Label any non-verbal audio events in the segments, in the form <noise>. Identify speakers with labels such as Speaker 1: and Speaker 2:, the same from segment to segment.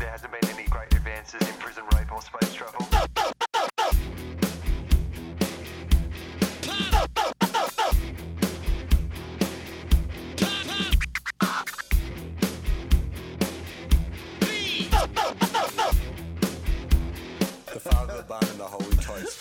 Speaker 1: hasn't been any great advances in prison rape or space travel.
Speaker 2: The Father, the Son, and the Holy Ghost.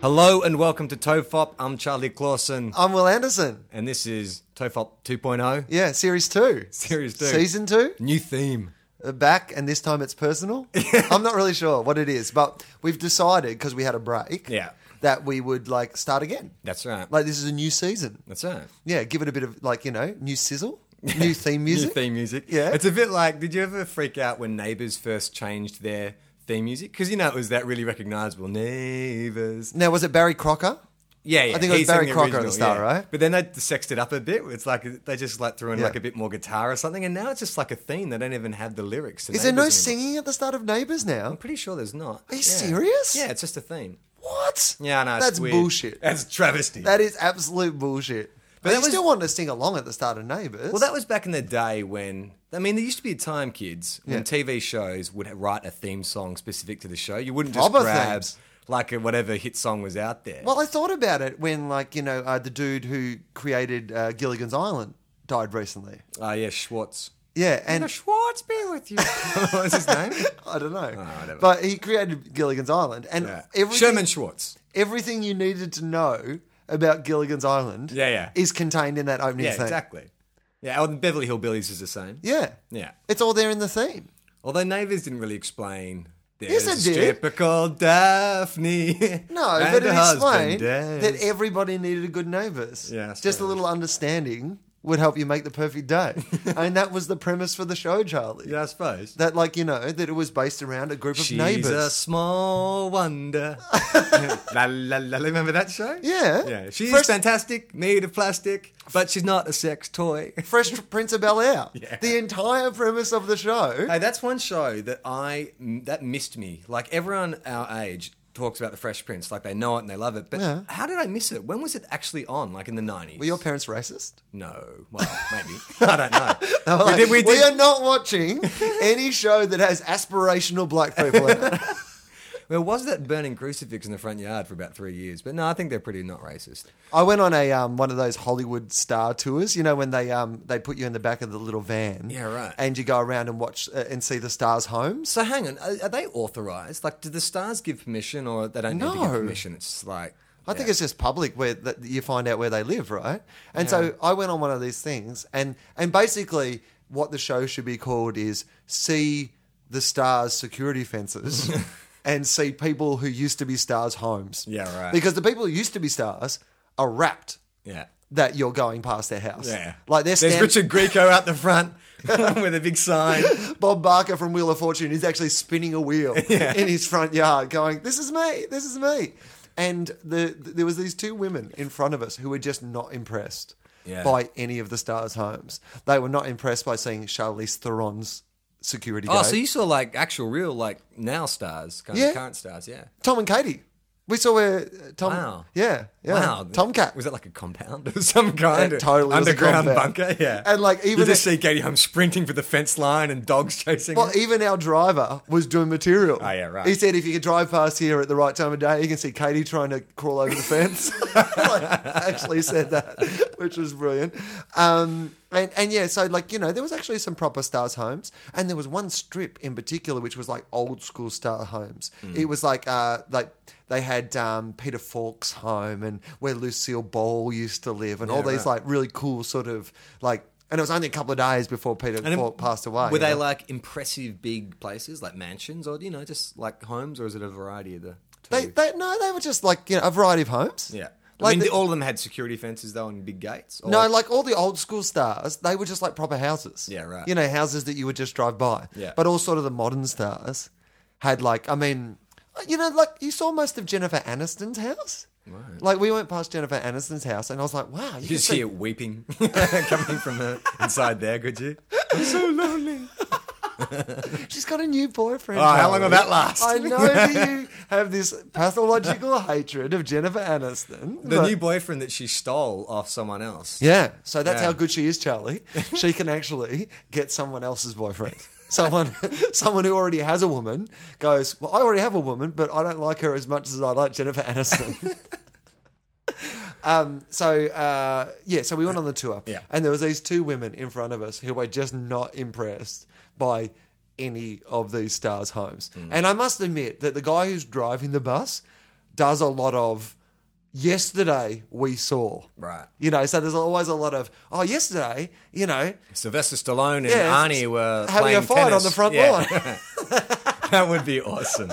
Speaker 3: Hello and welcome to Tofop. I'm Charlie Clausen,
Speaker 4: I'm Will Anderson.
Speaker 3: and this is Tofop 2.0.
Speaker 4: Yeah, series two.
Speaker 3: Series two.
Speaker 4: Season two.
Speaker 3: New theme.
Speaker 4: Uh, Back, and this time
Speaker 3: <laughs>
Speaker 4: it's personal. I'm not really sure what it is, but we've decided because we had a break
Speaker 3: Yeah.
Speaker 4: that we would like start again.
Speaker 3: That's right.
Speaker 4: Like, this is a new season.
Speaker 3: That's right.
Speaker 4: Yeah, give it a bit of like, you know, new
Speaker 3: <laughs>
Speaker 4: sizzle, new theme music.
Speaker 3: New theme music.
Speaker 4: Yeah.
Speaker 3: It's a bit like, did you ever freak out when Neighbours first changed their theme music? Because, you know, it was that really recognisable Neighbours.
Speaker 4: Now, was it Barry Crocker?
Speaker 3: Yeah, yeah.
Speaker 4: I think it was
Speaker 3: he sang
Speaker 4: Barry Crocker at the
Speaker 3: original,
Speaker 4: start, right?
Speaker 3: But then they sexed it up a bit. It's like they just like threw in
Speaker 4: Yeah.
Speaker 3: like a bit more guitar or something, and now it's just like a theme. They don't even have the lyrics. to
Speaker 4: Is there no
Speaker 3: Neighbours anymore.
Speaker 4: singing at the start of Neighbours now?
Speaker 3: I'm pretty sure there's not.
Speaker 4: Are you serious?
Speaker 3: Yeah, it's just a theme.
Speaker 4: What?
Speaker 3: Yeah, I know. it's
Speaker 4: That's
Speaker 3: weird.
Speaker 4: bullshit.
Speaker 3: That's travesty.
Speaker 4: That is absolute bullshit.
Speaker 3: that
Speaker 4: But they
Speaker 3: was-
Speaker 4: still wanted to sing along at the start of Neighbours.
Speaker 3: Well, that was back in the day when I mean, there used to be a time, kids, when
Speaker 4: Yeah.
Speaker 3: TV shows would write a theme song specific to the show. You wouldn't just
Speaker 4: Proper
Speaker 3: grab
Speaker 4: themes.
Speaker 3: like a, whatever hit song was out there.
Speaker 4: Well, I thought about it when, like, you know, uh, the dude who created uh, Gilligan's Island died recently.
Speaker 3: oh yeah, Schwartz.
Speaker 4: Yeah, and
Speaker 3: May the Schwartz be with
Speaker 4: <laughs>
Speaker 3: you. What's his name?
Speaker 4: I don't know,
Speaker 3: whatever.
Speaker 4: but he created Gilligan's Island, and
Speaker 3: Yeah.
Speaker 4: everything,
Speaker 3: Sherman Schwartz.
Speaker 4: everything you needed to know about Gilligan's Island,
Speaker 3: Yeah, yeah.
Speaker 4: is contained in that opening
Speaker 3: Yeah,
Speaker 4: thing.
Speaker 3: exactly. Yeah, well, Beverly Hillbillies is the same.
Speaker 4: Yeah,
Speaker 3: Yeah.
Speaker 4: it's all there in the theme.
Speaker 3: Although Neighbours didn't really explain.
Speaker 4: Yes,
Speaker 3: There's
Speaker 4: it
Speaker 3: a
Speaker 4: did.
Speaker 3: stripper called Daphne.
Speaker 4: No,
Speaker 3: and
Speaker 4: but it
Speaker 3: her husband
Speaker 4: explained that
Speaker 3: is-
Speaker 4: everybody needed a good neighbours.
Speaker 3: Yeah, I
Speaker 4: just a
Speaker 3: suppose.
Speaker 4: little understanding would help you make the
Speaker 3: <laughs>
Speaker 4: perfect day. I mean, that was the premise for the show, Charlie.
Speaker 3: Yeah, I suppose.
Speaker 4: that like you know that it was based around a group of
Speaker 3: She's a
Speaker 4: neighbors.
Speaker 3: small
Speaker 4: <laughs>
Speaker 3: wonder. la, la, la, remember that show?
Speaker 4: Yeah.
Speaker 3: Yeah. She's
Speaker 4: Fresh-
Speaker 3: fantastic, made of plastic, but she's not a sex toy. <laughs>
Speaker 4: Fresh Prince of Bel Air.
Speaker 3: Yeah.
Speaker 4: The entire premise of the show.
Speaker 3: hey, that's one show that I that missed me. Like everyone our age talks about the Fresh Prince, like they know it and they love it. But
Speaker 4: Yeah.
Speaker 3: how did I miss it? When was it actually on? Like in the nineties?
Speaker 4: Were your parents racist?
Speaker 3: no. Well, maybe. I don't
Speaker 4: <laughs>
Speaker 3: know.
Speaker 4: They're like,
Speaker 3: did- we did-
Speaker 4: are not watching
Speaker 3: <laughs>
Speaker 4: any show that has aspirational black people in it.
Speaker 3: There was that burning crucifix in the front yard for about three years, but no, I think they're pretty not racist.
Speaker 4: I went on a um, one of those Hollywood star tours. You know when they um, they put you in the back of the little van.
Speaker 3: Yeah, right.
Speaker 4: And you go around and watch uh, and see the stars' homes.
Speaker 3: So hang on, are, are they authorized? Like, do the stars give permission, or they don't need to give
Speaker 4: No.
Speaker 3: permission? It's like
Speaker 4: I think it's just public where that you find out where they live, right? And so I went on one of these things, and and basically what the show should be called is see the stars security
Speaker 3: <laughs>
Speaker 4: fences. And see people who used to be stars' homes.
Speaker 3: Yeah, right.
Speaker 4: Because the people who used to be stars are wrapped
Speaker 3: yeah,
Speaker 4: that you're going past their house.
Speaker 3: yeah.
Speaker 4: like they're
Speaker 3: there's
Speaker 4: stand-
Speaker 3: Richard Grieco out the front <laughs> with a big
Speaker 4: <laughs>
Speaker 3: sign.
Speaker 4: Bob Barker from Wheel of Fortune is actually spinning a
Speaker 3: <laughs>
Speaker 4: wheel in his front yard, going, "This is me, this is me." And the, there was these two women in front of us who were just not impressed
Speaker 3: Yeah.
Speaker 4: by any of the stars' homes. They were not impressed by seeing Charlize Theron's security
Speaker 3: Oh,
Speaker 4: guard.
Speaker 3: so you saw like actual, real, like now stars, kind
Speaker 4: Yeah.
Speaker 3: of current stars, yeah.
Speaker 4: Tom and Katie. We saw where uh, Tom.
Speaker 3: Wow.
Speaker 4: Yeah, yeah.
Speaker 3: Wow,
Speaker 4: Tomcat.
Speaker 3: was it like a compound of some kind?
Speaker 4: It totally was a
Speaker 3: underground
Speaker 4: compound.
Speaker 3: bunker, yeah.
Speaker 4: And, like,
Speaker 3: you
Speaker 4: even
Speaker 3: just
Speaker 4: it-
Speaker 3: see Katie Holmes sprinting for the fence line and dogs chasing.
Speaker 4: Well,
Speaker 3: her.
Speaker 4: even our driver was doing material.
Speaker 3: Oh, yeah, right.
Speaker 4: He said if you could drive past here at the right time of day, you can see Katie trying to crawl over the fence. <laughs> like, actually said that, which was brilliant. Um, and, and yeah, so like, you know, there was actually some proper stars homes. And there was one strip in particular, which was like old school star homes.
Speaker 3: Hmm.
Speaker 4: It was like, uh, like they had um, Peter Falk's home and where Lucille Ball used to live and all these like really cool sort of like, and it was only a couple of days before Peter
Speaker 3: And
Speaker 4: Falk passed away.
Speaker 3: Were
Speaker 4: you
Speaker 3: they
Speaker 4: know?
Speaker 3: like impressive big places, like mansions, or you know, just like homes, or is it a variety of the? Two?
Speaker 4: They, they no, they were just like you know a variety of homes.
Speaker 3: Yeah.
Speaker 4: like
Speaker 3: I mean,
Speaker 4: the-
Speaker 3: all of them had security fences though and big gates. Or,
Speaker 4: no, like all the old school stars, they were just like proper houses.
Speaker 3: Yeah, right.
Speaker 4: You know, houses that you would just drive by.
Speaker 3: Yeah.
Speaker 4: But all sort of the modern stars had like, I mean, you know, like you saw most of Jennifer Aniston's house. Right. Like we went past Jennifer Aniston's house, and I was like, wow, you
Speaker 3: you just
Speaker 4: can
Speaker 3: <laughs>
Speaker 4: see-
Speaker 3: uh, hear
Speaker 4: <laughs>
Speaker 3: weeping coming from her inside there. Could you? I'm so lonely.
Speaker 4: She's got a new boyfriend.
Speaker 3: Oh, how long
Speaker 4: Charlie.
Speaker 3: will that last? <laughs>
Speaker 4: I know that you have this pathological hatred of Jennifer Aniston.
Speaker 3: the
Speaker 4: but-
Speaker 3: new boyfriend that she stole off someone else.
Speaker 4: Yeah. So that's
Speaker 3: Yeah.
Speaker 4: how good she is, Charlie. She can actually get someone else's boyfriend. Someone, <laughs> someone who already has a woman goes. Well, I already have a woman, but I don't like her as much as I like Jennifer Aniston. um. So, uh, yeah. So we went on the tour.
Speaker 3: Yeah.
Speaker 4: And there was these two women in front of us who were just not impressed by any of these stars' homes.
Speaker 3: Mm.
Speaker 4: And I must admit that the guy who's driving the bus does a lot of. Yesterday we saw.
Speaker 3: Right.
Speaker 4: You know, so there's always a lot of, oh, yesterday, you know,
Speaker 3: Sylvester Stallone and
Speaker 4: yeah,
Speaker 3: Arnie were
Speaker 4: having
Speaker 3: playing
Speaker 4: a fight
Speaker 3: tennis.
Speaker 4: on the front
Speaker 3: Yeah. <laughs>
Speaker 4: lawn.
Speaker 3: That would be awesome.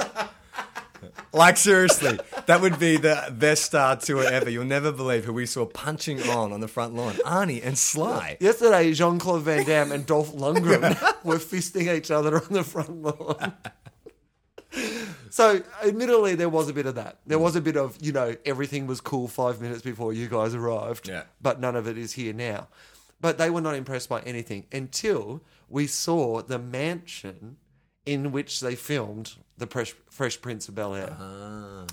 Speaker 3: Like seriously, that would be the best star tour ever. You'll never believe who we saw punching on on the front lawn. Arnie and Sly.
Speaker 4: yesterday, Jean Claude Van Damme and Dolph Lundgren
Speaker 3: <laughs>
Speaker 4: were fisting each other on the front lawn. so, admittedly, there was a bit of that. There was a bit of, you know, everything was cool five minutes before you guys arrived,
Speaker 3: Yeah.
Speaker 4: but none of it is here now. But they were not impressed by anything until we saw the mansion in which they filmed the Fresh, Fresh Prince of Bel Air.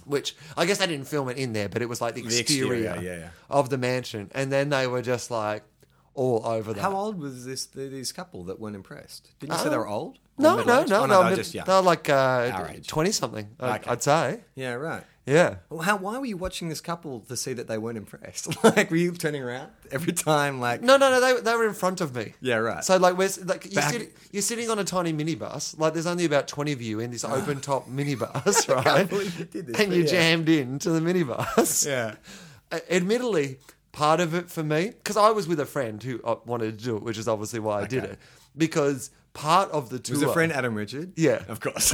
Speaker 4: Which I guess they didn't film it in there, but it was like the
Speaker 3: Ah. The
Speaker 4: exterior,
Speaker 3: exterior, yeah, yeah.
Speaker 4: of the mansion. And then they were just like all over that.
Speaker 3: How old was this these couple that weren't impressed? Didn't you say they were old? Or
Speaker 4: Uh, No, no,
Speaker 3: middle-aged?
Speaker 4: no,
Speaker 3: Oh,
Speaker 4: no.
Speaker 3: they were
Speaker 4: but
Speaker 3: just young.
Speaker 4: They're like
Speaker 3: Our
Speaker 4: uh,
Speaker 3: age.
Speaker 4: 20 something, I'd-
Speaker 3: Okay.
Speaker 4: I'd say.
Speaker 3: Yeah, right.
Speaker 4: Yeah.
Speaker 3: Well, How? Why were you watching this couple to see that they weren't impressed? <laughs> Like, were you turning around every time? Like,
Speaker 4: No, no, no. They, they were in front of me.
Speaker 3: Yeah, right.
Speaker 4: So like, we're like you're,
Speaker 3: Back-
Speaker 4: sit, you're sitting on a tiny minibus. Like, there's only about twenty of you
Speaker 3: <sighs>
Speaker 4: in this open top
Speaker 3: <laughs>
Speaker 4: minibus, right?
Speaker 3: believe you did this,
Speaker 4: and
Speaker 3: but
Speaker 4: you
Speaker 3: yeah.
Speaker 4: jammed in to the minibus.
Speaker 3: Yeah.
Speaker 4: A- Admittedly, part of it for me because I was with a friend who uh, wanted to do it, which is obviously why I did
Speaker 3: Okay.
Speaker 4: it. Because part of the tour
Speaker 3: was a friend Adam Richard?
Speaker 4: uh, Yeah.
Speaker 3: of course.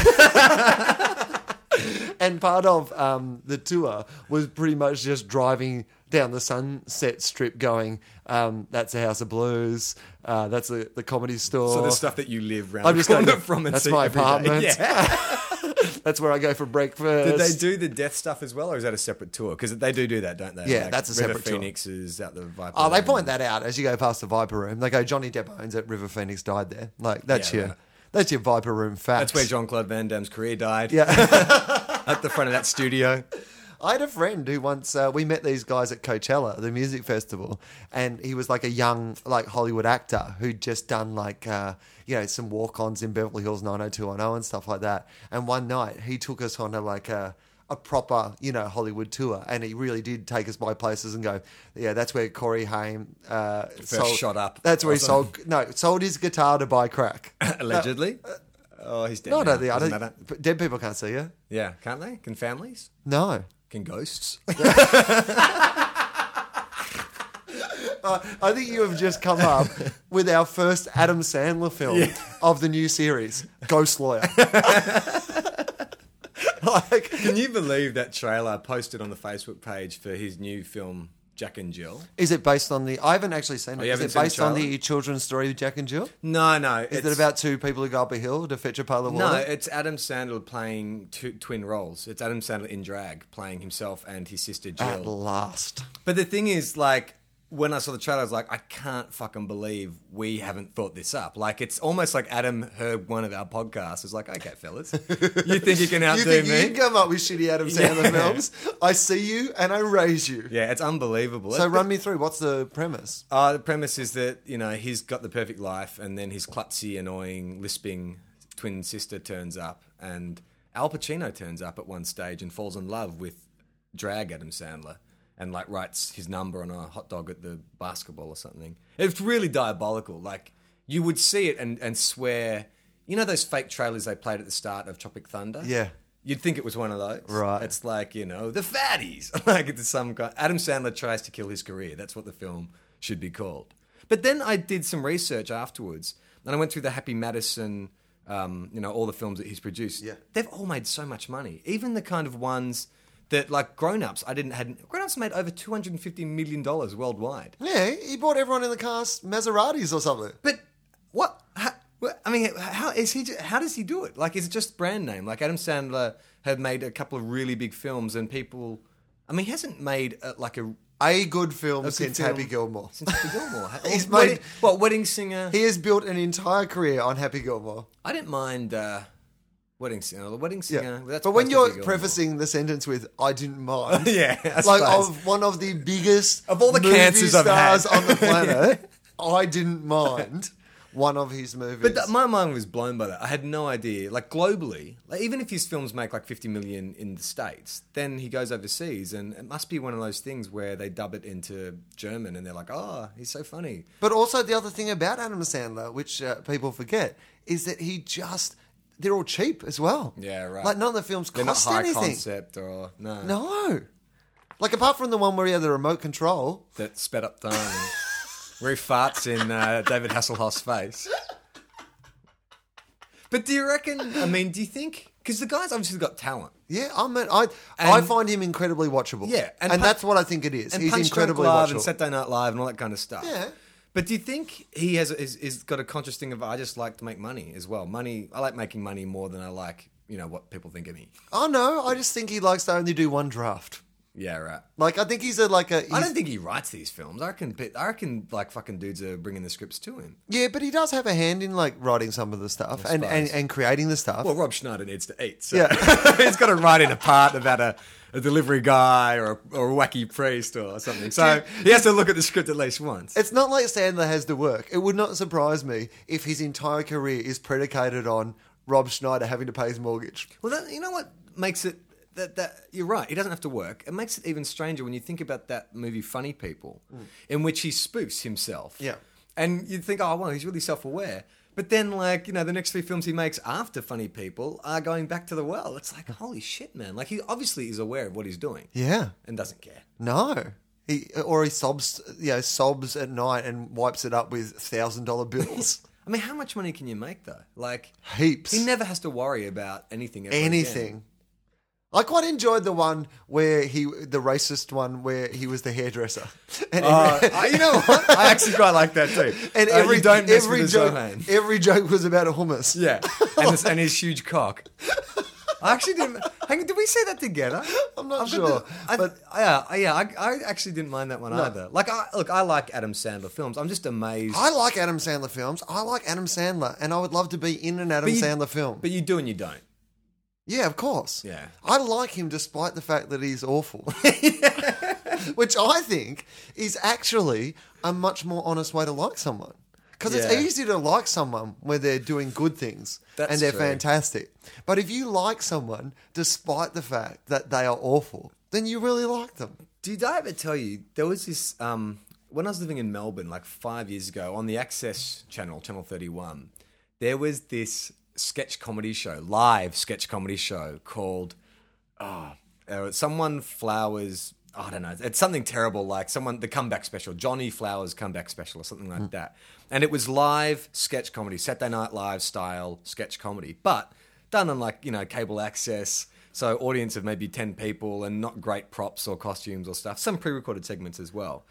Speaker 4: and part of um, the tour was pretty much just driving down the Sunset Strip, going, um, "That's the House of Blues. Uh, that's the, the comedy store. <laughs>
Speaker 3: so the stuff that you live round
Speaker 4: Oh. I'm
Speaker 3: the
Speaker 4: just
Speaker 3: corner
Speaker 4: going
Speaker 3: from and
Speaker 4: That's
Speaker 3: see
Speaker 4: my
Speaker 3: every day."
Speaker 4: apartment.
Speaker 3: <laughs> Yeah.
Speaker 4: <laughs> that's where I go for breakfast.
Speaker 3: Did they do the death stuff as well, or is that a separate tour? Because they do do that, don't they?
Speaker 4: Yeah, that's a
Speaker 3: River
Speaker 4: separate tour.
Speaker 3: Phoenix is out the Viper.
Speaker 4: Oh, they
Speaker 3: Room.
Speaker 4: point that out as you go past the Viper Room. They go, Johnny Depp owns it. River Phoenix died there. Like that's
Speaker 3: Yeah,
Speaker 4: your
Speaker 3: right.
Speaker 4: that's your Viper Room fact.
Speaker 3: That's where Jean Claude Van Damme's career died.
Speaker 4: Yeah,
Speaker 3: at the front of that
Speaker 4: <laughs>
Speaker 3: studio.
Speaker 4: I had a friend who once uh, we met these guys at Coachella, the music festival, and he was like a young like Hollywood actor who'd just done like uh, you know some walk-ons in Beverly Hills 90210 and stuff like that. And one night he took us on a like a a proper, you know, Hollywood tour, and he really did take us by places and go, yeah, that's where Corey Haim uh, sold,
Speaker 3: shot up
Speaker 4: That's where he
Speaker 3: or
Speaker 4: sold no sold his guitar to
Speaker 3: <coughs>
Speaker 4: buy crack.
Speaker 3: Allegedly. oh, he's dead.
Speaker 4: no,
Speaker 3: now.
Speaker 4: no, the
Speaker 3: Doesn't
Speaker 4: other
Speaker 3: matter.
Speaker 4: but dead people can't see you.
Speaker 3: Yeah, can't they? Can families?
Speaker 4: No,
Speaker 3: Can
Speaker 4: <laughs>
Speaker 3: ghosts?
Speaker 4: I think you have just come <laughs> up with our first Adam Sandler film of the new series, Ghost <laughs> Lawyer. like
Speaker 3: Can you believe that trailer posted on the Facebook page for his new film Jack and Jill?
Speaker 4: is it based on the I Oh, haven't actually seen it.
Speaker 3: you
Speaker 4: Is
Speaker 3: haven't
Speaker 4: it
Speaker 3: seen the
Speaker 4: based on
Speaker 3: trailer?
Speaker 4: the children's story of Jack and Jill?
Speaker 3: No, no.
Speaker 4: Is it about two people who go up a hill to fetch a pail of water?
Speaker 3: No, it's Adam Sandler playing two, twin roles. It's Adam Sandler in drag playing himself and his sister
Speaker 4: At
Speaker 3: Jill.
Speaker 4: last.
Speaker 3: But the thing is, like, when I saw the trailer, I was like, I can't fucking believe we haven't thought this up. Like, it's almost like Adam heard one of our podcasts. It's like, okay,
Speaker 4: <laughs>
Speaker 3: fellas, you think you can
Speaker 4: You
Speaker 3: outdo
Speaker 4: think
Speaker 3: me?
Speaker 4: you can come up with shitty Adam Sandler films? I see you and I raise you.
Speaker 3: Yeah, it's unbelievable.
Speaker 4: So
Speaker 3: It-
Speaker 4: run me through. What's the premise?
Speaker 3: Uh, the premise is that you know he's got the perfect life, and then his klutzy, annoying, lisping twin sister turns up, and Al Pacino turns up at one stage and falls in love with drag Adam Sandler, and like writes his number on a hot dog at the basketball or something. It's really diabolical. Like you would see it and and swear, you know those fake trailers they played at the start of Tropic Thunder.
Speaker 4: Yeah.
Speaker 3: You'd think it was one of those.
Speaker 4: Right.
Speaker 3: It's like, you know, the fatties. <laughs> like it's some guy. Adam Sandler tries to kill his career. That's what the film should be called. But then I did some research afterwards and I went through the Happy Madison, um, you know, all the films that he's produced.
Speaker 4: Yeah.
Speaker 3: They've all made so much money. Even the kind of ones that, like, grown ups, I didn't, hadn't, grown ups made over $250 million worldwide.
Speaker 4: Yeah, he bought everyone in the cast Maseratis or something.
Speaker 3: But what? How, what- I mean, how is he? How does he do it? Like, is it just brand name? Like Adam Sandler had made a couple of really big films, and people. I mean, he hasn't made uh like a.
Speaker 4: A good film
Speaker 3: a good
Speaker 4: since
Speaker 3: film
Speaker 4: Happy Gilmore. <laughs>
Speaker 3: Since Happy Gilmore,
Speaker 4: He's
Speaker 3: Or Wedding-
Speaker 4: made-
Speaker 3: what wedding singer?
Speaker 4: He has built an entire career on Happy Gilmore.
Speaker 3: I didn't mind uh, wedding singer. The wedding
Speaker 4: Yeah.
Speaker 3: singer. that's
Speaker 4: but
Speaker 3: supposed to
Speaker 4: when
Speaker 3: be
Speaker 4: you're
Speaker 3: Gilmore.
Speaker 4: prefacing the sentence with "I didn't
Speaker 3: <laughs>
Speaker 4: mind,"
Speaker 3: Yeah, I
Speaker 4: like
Speaker 3: suppose.
Speaker 4: of one of the biggest
Speaker 3: Of all the
Speaker 4: movie
Speaker 3: cancers I've had.
Speaker 4: stars
Speaker 3: <laughs>
Speaker 4: on the planet, I didn't mind one of his movies.
Speaker 3: But th- my mind was blown by that. I had no idea. Like globally, like even if his films make like 50 million in the States, then he goes overseas and it must be one of those things where they dub it into German and they're like, oh, he's so funny.
Speaker 4: But also the other thing about Adam Sandler, which uh, people forget, is that he just they're all cheap as well.
Speaker 3: Yeah, right.
Speaker 4: Like none of the films
Speaker 3: They're
Speaker 4: cost
Speaker 3: not high
Speaker 4: anything.
Speaker 3: concept or no.
Speaker 4: No, like apart from the one where he had the remote control.
Speaker 3: That sped up time.
Speaker 4: <laughs>
Speaker 3: where he farts in uh, David Hasselhoff's face. But do you reckon, I mean, do you think, because the guy's obviously got talent.
Speaker 4: Yeah, I mean, I I
Speaker 3: And-
Speaker 4: find him incredibly watchable.
Speaker 3: Yeah, and
Speaker 4: and,
Speaker 3: Pun-
Speaker 4: that's what I think it is.
Speaker 3: and
Speaker 4: He's
Speaker 3: Punch Drunk
Speaker 4: incredibly
Speaker 3: Love
Speaker 4: watchable.
Speaker 3: and Saturday Night Live and all that kind of stuff.
Speaker 4: Yeah.
Speaker 3: But do you think he has is, is got a conscious thing of I just like to make money as well? Money, I like making money more than I like you know what people think of me.
Speaker 4: oh no, I just think he likes to only do one draft.
Speaker 3: Yeah, right.
Speaker 4: Like I think he's a like a.
Speaker 3: I
Speaker 4: he's-
Speaker 3: don't think he writes these films. I reckon, but I reckon like fucking dudes are bringing the scripts to him.
Speaker 4: yeah, but he does have a hand in like writing some of the stuff and, and
Speaker 3: suppose.
Speaker 4: and creating the stuff.
Speaker 3: Well, Rob Schneider needs to eat, so <laughs>
Speaker 4: Yeah.
Speaker 3: he's got to write in a part about a, a delivery guy or a, or a wacky priest or something. So he has to look at the script at least once.
Speaker 4: It's not like Sandler has to work. It would not surprise me if his entire career is predicated on Rob Schneider having to pay his mortgage.
Speaker 3: Well, that, you know what makes it that that you're right. He doesn't have to work. It makes it even stranger when you think about that movie, Funny People, in which he spoofs himself.
Speaker 4: Mm. Yeah.
Speaker 3: and you think, oh well, he's really self-aware. But then, like you know, the next three films he makes after Funny People are going back to the well. It's like, holy shit, man! Like he obviously is aware of what he's doing.
Speaker 4: Hmm. Yeah.
Speaker 3: and doesn't care.
Speaker 4: No. He, or he sobs, you know, sobs at night and wipes it up with thousand dollar bills.
Speaker 3: I mean, how much money can you make though? Like
Speaker 4: Heaps.
Speaker 3: <laughs> He never has to worry about anything. ever again.
Speaker 4: Anything. I quite enjoyed the one where he, the racist one where he was the hairdresser. <laughs> And
Speaker 3: Uh, <laughs>
Speaker 4: every-
Speaker 3: I- you know what? I actually quite like that too.
Speaker 4: and
Speaker 3: Uh, you
Speaker 4: every,
Speaker 3: don't mess
Speaker 4: every
Speaker 3: with a
Speaker 4: joke,
Speaker 3: Zohan.
Speaker 4: every joke was about a hummus. <laughs>
Speaker 3: Yeah, and his, and his huge cock. I actually didn't. Hang on, did we say that together?
Speaker 4: I'm not
Speaker 3: I've got
Speaker 4: sure,
Speaker 3: the- I,
Speaker 4: but-
Speaker 3: yeah, I- yeah, I, I actually didn't mind that one either. Like, I, look, I like Adam Sandler films. I'm just amazed.
Speaker 4: I like Adam Sandler films. I like Adam Sandler, and I would love to be in an Adam
Speaker 3: But you-
Speaker 4: Sandler film.
Speaker 3: but you do and you don't.
Speaker 4: yeah, of course.
Speaker 3: Yeah.
Speaker 4: I like him despite the fact that
Speaker 3: <laughs>
Speaker 4: he's awful, which I think is actually a much more honest way to like someone. Because it's
Speaker 3: Yeah.
Speaker 4: easy to like someone when they're doing good things
Speaker 3: That's
Speaker 4: and they're
Speaker 3: true.
Speaker 4: fantastic. But if you like someone despite the fact that they are awful, then you really like them.
Speaker 3: Did I ever tell you there was this um, when I was living in Melbourne like five years ago on the Access channel, Channel Thirty One, there was this sketch comedy show, live sketch comedy show called oh, uh, someone flowers. I don't know. It's something terrible like someone the comeback special, Johnny Flowers comeback special or something like that. And it was live sketch comedy, Saturday Night Live style sketch comedy, but done on like you know cable access. So audience of maybe ten people and not great props or costumes or stuff. Some pre-recorded segments as well,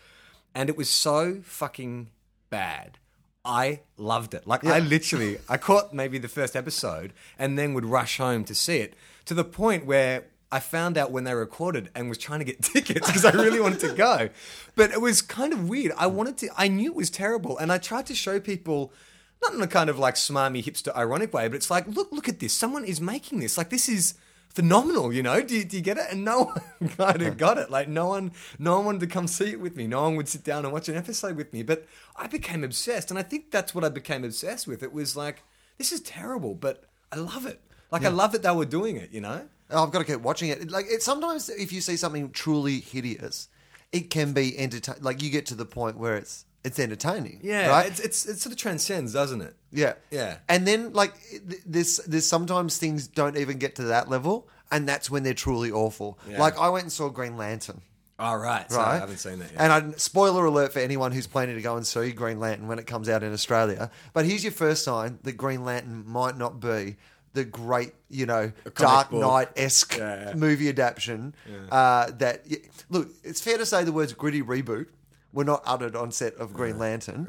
Speaker 3: and it was so fucking bad. I loved it. Like I literally, I caught maybe the first episode and then would rush home to see it to the point where I found out when they recorded and was trying to get <laughs> tickets because I really wanted to go. But it was kind of weird. I wanted to, I knew it was terrible and I tried to show people not in a kind of like smarmy hipster ironic way, but it's like, look, look at this. Someone is making this. Like this is phenomenal, you know. Do you, do you get it? And no <laughs> one kind of got it. Like no one, no one wanted to come see it with me. No one would sit down and watch an episode with me. But I became obsessed, and I think that's what I became obsessed with. It was like this is terrible, but I love it. Like I love that they were doing it, you know.
Speaker 4: Oh, I've got to keep watching it. Like it, sometimes, if you see something truly hideous, it can be entertain. Like you get to the point where it's it's entertaining.
Speaker 3: Yeah,
Speaker 4: right.
Speaker 3: it's, it's it sort of transcends, doesn't it?
Speaker 4: yeah,
Speaker 3: yeah.
Speaker 4: And then like th- this, there's sometimes things don't even get to that level, and that's when they're truly awful.
Speaker 3: Yeah.
Speaker 4: Like I went and saw Green Lantern.
Speaker 3: All right, so
Speaker 4: Right,
Speaker 3: I haven't seen that yet.
Speaker 4: And I, spoiler alert for anyone who's planning to go and see Green Lantern when it comes out in Australia. But here's your first sign that Green Lantern might not be the great, you know, Dark
Speaker 3: book.
Speaker 4: Knight esque
Speaker 3: Yeah, yeah.
Speaker 4: movie adaptation. Uh, that y- look, it's fair to say the words gritty reboot were not uttered on set of Green Lantern.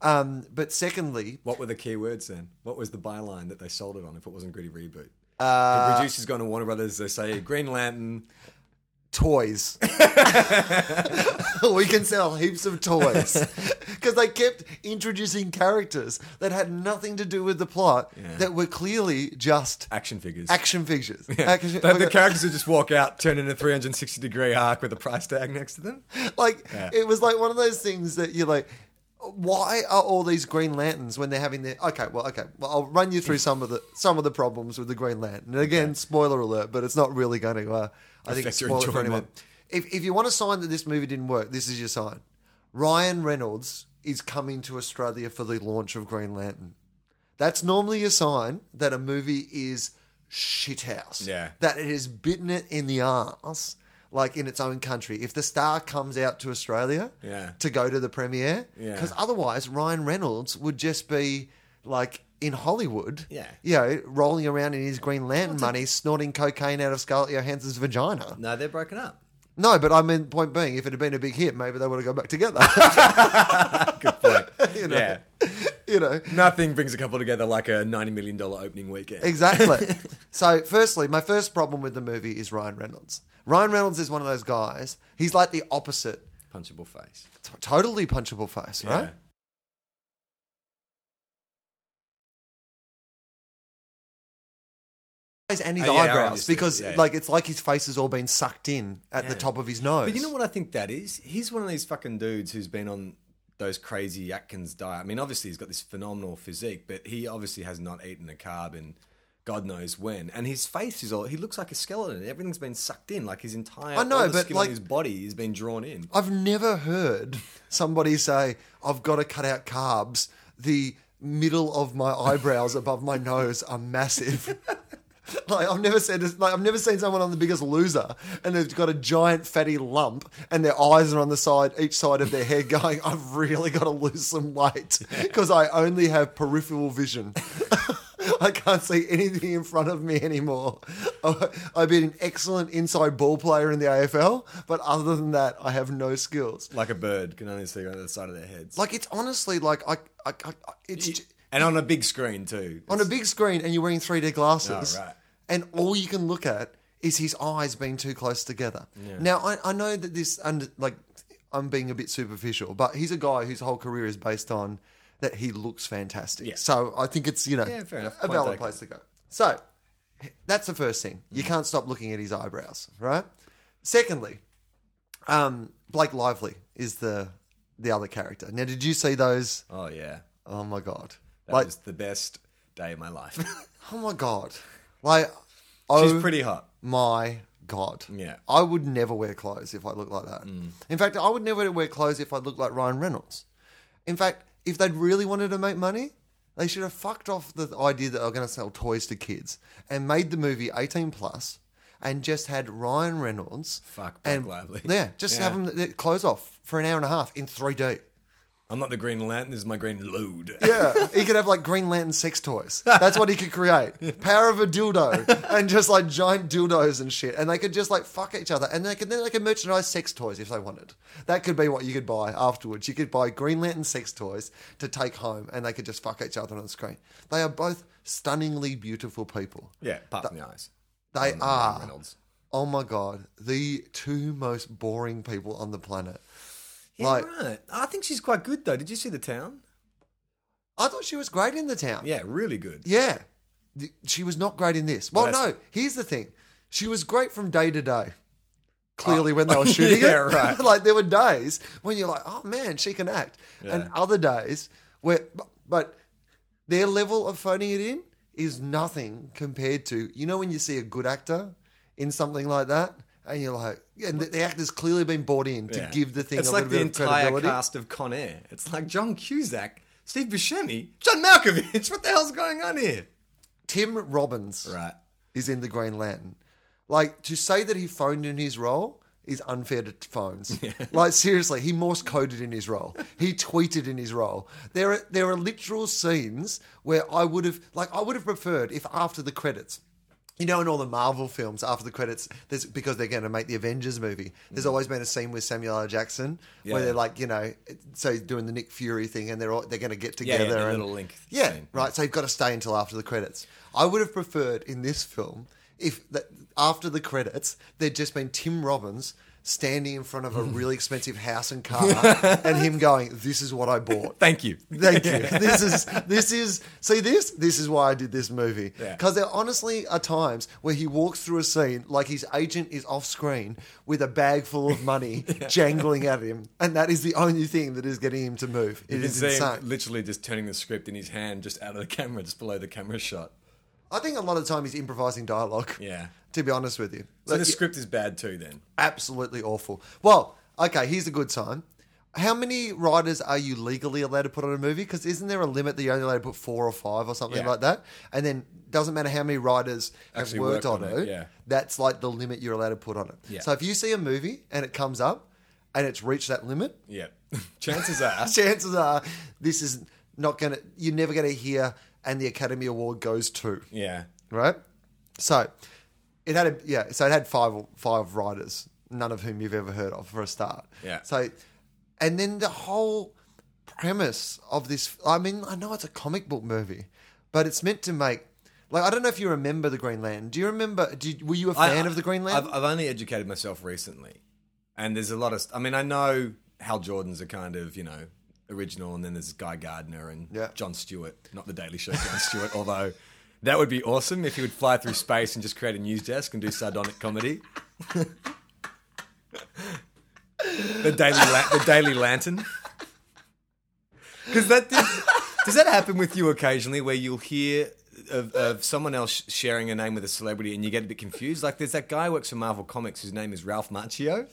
Speaker 4: Um, but secondly,
Speaker 3: What were the key words then? What was the byline that they sold it on if it wasn't Gritty Reboot? Uh, the producers gone to Warner Brothers, they say Green Lantern,
Speaker 4: toys. <laughs> we can sell heaps
Speaker 3: <laughs>
Speaker 4: of toys because they kept introducing characters that had nothing to do with the plot that were clearly just
Speaker 3: Action figures. <laughs>
Speaker 4: action figures.
Speaker 3: Yeah.
Speaker 4: Action-
Speaker 3: They have the characters who just walk out, turn in a 360 degree arc with a price tag next to them.
Speaker 4: <laughs> like
Speaker 3: Yeah.
Speaker 4: it was like one of those things that you're like why are all these green lanterns when they're having their okay well okay well i'll run you through some of the some of the problems with the green lantern and again spoiler alert but it's not really going to uh, i think
Speaker 3: Affect your
Speaker 4: spoil it for
Speaker 3: enjoyment.
Speaker 4: anyone if, if you want a sign that this movie didn't work this is your sign ryan reynolds is coming to australia for the launch of green lantern that's normally a sign that a movie is shithouse.
Speaker 3: Yeah.
Speaker 4: That it has bitten it in the arse, like in its own country. If the star comes out to Australia
Speaker 3: Yeah.
Speaker 4: to go to the premiere,
Speaker 3: Yeah.
Speaker 4: because otherwise Ryan Reynolds would just be like in Hollywood,
Speaker 3: Yeah.
Speaker 4: you know, rolling around in his Green Lantern money, snorting cocaine out of Scarlett Johansson's vagina.
Speaker 3: No, they're broken up.
Speaker 4: No, but I mean, point being, if it had been a big hit, maybe they would have gone back together. <laughs>
Speaker 3: Good point.
Speaker 4: you know,
Speaker 3: Yeah.
Speaker 4: <laughs> you know.
Speaker 3: <laughs> Nothing brings a couple together like a $90 million opening weekend. <laughs>
Speaker 4: Exactly. so, firstly, my first problem with the movie is Ryan Reynolds. Ryan Reynolds is one of those guys. He's like the opposite,
Speaker 3: Punchable face.
Speaker 4: t- totally punchable face, right? Eyes And his
Speaker 3: Oh, yeah, I
Speaker 4: eyebrows,
Speaker 3: understand.
Speaker 4: because
Speaker 3: Yeah, yeah.
Speaker 4: like it's like his face has all been sucked in at the
Speaker 3: Yeah.
Speaker 4: top of his nose.
Speaker 3: But you know what I think that is? He's one of these fucking dudes who's been on those crazy Atkins diet. I mean, obviously he's got this phenomenal physique, but he obviously has not eaten a carb in God knows when. And his face is all he looks like a skeleton. Everything's been sucked in, like his entire
Speaker 4: I know,
Speaker 3: all the
Speaker 4: but
Speaker 3: skin
Speaker 4: like-
Speaker 3: on his body has been drawn in.
Speaker 4: I've never heard somebody say, I've got to cut out carbs. The middle of my eyebrows above my nose are massive. Like I've never said, like I've never seen someone on The Biggest Loser, and they've got a giant fatty lump, and their eyes are on the side, each side of their head, going, <laughs> "I've really got to lose some weight <laughs> because I only have peripheral vision. <laughs> I can't see anything in front of me anymore. <laughs> I- I've been an excellent inside ball player in the AFL, but other than that, I have no skills.
Speaker 3: Like a bird can only see on the side of their heads.
Speaker 4: Like it's honestly like I, I, I it's. j-
Speaker 3: and on a big screen too.
Speaker 4: on a big screen and you're wearing 3D glasses,
Speaker 3: Oh, right.
Speaker 4: and all you can look at is his eyes being too close together. Now, I, I know that this, under, like, I'm being a bit superficial, but he's a guy whose whole career is based on that he looks fantastic.
Speaker 3: Yeah.
Speaker 4: So I think it's, you know,
Speaker 3: Yeah, fair enough.
Speaker 4: a
Speaker 3: Point
Speaker 4: valid
Speaker 3: taken.
Speaker 4: place to go. So that's the first thing. You can't stop looking at his eyebrows, right? Secondly, um, Blake Lively is the the other character. Now, did you see those?
Speaker 3: Oh yeah.
Speaker 4: Oh my god!
Speaker 3: That was the best day of my life. <laughs>
Speaker 4: Oh my god! Like, oh
Speaker 3: She's pretty hot.
Speaker 4: my god!
Speaker 3: Yeah. Mm.
Speaker 4: I would never wear clothes if I looked like that. In fact, I would never wear clothes if I looked like Ryan Reynolds. In fact, if they'd really wanted to make money, they should have fucked off the idea that they're going to sell toys to kids and made the movie eighteen plus and just had Ryan Reynolds
Speaker 3: Fuck, Blake
Speaker 4: and
Speaker 3: Lively.
Speaker 4: Yeah, just
Speaker 3: Yeah.
Speaker 4: have him th- clothes off for an hour and a half in three D.
Speaker 3: I'm not the Green Lantern, this is my Green Load.
Speaker 4: Yeah, <laughs> he could have like Green Lantern sex toys. That's what he could create. Power of a dildo and just like giant dildos and shit. And they could just like fuck each other. And they could then they could merchandise sex toys if they wanted. That could be what you could buy afterwards. You could buy Green Lantern sex toys to take home, and they could just fuck each other on the screen. They are both stunningly beautiful people.
Speaker 3: <laughs> Yeah, apart from the eyes.
Speaker 4: They
Speaker 3: And Ryan
Speaker 4: are.
Speaker 3: Reynolds.
Speaker 4: Oh my god, the two most boring people on the planet.
Speaker 3: Yeah,
Speaker 4: Like-
Speaker 3: right. I think she's quite good though. Did you see the town?
Speaker 4: I thought she was great in the town.
Speaker 3: Yeah, really good.
Speaker 4: Yeah. Th- She was not great in this. Well,
Speaker 3: Well,
Speaker 4: no,
Speaker 3: that's-
Speaker 4: here's the thing. She was great from day to day. Clearly, when
Speaker 3: <laughs>
Speaker 4: they were shooting
Speaker 3: Oh. Yeah,
Speaker 4: it.
Speaker 3: right.
Speaker 4: <laughs> like, there were days when you're like, oh man, she can act. And
Speaker 3: Yeah.
Speaker 4: other days where, bu- but their level of phoning it in is nothing compared to, you know, when you see a good actor in something like that and you're like, yeah, and the, the actor's clearly been bought in to
Speaker 3: Yeah.
Speaker 4: give the thing
Speaker 3: It's
Speaker 4: a
Speaker 3: like
Speaker 4: little
Speaker 3: the
Speaker 4: bit of
Speaker 3: entire
Speaker 4: credibility.
Speaker 3: cast of Con Air. It's like John Cusack, Steve Buscemi, John Malkovich. <laughs> What the hell's going on here?
Speaker 4: Tim Robbins.
Speaker 3: Right.
Speaker 4: is in the Green Lantern. Like to say that he phoned in his role is unfair to
Speaker 3: <laughs>
Speaker 4: phones. Like seriously, he Morse coded in his role. He tweeted in his role. There are there are literal scenes where I would have like I would have preferred if after the credits. You know, in all the Marvel films, after the credits, there's because they're going to make the Avengers movie. There's always been a scene with Samuel L. Jackson where
Speaker 3: Yeah.
Speaker 4: they're like, you know, so he's doing the Nick Fury thing, and they're all, they're going to get
Speaker 3: Yeah, yeah,
Speaker 4: together
Speaker 3: the
Speaker 4: and
Speaker 3: little link
Speaker 4: yeah,
Speaker 3: scene.
Speaker 4: right. So you've got to stay until after the credits. I would have preferred in this film if that, after the credits, there'd just been Tim Robbins standing in front
Speaker 3: <laughs>
Speaker 4: of a really expensive house and car, and him going, "This is what I bought."
Speaker 3: <laughs> Thank you.
Speaker 4: Thank you. This is this is see this this is why I did this movie
Speaker 3: Yeah.
Speaker 4: because there honestly are times where he walks through a scene like his agent is off screen with a bag full
Speaker 3: <laughs>
Speaker 4: of money jangling at him, and that is the only thing that is getting him to move.
Speaker 3: <laughs>
Speaker 4: It
Speaker 3: You can
Speaker 4: is
Speaker 3: see
Speaker 4: insane.
Speaker 3: him literally just turning the script in his hand just out of the camera, just below the camera shot.
Speaker 4: I think a lot of the time he's improvising dialogue.
Speaker 3: Yeah.
Speaker 4: To be honest with you,
Speaker 3: So
Speaker 4: Like,
Speaker 3: the
Speaker 4: yeah,
Speaker 3: script is bad too then.
Speaker 4: absolutely awful. Well, okay, here's a good sign. How many writers are you legally allowed to put on a movie? Because isn't there a limit that you're only allowed to put four or five or something
Speaker 3: Yeah.
Speaker 4: like that? And then doesn't matter how many writers have
Speaker 3: Actually
Speaker 4: worked,
Speaker 3: worked
Speaker 4: on,
Speaker 3: on
Speaker 4: it.
Speaker 3: it, yeah.
Speaker 4: That's like the limit you're allowed to put on it.
Speaker 3: Yeah.
Speaker 4: So if you see a movie and it comes up and it's reached that limit, <laughs>
Speaker 3: Yeah. <laughs> Chances are.
Speaker 4: chances are this is not gonna. You're never gonna hear. And the Academy Award goes to
Speaker 3: yeah.
Speaker 4: right? So it had a yeah, so it had five five writers, none of whom you've ever heard of for a start.
Speaker 3: Yeah.
Speaker 4: So and then the whole premise of this I mean, I know it's a comic book movie, but it's meant to make like I don't know if you remember the Green Lantern. Do you remember did, were you a fan of the Green Lantern?
Speaker 3: I've, I've only educated myself recently, and there's a lot of. I mean, I know Hal Jordan's a kind of you know original, and then there's Guy Gardner and
Speaker 4: Yeah.
Speaker 3: John Stewart, not the Daily Show John Stewart, <laughs> although. That would be awesome if he would fly through space and just create a news desk and do sardonic comedy. <laughs> the Daily La- the Daily Lantern. Because that did, does that happen with you occasionally, where you'll hear of, of someone else sharing a name with a celebrity and you get a bit confused? Like there's that guy who works for Marvel Comics whose name is Ralph Macchio.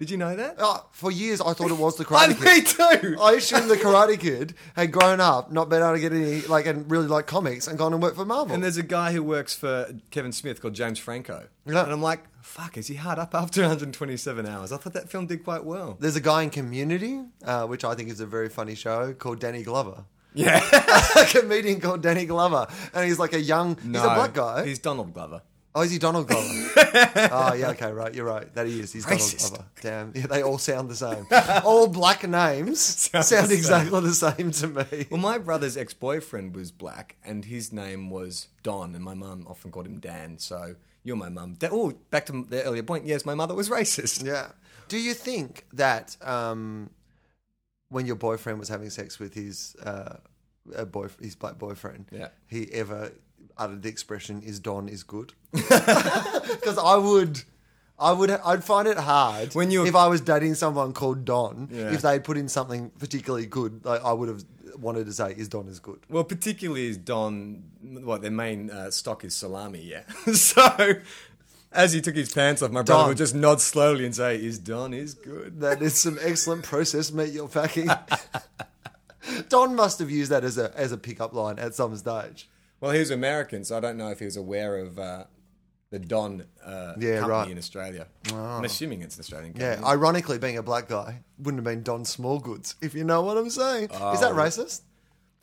Speaker 3: Did you know that?
Speaker 4: Oh, for years I thought it was the
Speaker 3: <laughs> I
Speaker 4: Karate
Speaker 3: me
Speaker 4: Kid.
Speaker 3: too.
Speaker 4: I assumed the Karate Kid had grown up, not been able to get any like and really like comics and gone and worked for Marvel.
Speaker 3: and there's a guy who works for Kevin Smith called James Franco.
Speaker 4: Yeah.
Speaker 3: And I'm like, fuck, is he hard up after <laughs> 127 hours? I thought that film did quite well.
Speaker 4: There's a guy in Community, uh, which I think is a very funny show, called Danny Glover.
Speaker 3: Yeah.
Speaker 4: <laughs> a comedian called Danny Glover, and he's like a young, he's a black guy.
Speaker 3: He's Donald Glover.
Speaker 4: oh, is he Donald Glover?
Speaker 3: <laughs>
Speaker 4: oh, yeah, okay, right, you're right. That he is. He's
Speaker 3: Racist.
Speaker 4: Donald Glover. Damn, yeah, they all sound the same. all black names
Speaker 3: <laughs>
Speaker 4: sound,
Speaker 3: Sound the same.
Speaker 4: exactly the same to me.
Speaker 3: Well, my brother's ex boyfriend was black, and his name was Don, and my mum often called him Dan. So you're my mum. Da- oh, back to the earlier point. Yes, my mother was <laughs> racist.
Speaker 4: Yeah. Do you think that um, when your boyfriend was having sex with his uh, uh, boy, his black boyfriend,
Speaker 3: Yeah.
Speaker 4: he ever uttered the expression "is Don is good"?
Speaker 3: <laughs>
Speaker 4: <laughs> Because I would. I would I'd find it hard
Speaker 3: When you-
Speaker 4: if I was dating someone called Don
Speaker 3: Yeah.
Speaker 4: if they'd put in something particularly good like I would have wanted to say is Don is good.
Speaker 3: Well, particularly is Don. What their main uh, stock is salami. Yeah. <laughs> so as he took his pants off, my brother
Speaker 4: Don.
Speaker 3: would just nod slowly and say, "Is Don is good."
Speaker 4: That is some excellent processed meat
Speaker 3: <laughs>
Speaker 4: you're packing. <laughs> Don must have used that as a as a pickup line at some stage.
Speaker 3: Well, he was American, so I don't know if he was aware of. Uh, the Don uh, company
Speaker 4: Yeah, right. Ah.
Speaker 3: in Australia. I'm assuming it's an Australian
Speaker 4: Yeah,
Speaker 3: company.
Speaker 4: ironically, being a black guy wouldn't have been Don Smallgoods, if you know what I'm saying. Is
Speaker 3: Oh.
Speaker 4: that racist?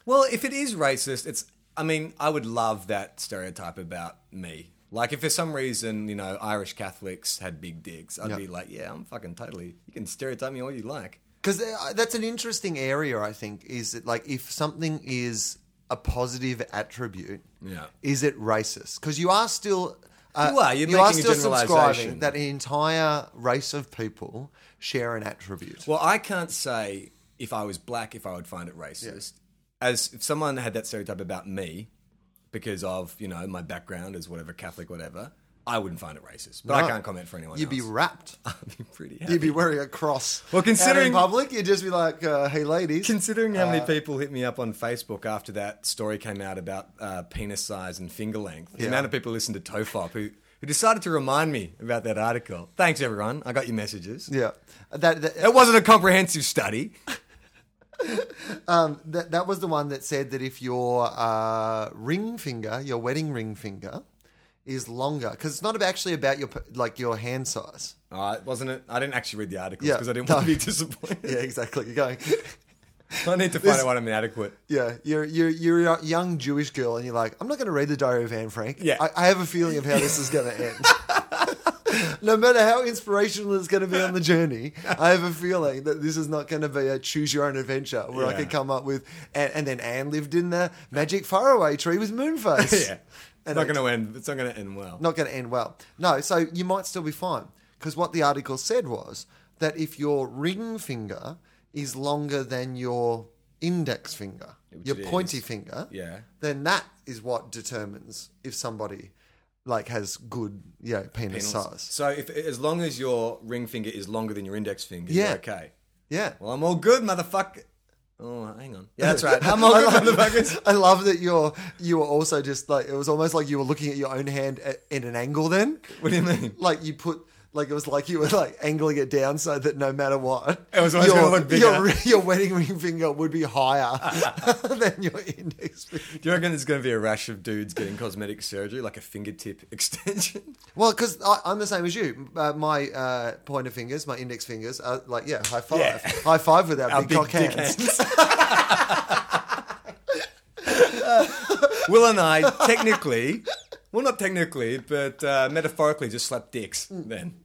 Speaker 3: Well, if it is racist, it's. I mean, I would love that stereotype about me. Like, if for some reason, you know, Irish Catholics had big dicks, I'd
Speaker 4: Yeah.
Speaker 3: be like, yeah, I'm fucking totally. You can stereotype me all you like.
Speaker 4: Because uh, that's an interesting area, I think, is that, like, if something is a positive attribute,
Speaker 3: Yeah.
Speaker 4: is it racist? Because you are still. Uh,
Speaker 3: You are, you're making a generalisation.
Speaker 4: that an entire race of people share an attribute.
Speaker 3: Well, I can't say if I was black if I would find it racist. As if someone had that stereotype about me because of, you know, my background as whatever, Catholic, whatever, I wouldn't find it racist. But
Speaker 4: No.
Speaker 3: I can't comment for anyone
Speaker 4: You'd be
Speaker 3: else.
Speaker 4: wrapped.
Speaker 3: <laughs> I'd be pretty happy.
Speaker 4: You'd be wearing a cross.
Speaker 3: Well,
Speaker 4: out in
Speaker 3: considering-
Speaker 4: public, you'd just be like, uh, "Hey, ladies."
Speaker 3: Considering how
Speaker 4: Uh,
Speaker 3: many people hit me up on Facebook after that story came out about uh, penis size and finger length, the
Speaker 4: Yeah.
Speaker 3: amount of people who listened to Tofop who, who decided to remind me about that article. Thanks, everyone. I got your messages.
Speaker 4: yeah, that, that
Speaker 3: It wasn't a comprehensive study.
Speaker 4: that that was the one that said that if your uh, ring finger, your wedding ring finger, is longer because it's not ab- actually about your p- like your hand size.
Speaker 3: Uh, it wasn't it? I didn't actually read the articles
Speaker 4: Yeah,
Speaker 3: because I didn't
Speaker 4: no.
Speaker 3: want to be <laughs> disappointed.
Speaker 4: Yeah, exactly. You're going. <laughs>
Speaker 3: I need to find out what I'm inadequate.
Speaker 4: Yeah, you're you're you're a young Jewish girl, and you're like, I'm not going to read the Diary of Anne Frank.
Speaker 3: Yeah.
Speaker 4: I, I have a feeling of how this is going to
Speaker 3: <laughs>
Speaker 4: end. no matter how inspirational it's going to be on the journey, I have a feeling that this is not going to be a choose your own adventure where I
Speaker 3: Yeah.
Speaker 4: could come up with. And, and then Anne lived in the magic faraway tree with Moonface.
Speaker 3: <laughs> Yeah. It's not going to end. It's not going to end well.
Speaker 4: not going to end well. No, so you might still be fine because what the article said was that if your ring finger is longer than your index finger,
Speaker 3: Which
Speaker 4: your
Speaker 3: it
Speaker 4: pointy
Speaker 3: is.
Speaker 4: finger,
Speaker 3: Yeah.
Speaker 4: then that is what determines if somebody like has good, you know, penis, size.
Speaker 3: So if as long as your ring finger is longer than your index finger,
Speaker 4: Yeah.
Speaker 3: you're okay.
Speaker 4: Yeah.
Speaker 3: Well, I'm all good, motherfucker. Oh, hang on. Yeah, that's
Speaker 4: <laughs>
Speaker 3: right. I'm all good, motherfuckers.
Speaker 4: I love that you're you were also just like it was almost like you were looking at your own hand at, at an angle then.
Speaker 3: What do you mean?
Speaker 4: like you put like it was like you were like angling it down so that no matter what,
Speaker 3: It was always
Speaker 4: your,
Speaker 3: gonna look bigger.
Speaker 4: your your wedding ring finger would be higher <laughs> than your index finger.
Speaker 3: Do you reckon there's going to be a rash of dudes getting cosmetic surgery, like a fingertip <laughs> extension?
Speaker 4: Well, because I'm the same as you. Uh, my uh, pointer fingers, my index fingers, are like yeah, high five,
Speaker 3: Yeah.
Speaker 4: high five with our,
Speaker 3: Our
Speaker 4: big,
Speaker 3: big
Speaker 4: cock
Speaker 3: dick
Speaker 4: hands.
Speaker 3: Will and I technically, well, not technically, but uh, metaphorically, just slap dicks then.
Speaker 4: <laughs>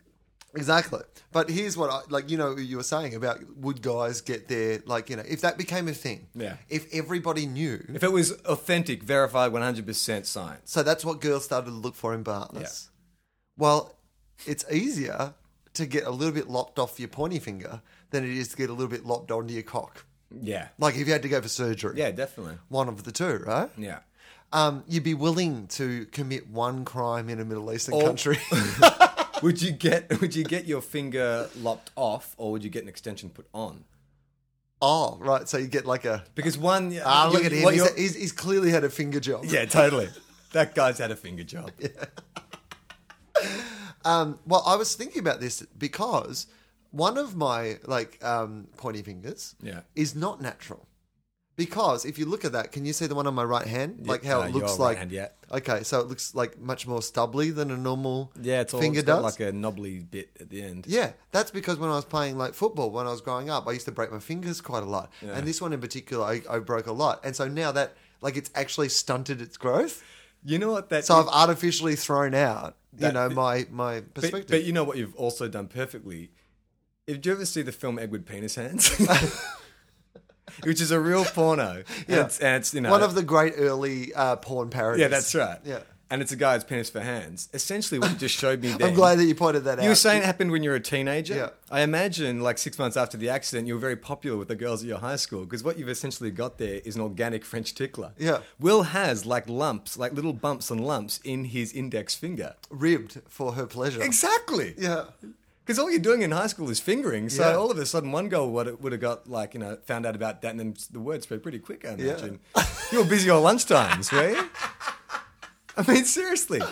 Speaker 4: Exactly. But here's what I like, you know, you were saying about would guys get their, like, you know, if that became a thing,
Speaker 3: Yeah.
Speaker 4: if everybody knew.
Speaker 3: If it was authentic, verified, 100% science.
Speaker 4: so that's what girls started to look for in partners. Well, it's easier to get a little bit lopped off your pointy finger than it is to get a little bit lopped onto your cock.
Speaker 3: Yeah.
Speaker 4: Like if you had to go for surgery.
Speaker 3: Yeah, definitely.
Speaker 4: One of the two, right?
Speaker 3: Yeah.
Speaker 4: Um, you'd be willing to commit one crime in a Middle Eastern
Speaker 3: Or-
Speaker 4: country.
Speaker 3: <laughs> Would you get would you get your finger lopped off or would you get an extension put on?
Speaker 4: oh, right. So you get like a.
Speaker 3: Because one
Speaker 4: Ah, look
Speaker 3: you-
Speaker 4: at him.
Speaker 3: what
Speaker 4: He's,
Speaker 3: you're-
Speaker 4: he's, he's clearly had a finger job.
Speaker 3: Yeah, totally. That guy's had a finger
Speaker 4: <laughs>
Speaker 3: job.
Speaker 4: Well, I was thinking about this because one of my like um, pointy fingers
Speaker 3: Yeah.
Speaker 4: is not natural. Because if you look at that, can you see the one on my right hand? Like how
Speaker 3: uh,
Speaker 4: it
Speaker 3: your
Speaker 4: looks
Speaker 3: right
Speaker 4: like.
Speaker 3: hand, yeah.
Speaker 4: Okay, so it looks like much more stubbly than a normal
Speaker 3: Yeah, it's all
Speaker 4: finger
Speaker 3: it's got
Speaker 4: does.
Speaker 3: like a knobbly bit at the end.
Speaker 4: yeah, that's because when I was playing like football when I was growing up, I used to break my fingers quite a lot,
Speaker 3: Yeah.
Speaker 4: and this one in particular, I, I broke a lot, and so now that like it's actually stunted its growth,
Speaker 3: You know what that
Speaker 4: so I've artificially thrown out, you
Speaker 3: That-
Speaker 4: know, my my
Speaker 3: but,
Speaker 4: perspective.
Speaker 3: but you know what you've also done perfectly? Did you ever see the film Edward Penis Hands?
Speaker 4: <laughs>
Speaker 3: <laughs> Which is a real porno. And it's, and it's you know
Speaker 4: one of the great early uh, porn parodies.
Speaker 3: Yeah, that's right.
Speaker 4: Yeah.
Speaker 3: And it's a guy's penis for hands. Essentially what you just showed me there.
Speaker 4: <laughs> I'm glad that you pointed that out.
Speaker 3: You were saying it happened when you were a teenager.
Speaker 4: Yeah.
Speaker 3: I imagine, like six months after the accident, you were very popular with the girls at your high school because what you've essentially got there is an organic French tickler.
Speaker 4: Yeah.
Speaker 3: Will has like lumps, like little bumps and lumps in his index finger.
Speaker 4: ribbed for her pleasure.
Speaker 3: Exactly.
Speaker 4: Yeah,
Speaker 3: Because all you're doing in high school is fingering. So
Speaker 4: Yeah.
Speaker 3: all of a sudden, one girl would, would have got like, you know, found out about that and then the word spread pretty quick, I
Speaker 4: Yeah.
Speaker 3: imagine. you were busy all lunchtimes, were you? I mean, seriously.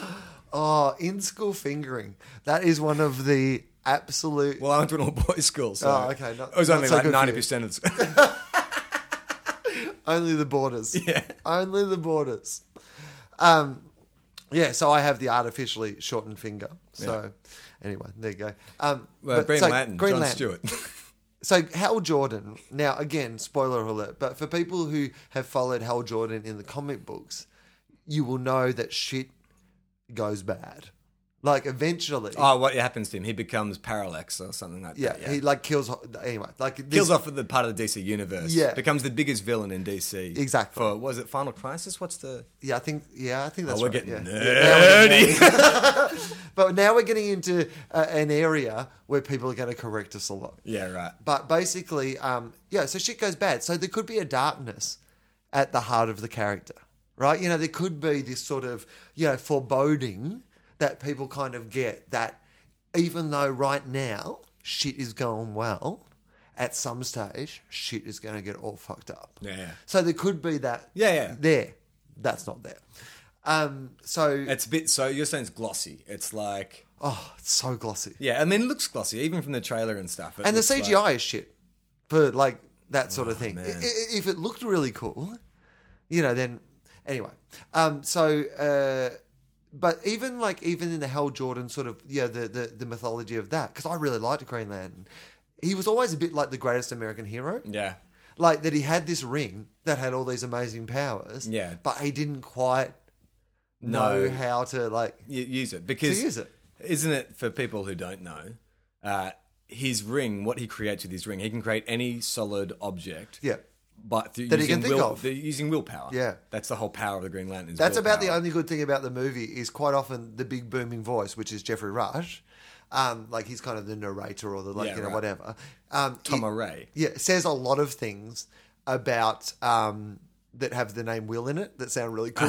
Speaker 4: oh, in school fingering. That is one of the absolute.
Speaker 3: Well, I went to an all boys school, so
Speaker 4: Oh, okay, not-
Speaker 3: it was
Speaker 4: not
Speaker 3: only
Speaker 4: so
Speaker 3: like
Speaker 4: good for you.
Speaker 3: 90% of the school.
Speaker 4: only the borders.
Speaker 3: <laughs> Yeah.
Speaker 4: only the borders. Um, yeah. So I have the artificially shortened finger. So anyway, there you go. Um, <laughs>
Speaker 3: Well,
Speaker 4: but-
Speaker 3: Green
Speaker 4: so
Speaker 3: Lantern,
Speaker 4: Green
Speaker 3: John
Speaker 4: Lantern.
Speaker 3: Stewart.
Speaker 4: <laughs> So Hal Jordan. Now, again, spoiler alert, but for people who have followed Hal Jordan in the comic books, you will know that shit goes bad. Like eventually,
Speaker 3: Oh, what happens to him? He becomes Parallax or something like
Speaker 4: yeah,
Speaker 3: that. Yeah,
Speaker 4: he like kills anyway. Like this-
Speaker 3: kills off the part of the DC universe.
Speaker 4: Yeah.
Speaker 3: becomes the biggest villain in DC.
Speaker 4: Exactly.
Speaker 3: For was it Final Crisis? What's the?
Speaker 4: Yeah, I think. Yeah, I think that's.
Speaker 3: oh, we're
Speaker 4: right,
Speaker 3: getting
Speaker 4: yeah.
Speaker 3: nerdy.
Speaker 4: But now we're getting into uh, an area where people are going to correct us a lot.
Speaker 3: <laughs> yeah, right.
Speaker 4: But basically, um, yeah, so shit goes bad. So there could be a darkness at the heart of the character, right? You know, there could be this sort of, you know, foreboding that people kind of get that even though right now shit is going well, at some stage shit is going to get all fucked up.
Speaker 3: Yeah, yeah.
Speaker 4: So there could be that.
Speaker 3: Yeah, yeah.
Speaker 4: There. That's not there. Um, so,
Speaker 3: It's a bit. So you're saying it's glossy. It's like
Speaker 4: oh, it's so glossy.
Speaker 3: yeah. I mean, it looks glossy even from the trailer and stuff. It
Speaker 4: And the
Speaker 3: looks like- Oh,
Speaker 4: CGI is shit for like that sort of thing. I-
Speaker 3: man.
Speaker 4: I- If it looked really cool, you know, then anyway. Um, so, uh, but even like even in the Hell Jordan sort of yeah the the, the mythology of that because I really liked Green Lantern. He was always a bit like the greatest American hero.
Speaker 3: yeah.
Speaker 4: Like that, he had this ring that had all these amazing powers.
Speaker 3: Yeah.
Speaker 4: but he didn't quite know
Speaker 3: No.
Speaker 4: how to like.
Speaker 3: You use it because
Speaker 4: use it.
Speaker 3: Isn't it for people who don't know? Uh, his ring, what he creates with his ring, he can create any solid object.
Speaker 4: Yeah.
Speaker 3: but through
Speaker 4: That he
Speaker 3: using
Speaker 4: can think
Speaker 3: will,
Speaker 4: of.
Speaker 3: they're using willpower.
Speaker 4: Yeah.
Speaker 3: that's the whole power of the Green Lanterns.
Speaker 4: That's about the
Speaker 3: willpower.
Speaker 4: only good thing about the movie is quite often the big booming voice, which is Jeffrey Rush. Um, like he's kind of the narrator or the like,
Speaker 3: Yeah,
Speaker 4: you know,
Speaker 3: right.
Speaker 4: whatever. Um,
Speaker 3: Tom
Speaker 4: it-
Speaker 3: Array.
Speaker 4: yeah, says a lot of things about um, that have the name Will in it that sound
Speaker 3: <laughs>
Speaker 4: really cool. <laughs>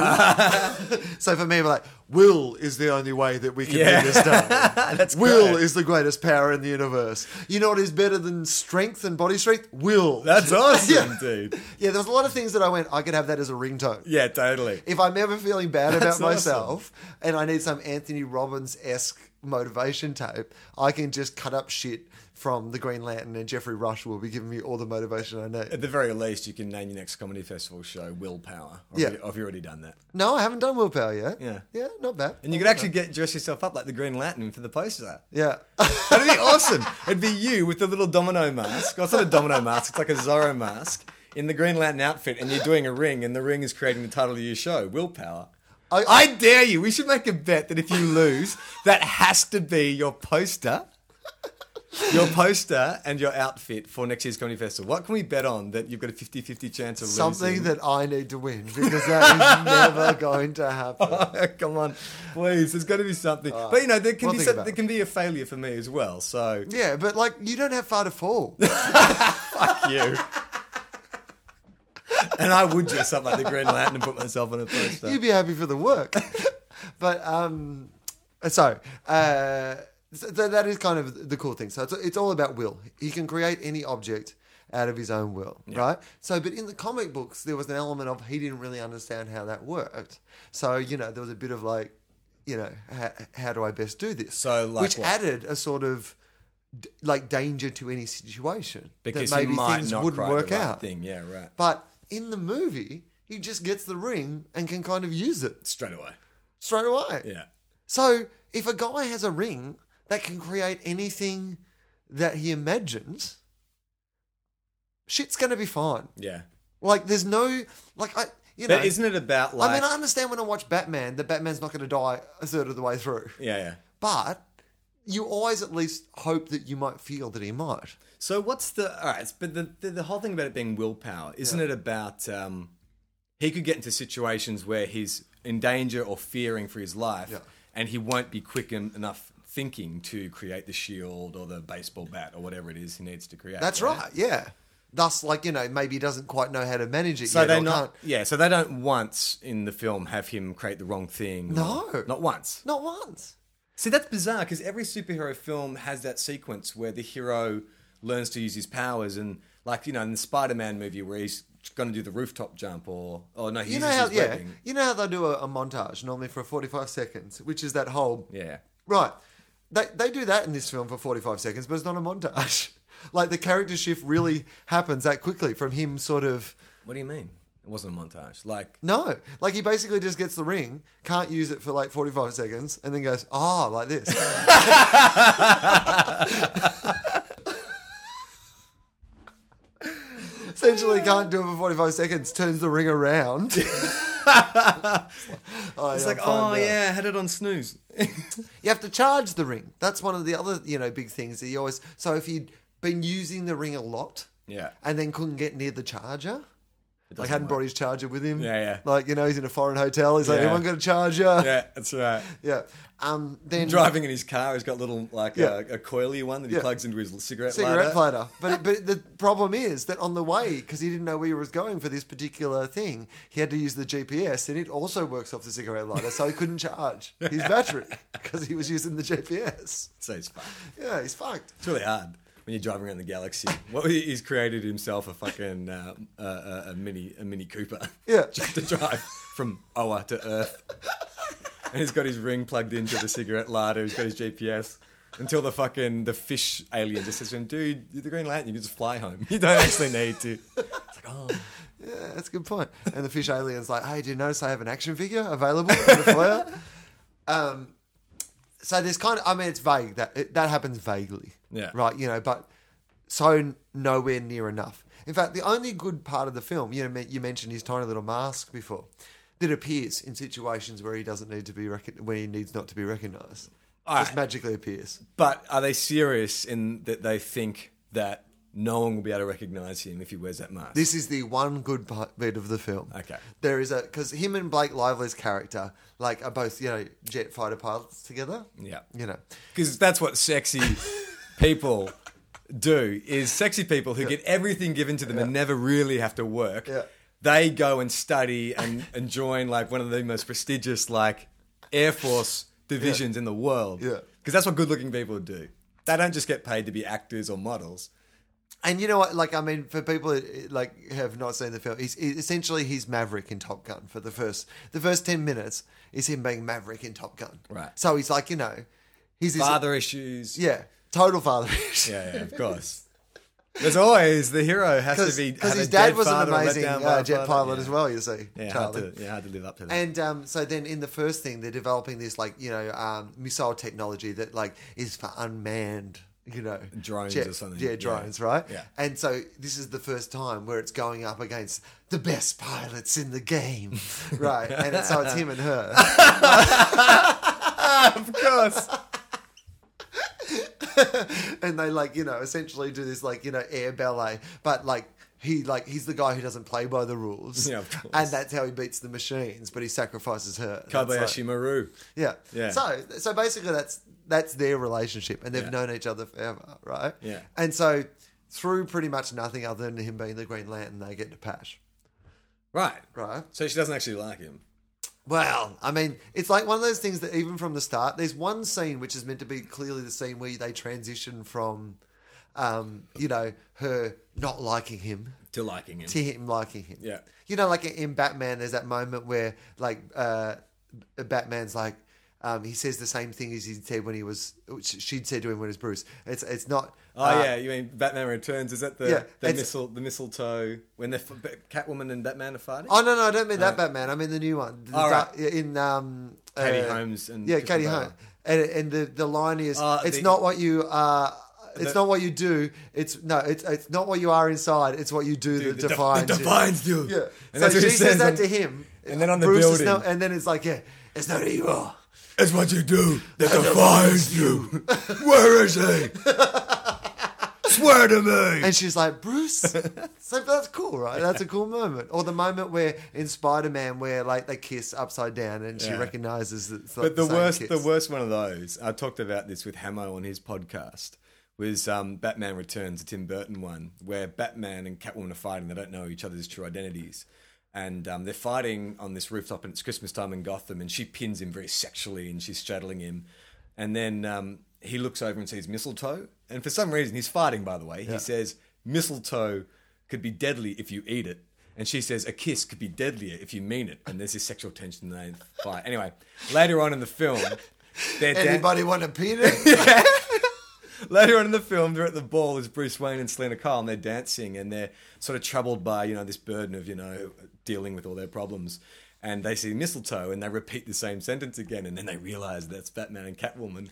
Speaker 4: so for me, I'm like, Will is the only way that we can
Speaker 3: Yeah.
Speaker 4: do this
Speaker 3: <laughs>
Speaker 4: done. That's Will
Speaker 3: great.
Speaker 4: is the greatest power in the universe. You know what is better than strength and body strength? Will.
Speaker 3: That's awesome,
Speaker 4: <laughs> Yeah.
Speaker 3: dude.
Speaker 4: yeah, there was a lot of things that I went, I could have that as a ringtone
Speaker 3: Yeah, totally.
Speaker 4: if I'm ever feeling bad about
Speaker 3: That's awesome.
Speaker 4: myself and I need some Anthony Robbins esque motivation tape, I can just cut up shit from the Green Lantern and Jeffrey Rush will be giving me all the motivation I need.
Speaker 3: At the very least, you can name your next comedy festival show Willpower. Or
Speaker 4: Yeah.
Speaker 3: have you- have you already done that?
Speaker 4: No, I haven't done willpower yet.
Speaker 3: Yeah.
Speaker 4: Yeah, not bad.
Speaker 3: And you could actually get dress yourself up like the Green Lantern for the poster. <laughs>
Speaker 4: Yeah.
Speaker 3: That'd be awesome. It'd be you with the little domino mask. Or it's not a domino mask, it's like a Zorro mask in the Green Lantern outfit, and you're doing a ring, and the ring is creating the title of your show, Willpower.
Speaker 4: I-
Speaker 3: I, dare you. We should make a bet that if you lose, that has to be your poster. Your poster and your outfit for next year's comedy festival. What can we bet on that you've got a 50-50 chance of
Speaker 4: Something
Speaker 3: losing?
Speaker 4: that I need to win because that
Speaker 3: <laughs>
Speaker 4: is never going to happen.
Speaker 3: Come on, please. There's got to be something. but you know, there can
Speaker 4: We'll
Speaker 3: be
Speaker 4: think
Speaker 3: some,
Speaker 4: about
Speaker 3: there
Speaker 4: it.
Speaker 3: can be a failure for me as well.
Speaker 4: <laughs>
Speaker 3: So
Speaker 4: Yeah, but like you don't have far to fall.
Speaker 3: you. and I would dress up like the Green Lantern and put myself on a poster.
Speaker 4: You'd be happy for
Speaker 3: <laughs>
Speaker 4: the work. but um, so uh, so th- that is kind of the cool thing. So it's, it's all about will. He can create any object out of his own will, right? So, but in the comic books, there was an element of he didn't really understand how that worked. So you know, there was a bit of like, you know, how, how do I best do this?
Speaker 3: So, like
Speaker 4: which
Speaker 3: what?
Speaker 4: added a sort of d- like danger to any situation
Speaker 3: because
Speaker 4: that maybe
Speaker 3: you might
Speaker 4: things
Speaker 3: not
Speaker 4: wouldn't
Speaker 3: quite
Speaker 4: work
Speaker 3: the right
Speaker 4: out.
Speaker 3: Thing, yeah, right.
Speaker 4: But in the movie, he just gets the ring and can kind of use it
Speaker 3: Straight away.
Speaker 4: straight away.
Speaker 3: Yeah.
Speaker 4: So if a guy has a ring that can create anything that he imagines, shit's gonna be fine.
Speaker 3: Yeah.
Speaker 4: Like there's no like I you know
Speaker 3: But isn't it about like?
Speaker 4: I mean I understand when I watch Batman that Batman's not gonna die a third of the way through.
Speaker 3: yeah, yeah.
Speaker 4: But you always at least hope that you might feel that he might.
Speaker 3: So what's the all right? But the the, the whole thing about it being willpower, isn't it about um, he could get into situations where he's in danger or fearing for his life,
Speaker 4: Yeah.
Speaker 3: and he won't be quick en- enough thinking to create the shield or the baseball bat or whatever it is he needs to create.
Speaker 4: That's right, yeah. Thus like, you know, maybe he doesn't quite know how to manage it
Speaker 3: So
Speaker 4: yet
Speaker 3: they
Speaker 4: or
Speaker 3: not
Speaker 4: can't-
Speaker 3: yeah. So they don't once in the film have him create the wrong thing.
Speaker 4: No.
Speaker 3: or- not once.
Speaker 4: not once.
Speaker 3: See, that's bizarre because every superhero film has that sequence where the hero learns to use his powers, and like you know, in the Spider-Man movie where he's going to do the rooftop jump, or oh no, he
Speaker 4: You know
Speaker 3: uses
Speaker 4: how
Speaker 3: his
Speaker 4: yeah,
Speaker 3: webbing.
Speaker 4: you know how they do a, a montage normally for 45 seconds, which is that whole
Speaker 3: Yeah,
Speaker 4: Right. They, they do that in this film for 45 seconds, but it's not a montage. <laughs> like the character shift really happens that quickly from him sort of.
Speaker 3: what do you mean? It wasn't a montage. Like
Speaker 4: No, like he basically just gets the ring, can't use it for like 45 seconds, and then goes, ah, like this. <laughs> Essentially, can't do it for 45 seconds, turns the ring around.
Speaker 3: it's like oh yeah, I had it on snooze.
Speaker 4: You have to charge the ring. That's one of the other, you know, big things that you always. So if you'd been using the ring a lot,
Speaker 3: Yeah.
Speaker 4: and then couldn't get near the charger, like hadn't brought his charger with him,
Speaker 3: Yeah, yeah.
Speaker 4: like you know, he's in a foreign hotel. He's like,
Speaker 3: Yeah.
Speaker 4: anyone got a charger?
Speaker 3: yeah, that's right.
Speaker 4: <laughs> <laughs> yeah. Um, then
Speaker 3: Driving in his car, he's got little like
Speaker 4: Yeah.
Speaker 3: a, a coily one that he
Speaker 4: Yeah.
Speaker 3: plugs into his cigarette,
Speaker 4: cigarette
Speaker 3: lighter.
Speaker 4: platter.
Speaker 3: <laughs>
Speaker 4: But but the problem is that on the way, because he didn't know where he was going for this particular thing, he had to use the GPS, and it also works off the cigarette lighter, so he couldn't charge
Speaker 3: <laughs>
Speaker 4: his battery because he was using the GPS.
Speaker 3: So it's fun.
Speaker 4: Yeah, he's fucked.
Speaker 3: It's really hard when you're driving around the galaxy. What he's created himself a fucking uh, uh, uh, a mini a mini Cooper.
Speaker 4: Yeah.
Speaker 3: <laughs> just to drive from Oa to Earth. And he's got his ring plugged into the cigarette lighter. He's got his GPS. Until the fucking the fish alien just says to him, "Dude, you're the Green Lantern. You can just fly home. <laughs> You don't actually need to." It's like, oh,
Speaker 4: Yeah, that's a good point. And the fish alien's like, hey, do you notice I have an action figure available in the foyer? um, so there's kind of, I mean, it's vague. That it, that happens vaguely.
Speaker 3: Yeah.
Speaker 4: Right, you know, but so nowhere near enough. In fact, the only good part of the film, you know, me- you mentioned his tiny little mask before, that appears in situations where he doesn't need to be, recon- where he needs not to be recognised.
Speaker 3: All
Speaker 4: Just
Speaker 3: right.
Speaker 4: magically appears.
Speaker 3: But are they serious in that they think that no one will be able to recognize him if he wears that mask.
Speaker 4: This is the one good part- bit of the film.
Speaker 3: Okay.
Speaker 4: There is a because him and Blake Lively's character like are both you know jet fighter pilots together.
Speaker 3: yeah,
Speaker 4: You know.
Speaker 3: because that's what sexy people do is sexy people who get everything given to them and never really have to work
Speaker 4: Yeah.
Speaker 3: they go and study and, and join like one of the most prestigious like air force divisions in the world
Speaker 4: Yeah.
Speaker 3: because that's what good looking people do they don't just get paid to be actors or models
Speaker 4: And you know what? Like, I mean, for people that like have not seen the film, he's he- essentially he's Maverick in Top Gun for the first the first ten minutes is him being Maverick in Top Gun.
Speaker 3: Right.
Speaker 4: So he's like, you know, he's this,
Speaker 3: father issues
Speaker 4: Yeah, total father issues. <laughs>
Speaker 3: yeah, yeah, of course there's always the hero has to
Speaker 4: Because <laughs>
Speaker 3: be have a
Speaker 4: his dad
Speaker 3: dead
Speaker 4: was an
Speaker 3: father or let
Speaker 4: amazing
Speaker 3: down by
Speaker 4: uh,
Speaker 3: a
Speaker 4: jet
Speaker 3: father.
Speaker 4: pilot
Speaker 3: Yeah.
Speaker 4: as well. You see,
Speaker 3: yeah hard,
Speaker 4: Charlie.
Speaker 3: to, yeah hard to live up to that
Speaker 4: And um, so then in the first thing, they're developing this like you know um, missile technology that like is for unmanned. You know,
Speaker 3: Drones
Speaker 4: jet-
Speaker 3: or something.
Speaker 4: Yeah,
Speaker 3: Yeah.
Speaker 4: drones, right?
Speaker 3: Yeah.
Speaker 4: And so this is the first time where it's going up against the best pilots in the game, <laughs> right? And it's, so it's him and her.
Speaker 3: <laughs> of
Speaker 4: <laughs>
Speaker 3: course
Speaker 4: and they like you know essentially do this like you know air ballet but like he like he's the guy who doesn't play by the rules
Speaker 3: Yeah, of course.
Speaker 4: and that's how he beats the machines but he sacrifices her That's
Speaker 3: Kobayashi Maru
Speaker 4: like- yeah
Speaker 3: Yeah.
Speaker 4: so so basically that's that's their relationship and they've
Speaker 3: Yeah.
Speaker 4: known each other forever right
Speaker 3: Yeah.
Speaker 4: and so through pretty much nothing other than him being the green lantern they get to pash
Speaker 3: right
Speaker 4: right
Speaker 3: so she doesn't actually like him
Speaker 4: Well, I mean, it's like one of those things that even from the start, there's one scene which is meant to be clearly the scene where they transition from, um, you know, her not liking him
Speaker 3: to liking him
Speaker 4: to him liking him.
Speaker 3: Yeah.
Speaker 4: You know, like in Batman, there's that moment where, like, uh, Batman's like, um, he says the same thing as he said when he was, which she'd said to him when he was Bruce. It's it's not.
Speaker 3: Oh
Speaker 4: uh,
Speaker 3: yeah, you mean Batman Returns? Is that the
Speaker 4: Yeah,
Speaker 3: the
Speaker 4: it's-
Speaker 3: mistle the mistletoe when the Catwoman and Batman are fighting?
Speaker 4: Oh no, no, I don't mean that
Speaker 3: Right.
Speaker 4: Batman. I mean the new one. The
Speaker 3: All
Speaker 4: dark- In um,
Speaker 3: Katie Holmes and
Speaker 4: yeah,
Speaker 3: Christian
Speaker 4: Katie
Speaker 3: Bale.
Speaker 4: Holmes. And, and the the line is,
Speaker 3: Uh,
Speaker 4: it's
Speaker 3: the-
Speaker 4: not what you are. It's
Speaker 3: The-
Speaker 4: not what you do. It's no. It's it's not what you are inside. It's what you do that
Speaker 3: the def-
Speaker 4: defines
Speaker 3: the
Speaker 4: you.
Speaker 3: defines you.
Speaker 4: Yeah.
Speaker 3: And
Speaker 4: so
Speaker 3: that's what
Speaker 4: she
Speaker 3: he
Speaker 4: says
Speaker 3: says
Speaker 4: that
Speaker 3: on-
Speaker 4: to him,
Speaker 3: and then on the
Speaker 4: Bruce is
Speaker 3: building.
Speaker 4: no- and then it's like, yeah, it's not who you are.
Speaker 3: It's what you do that defines
Speaker 4: <laughs>
Speaker 3: you. Where is he? Swear to me.
Speaker 4: And she's like,
Speaker 3: <laughs>
Speaker 4: Bruce. so that's cool, right? That's a cool moment. Or the moment where in Spider Man, where like they kiss upside down, and she
Speaker 3: Yeah.
Speaker 4: recognizes that. It's like
Speaker 3: But the
Speaker 4: same
Speaker 3: worst,
Speaker 4: kiss.
Speaker 3: the worst one of those. I talked about this with Hamo on his podcast. Was um, Batman Returns, a Tim Burton one, where Batman and Catwoman are fighting. They don't know each other's true identities, and um, they're fighting on this rooftop, and it's Christmas time in Gotham. And she pins him very sexually, and she's straddling him. And then um, he looks over and sees mistletoe. And for some reason, he's fighting, by the way. He says, Mistletoe could be deadly if you eat it. And she says, A kiss could be deadlier if you mean it. And there's this sexual tension and they fight. Anyway, later on in the film, they're
Speaker 4: <laughs>
Speaker 3: dan-
Speaker 4: Anybody want a peanut?
Speaker 3: <laughs> later on in the film, they're at the ball as Bruce Wayne and Selena Kyle, and they're dancing, and they're sort of troubled by you know this burden of you know dealing with all their problems. And they see mistletoe, and they repeat the same sentence again, and then they realize that's Batman and Catwoman,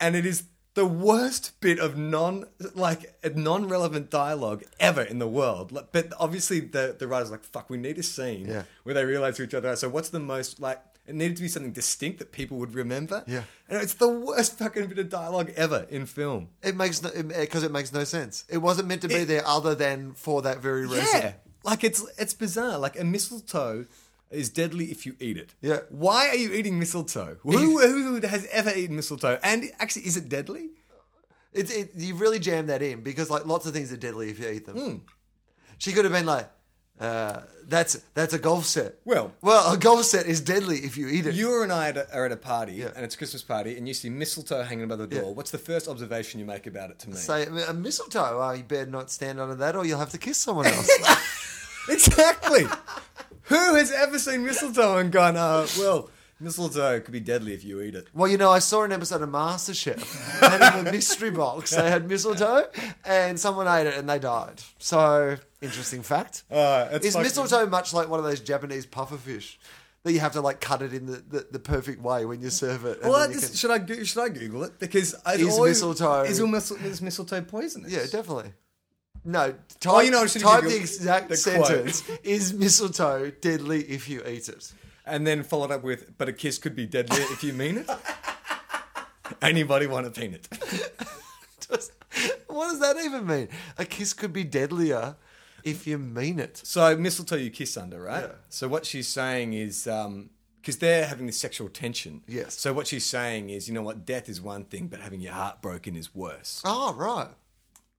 Speaker 3: and it is the worst bit of non like non relevant dialogue ever in the world. Like, But obviously, the the writers like fuck, we need a scene
Speaker 4: Yeah.
Speaker 3: where they realize who each other are. So what's the most like? It needed to be something distinct that people would remember.
Speaker 4: Yeah.
Speaker 3: And it's the worst fucking bit of dialogue ever in film.
Speaker 4: It makes no because it, makes no sense. It wasn't meant to be there other than for that very reason.
Speaker 3: Yeah. Like it's it's bizarre. Like a mistletoe is deadly if you eat it.
Speaker 4: Yeah.
Speaker 3: Why are you eating
Speaker 4: <laughs>
Speaker 3: mistletoe? Who, who has ever eaten mistletoe? And actually, is it deadly?
Speaker 4: It, it, you really jam that in because like lots of things are deadly if you eat them.
Speaker 3: Hmm.
Speaker 4: She could have been like, uh, "That's that's a golf set."
Speaker 3: Well-
Speaker 4: well, a golf set is deadly if you eat it.
Speaker 3: You and I are at a- are at a party, and it's a Christmas party, and you see mistletoe hanging by the door.
Speaker 4: Yeah.
Speaker 3: What's the first observation you make about it to me?
Speaker 4: Say a mistletoe. Oh, you better not stand under that, or you'll have to kiss someone else. <laughs>
Speaker 3: exactly. who has ever seen mistletoe and gone, oh, well, mistletoe could be deadly if you eat it?
Speaker 4: well, you know, I saw an episode of MasterChef, and in the mystery box they had mistletoe, and someone ate it and they died. So interesting fact.
Speaker 3: Uh, it's
Speaker 4: Is
Speaker 3: fucking-
Speaker 4: mistletoe much like one of those Japanese puffer fish that you have to like cut it in the, the, the perfect way when you serve it? and
Speaker 3: Well,
Speaker 4: then you
Speaker 3: this,
Speaker 4: can-
Speaker 3: should I go- should I Google it because I
Speaker 4: Is
Speaker 3: always,
Speaker 4: mistletoe-
Speaker 3: is, all mistle- is mistletoe poisonous?
Speaker 4: yeah, definitely. No, type,
Speaker 3: you know, I should've
Speaker 4: type
Speaker 3: given
Speaker 4: the
Speaker 3: you the
Speaker 4: exact
Speaker 3: quote.
Speaker 4: sentence. Is mistletoe deadly if you eat it?
Speaker 3: And then followed up with, but a kiss could be deadly if <laughs> you mean it. Anybody want a peanut?
Speaker 4: Just- What does that even mean? A kiss could be deadlier if you mean it.
Speaker 3: So mistletoe you kiss under, right?
Speaker 4: Yeah.
Speaker 3: So what she's saying is because they're having this sexual tension.
Speaker 4: Yes.
Speaker 3: So what she's saying is, you know what, death is one thing, but having your heart broken is worse.
Speaker 4: Oh, right.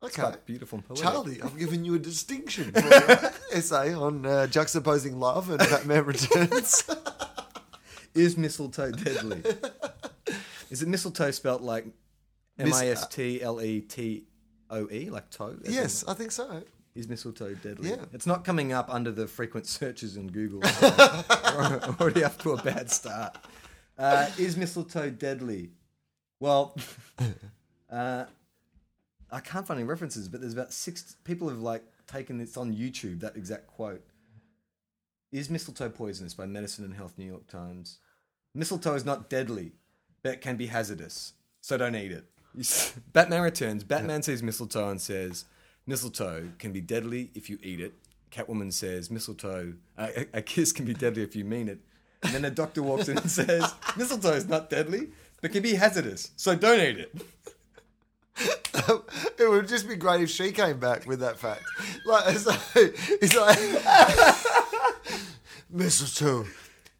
Speaker 4: Okay.
Speaker 3: quite beautiful and poetic.
Speaker 4: Charlie, I've given you a distinction
Speaker 3: <laughs>
Speaker 4: for your essay on uh, juxtaposing love and
Speaker 3: <laughs>
Speaker 4: Batman Returns.
Speaker 3: Is mistletoe deadly? <laughs> is it mistletoe spelt like M
Speaker 4: Mis- uh,
Speaker 3: I S T L E T O E, like toe? as in-
Speaker 4: yes, I think so.
Speaker 3: Is mistletoe deadly?
Speaker 4: Yeah.
Speaker 3: It's not coming up under the frequent searches in
Speaker 4: <laughs>
Speaker 3: Google. We're already up to a bad start. Uh, is mistletoe deadly? Well, <laughs> uh, I can't find any references, but there's about six people have like taken this on YouTube, that exact quote. Is mistletoe poisonous by Medicine and Health, New York Times? Mistletoe is not deadly, but it can be hazardous, so don't eat it. <laughs> Batman returns. Batman sees mistletoe and says, "Mistletoe can be deadly if you eat it." Catwoman says, "Mistletoe, uh, a- a kiss can be deadly if you mean it." And then a doctor walks <laughs> in and says, "Mistletoe is not deadly, but can be hazardous, so don't eat it."
Speaker 4: <laughs> It would just be great if she came back with that fact. Like, <laughs> so, it's like <laughs> mistletoe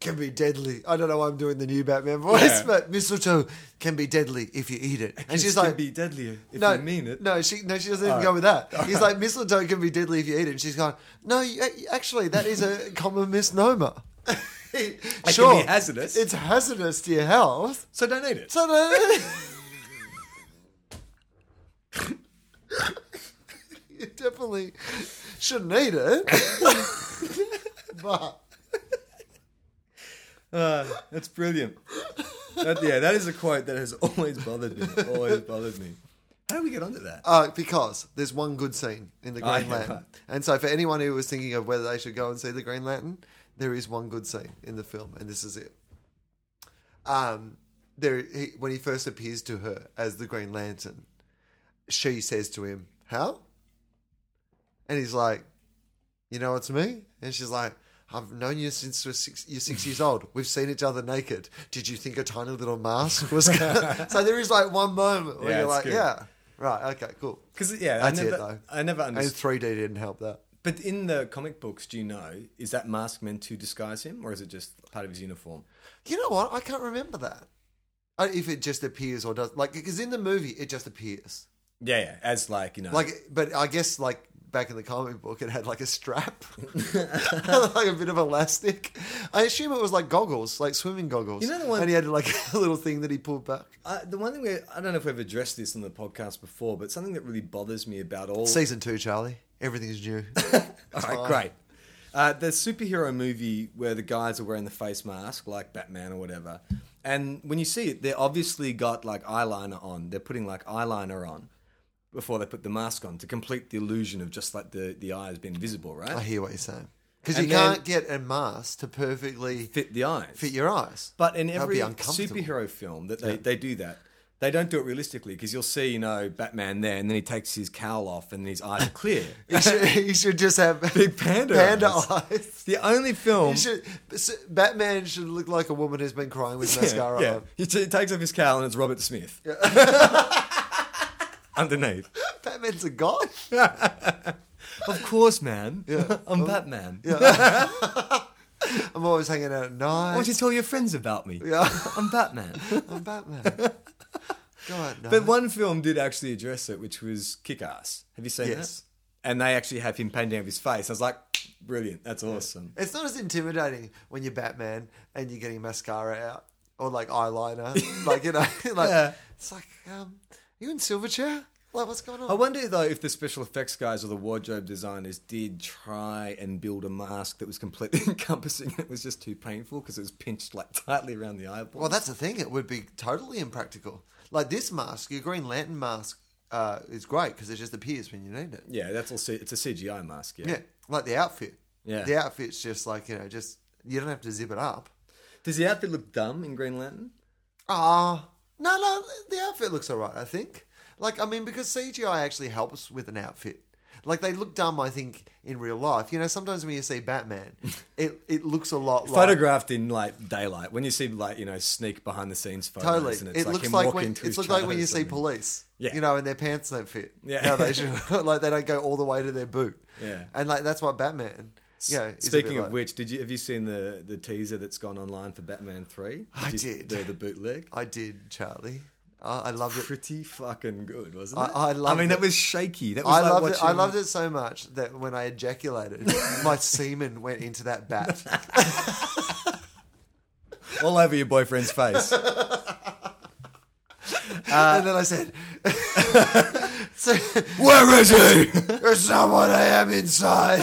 Speaker 4: can be deadly. I don't know why I'm doing the new Batman voice,
Speaker 3: Yeah.
Speaker 4: but mistletoe can be deadly if you eat it. And
Speaker 3: Kiss
Speaker 4: she's
Speaker 3: can
Speaker 4: like,
Speaker 3: "Be deadly if
Speaker 4: no,
Speaker 3: you mean it."
Speaker 4: No, she no, she doesn't even
Speaker 3: Oh.
Speaker 4: go with that. He's like mistletoe can be deadly if you eat it. And she's going, no, you- actually, that is a
Speaker 3: <laughs>
Speaker 4: common misnomer. sure,
Speaker 3: hazardous.
Speaker 4: It's hazardous to your health.
Speaker 3: So don't eat it.
Speaker 4: So no, you definitely shouldn't eat it. but
Speaker 3: Ah, that's brilliant. That- yeah, that is a quote that has always bothered me. Always bothered me. How do we get onto that?
Speaker 4: uh, because there's one good scene in the Green
Speaker 3: Ah, yeah,
Speaker 4: Lantern,
Speaker 3: right.
Speaker 4: and so for anyone who was thinking of whether they should go and see the Green Lantern, there is one good scene in the film, and this is it. um, there he, when he first appears to her as the Green Lantern, she says to him, "How?" And he's like, "You know it's me." And she's like, "I've known you since we're six, you're six years old. We've seen each other naked. Did you think a tiny little mask was?"
Speaker 3: <laughs>
Speaker 4: gonna-" so there is like one moment where
Speaker 3: Yeah,
Speaker 4: you're
Speaker 3: it's
Speaker 4: like,
Speaker 3: good.
Speaker 4: "Yeah, Ah, right, okay, cool."
Speaker 3: Because yeah,
Speaker 4: That's
Speaker 3: I
Speaker 4: it,
Speaker 3: never,
Speaker 4: though.
Speaker 3: I never
Speaker 4: And
Speaker 3: understood.
Speaker 4: 3D didn't help that.
Speaker 3: But in the comic books, do you know is that mask meant to disguise him, or is it just part of his uniform?
Speaker 4: You know what? I can't remember that. I- If it just appears or does like because in the movie it just appears.
Speaker 3: Yeah, yeah. As like you know,
Speaker 4: Like, but I guess like back in the comic book, it had like
Speaker 3: <laughs>
Speaker 4: a strap, <laughs> like a bit of elastic. I assume it was like goggles, like swimming goggles.
Speaker 3: You know the one-
Speaker 4: and he had like <laughs> a little thing that he pulled back.
Speaker 3: I, the one thing we, I don't know if we've addressed this on the podcast before, but something that really bothers me about all
Speaker 4: Season two, Charlie. Everything's new.
Speaker 3: <laughs> All
Speaker 4: fine.
Speaker 3: right, great. Uh, the superhero movie where the guys are wearing the face mask, like Batman or whatever, and when you see it, they're obviously got like eyeliner on. They're putting like eyeliner on before they put the mask on to complete the illusion of just like the the eyes being visible,
Speaker 4: I
Speaker 3: right?
Speaker 4: hear what you're saying because you
Speaker 3: And then-
Speaker 4: can't get a mask to perfectly fit,
Speaker 3: Fit the eyes.
Speaker 4: your eyes.
Speaker 3: But in
Speaker 4: That'd
Speaker 3: every
Speaker 4: be uncomfortable.
Speaker 3: superhero film that they, they do that, they don't do it realistically because you'll see, you know, Batman there and then he takes his cowl off and his eyes are clear.
Speaker 4: <laughs>
Speaker 3: <laughs>
Speaker 4: you, should, you should just have
Speaker 3: Big panda,
Speaker 4: panda
Speaker 3: eyes. Um,
Speaker 4: eyes.
Speaker 3: The only film.
Speaker 4: You should, Batman should look like a woman who's been crying with
Speaker 3: <laughs>
Speaker 4: mascara
Speaker 3: yeah.
Speaker 4: on.
Speaker 3: He t- takes off his cowl and it's Robert Smith. <laughs> Underneath.
Speaker 4: Batman's a god.
Speaker 3: Of course, man.
Speaker 4: Yeah.
Speaker 3: <laughs> I'm Batman.
Speaker 4: I'm always hanging out at night.
Speaker 3: Why don't you tell your friends about me?
Speaker 4: <laughs> Yeah.
Speaker 3: <laughs> I'm Batman. <laughs>
Speaker 4: I'm Batman. God, no.
Speaker 3: But one film did actually address it, which was Kick Ass. Have you seen
Speaker 4: Yes.
Speaker 3: that? And they actually have him painting over his face. I was like, brilliant. That's awesome.
Speaker 4: it's not as intimidating when you're Batman and you're getting mascara out or
Speaker 3: <laughs>
Speaker 4: like eyeliner. like, you know, <laughs> like,
Speaker 3: Yeah.
Speaker 4: it's like, um, you in Silverchair? Like, what's going on?
Speaker 3: I wonder though if the special effects guys or the wardrobe designers did try and build a mask that was completely <laughs> encompassing. It was just too painful because it was pinched like tightly around the eyeball.
Speaker 4: well, that's the thing. It would be totally impractical. Like, this mask, your Green Lantern mask, uh, is great because it just appears when you need it.
Speaker 3: yeah, that's all. C- It's a CGI mask.
Speaker 4: Yeah. Like the outfit.
Speaker 3: Yeah.
Speaker 4: The outfit's just like, you know, just, you don't have to zip it up.
Speaker 3: Does the outfit look dumb in Green Lantern?
Speaker 4: Ah, no, no, the outfit looks all right, I think. Like, I mean, because CGI actually helps with an outfit. Like they look dumb, I think, in real life. You know, sometimes when you see Batman,
Speaker 3: <laughs>
Speaker 4: it it looks a lot like
Speaker 3: Photographed in like daylight. When you see like you know sneak behind the scenes photos,
Speaker 4: totally.
Speaker 3: and it's
Speaker 4: It
Speaker 3: like
Speaker 4: looks
Speaker 3: him
Speaker 4: like
Speaker 3: walking
Speaker 4: when
Speaker 3: to
Speaker 4: it's
Speaker 3: his
Speaker 4: look like when
Speaker 3: cars
Speaker 4: you see
Speaker 3: and-
Speaker 4: police.
Speaker 3: Yeah.
Speaker 4: You know, and their pants don't fit.
Speaker 3: Yeah.
Speaker 4: How they should <laughs> like they don't go all the way to their boot.
Speaker 3: Yeah.
Speaker 4: And like that's what Batman. Yeah. is a bit
Speaker 3: Speaking of
Speaker 4: like.
Speaker 3: which, did you have you seen the the teaser that's gone online for Batman Three?
Speaker 4: I
Speaker 3: you-
Speaker 4: did.
Speaker 3: The, the bootleg.
Speaker 4: I did, Charlie. I, I loved it.
Speaker 3: Pretty fucking good, wasn't
Speaker 4: I-
Speaker 3: it?
Speaker 4: I loved
Speaker 3: I mean,
Speaker 4: it.
Speaker 3: that was shaky. That was
Speaker 4: I
Speaker 3: like
Speaker 4: loved it. I
Speaker 3: watching-
Speaker 4: loved it so much that when I ejaculated,
Speaker 3: <laughs>
Speaker 4: my semen went into that bat.
Speaker 3: all over your boyfriend's
Speaker 4: <laughs>
Speaker 3: face. Uh,
Speaker 4: and then I said, <laughs> so,
Speaker 3: Where is <laughs> he?
Speaker 4: "There's someone I am <laughs> inside."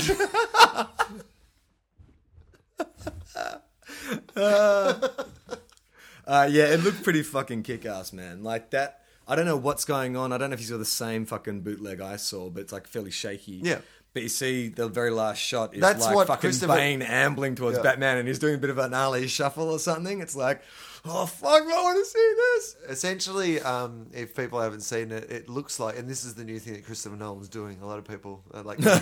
Speaker 3: Uh, yeah, it looked pretty fucking kick ass, man. Like that. I don't know what's going on. I don't know if you saw the same fucking bootleg I saw, but it's like fairly shaky.
Speaker 4: Yeah.
Speaker 3: But you see, the very last shot is
Speaker 4: That's
Speaker 3: like
Speaker 4: what
Speaker 3: fucking
Speaker 4: Christopher-
Speaker 3: Bane ambling towards
Speaker 4: Yeah.
Speaker 3: Batman, and he's doing a bit of an alley shuffle or something. It's like, oh fuck, I want to see this.
Speaker 4: Essentially, um, if people haven't seen it, it looks like, and this is the new thing that Christopher Nolan's doing. A lot of people are like they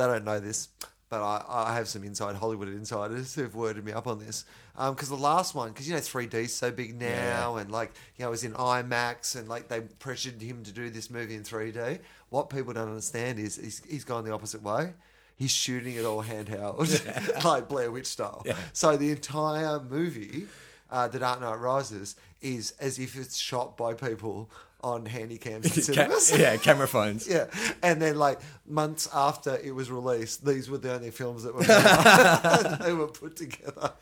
Speaker 4: don't know this, but I, I have some inside Hollywood insiders who've worded me up on this because the last one, because you know 3D's so big now, and like you know, it was in IMAX, and like they pressured him to do this movie in 3D. What people don't understand is he's, he's gone the opposite way. He's shooting it all handheld, <laughs> like Blair Witch style. So the entire movie uh, The Dark Knight Rises is as if it's shot by people on handy cams and
Speaker 3: Ca-
Speaker 4: cinemas.
Speaker 3: <laughs> yeah, camera phones.
Speaker 4: <laughs> Yeah, and then like months after it was released, these were the only films that
Speaker 3: <laughs>
Speaker 4: were made. they were <laughs> put together.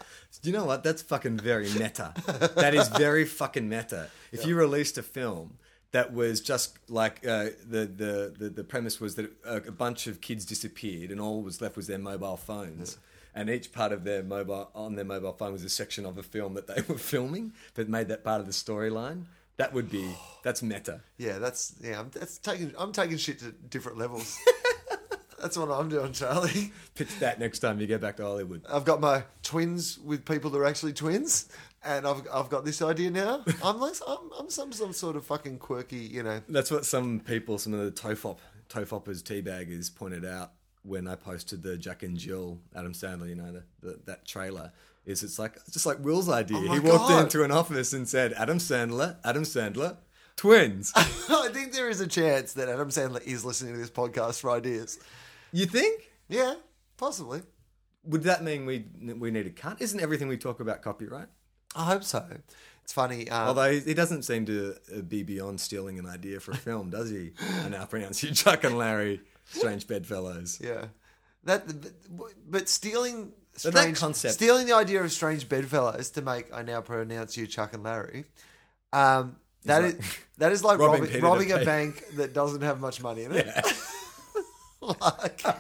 Speaker 3: Do you know what? That's fucking very meta. that is very fucking meta. If you released a film that was just like uh, the, the the the premise was that a, a bunch of kids disappeared and all was left was their mobile phones. And each part of their mobile on their mobile phone was a section of a film that they <laughs> were filming, but made that part of the storyline. That would be that's meta.
Speaker 4: Yeah, that's yeah. I'm that's taking I'm taking shit to
Speaker 3: <laughs>
Speaker 4: different levels. that's what I'm doing, Charlie.
Speaker 3: Pitch that next time you go back to Hollywood.
Speaker 4: I've got my twins with people that are actually twins, and I've I've got this
Speaker 3: <laughs>
Speaker 4: idea now. I'm like I'm I'm some some sort of fucking quirky, you know. <laughs>
Speaker 3: That's what some people, some of the tofop, tofoppers, teabaggers pointed out when I posted the Jack and Jill Adam Sandler, you know, the, the, that trailer. Is it's like it's just like Will's idea.
Speaker 4: my
Speaker 3: he walked
Speaker 4: God.
Speaker 3: into an office and said, "Adam Sandler, Adam Sandler, twins."
Speaker 4: I think there is a chance that Adam Sandler is listening to this podcast for ideas.
Speaker 3: you think?
Speaker 4: Yeah, possibly.
Speaker 3: Would that mean we we need a cut? Isn't everything we talk about copyright?
Speaker 4: I hope so. It's funny. Um,
Speaker 3: Although he he doesn't seem to uh, be beyond stealing an idea for a film, does he? I now pronounce you Chuck and Larry, strange bedfellows.
Speaker 4: yeah, that but- but stealing
Speaker 3: But
Speaker 4: strange
Speaker 3: that concept-
Speaker 4: stealing the idea of strange bedfellows to make I now pronounce you Chuck and Larry. Um, that is that
Speaker 3: <laughs>
Speaker 4: is like
Speaker 3: Robbing
Speaker 4: robbing,
Speaker 3: Peter to
Speaker 4: robbing a
Speaker 3: pay-
Speaker 4: bank that doesn't have much money in it. like,
Speaker 3: <laughs>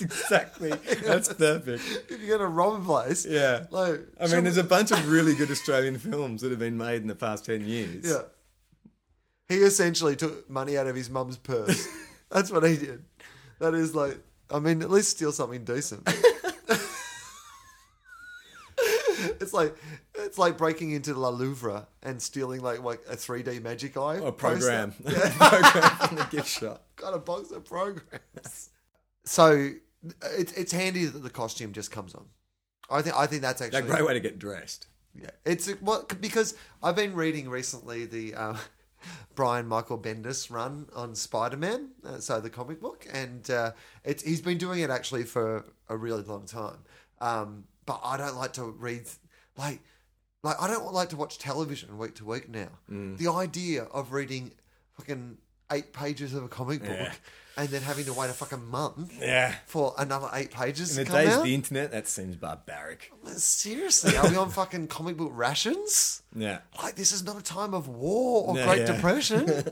Speaker 3: Exactly. That's perfect.
Speaker 4: if <laughs> you're gonna rob a place,
Speaker 3: Yeah.
Speaker 4: Like,
Speaker 3: I mean, there's a bunch of really good Australian films that have been made in the past 10 years.
Speaker 4: Yeah. He essentially took money out of his mum's
Speaker 3: <laughs>
Speaker 4: purse. That's what he did. That is like, I mean, at least steal something
Speaker 3: <laughs>
Speaker 4: decent. it's like, it's like breaking into La Louvre and stealing like like a three D magic eye
Speaker 3: A
Speaker 4: poster.
Speaker 3: program. <laughs> program from the gift
Speaker 4: <laughs>
Speaker 3: shop.
Speaker 4: Got a box of programs. so it's it's handy that the costume just comes on. I think I think that's actually
Speaker 3: That great way to get dressed.
Speaker 4: yeah, it's what because I've been reading recently the um, <laughs> Brian Michael Bendis run on Spider Man, uh, so the comic book, and uh, it's he's been doing it actually for a really long time. Um, but I don't like to read like like I don't like to watch television week to week now.
Speaker 3: Mm.
Speaker 4: The idea of reading fucking eight pages of a comic book
Speaker 3: Yeah.
Speaker 4: and then having to wait a fucking month
Speaker 3: Yeah.
Speaker 4: for another eight pages
Speaker 3: In the
Speaker 4: to come
Speaker 3: days
Speaker 4: out.
Speaker 3: of the internet, that seems barbaric.
Speaker 4: Seriously, are we on fucking comic book rations? <laughs>
Speaker 3: Yeah.
Speaker 4: Like, this is not a time of war or
Speaker 3: Yeah,
Speaker 4: Great
Speaker 3: yeah. <laughs>
Speaker 4: Depression.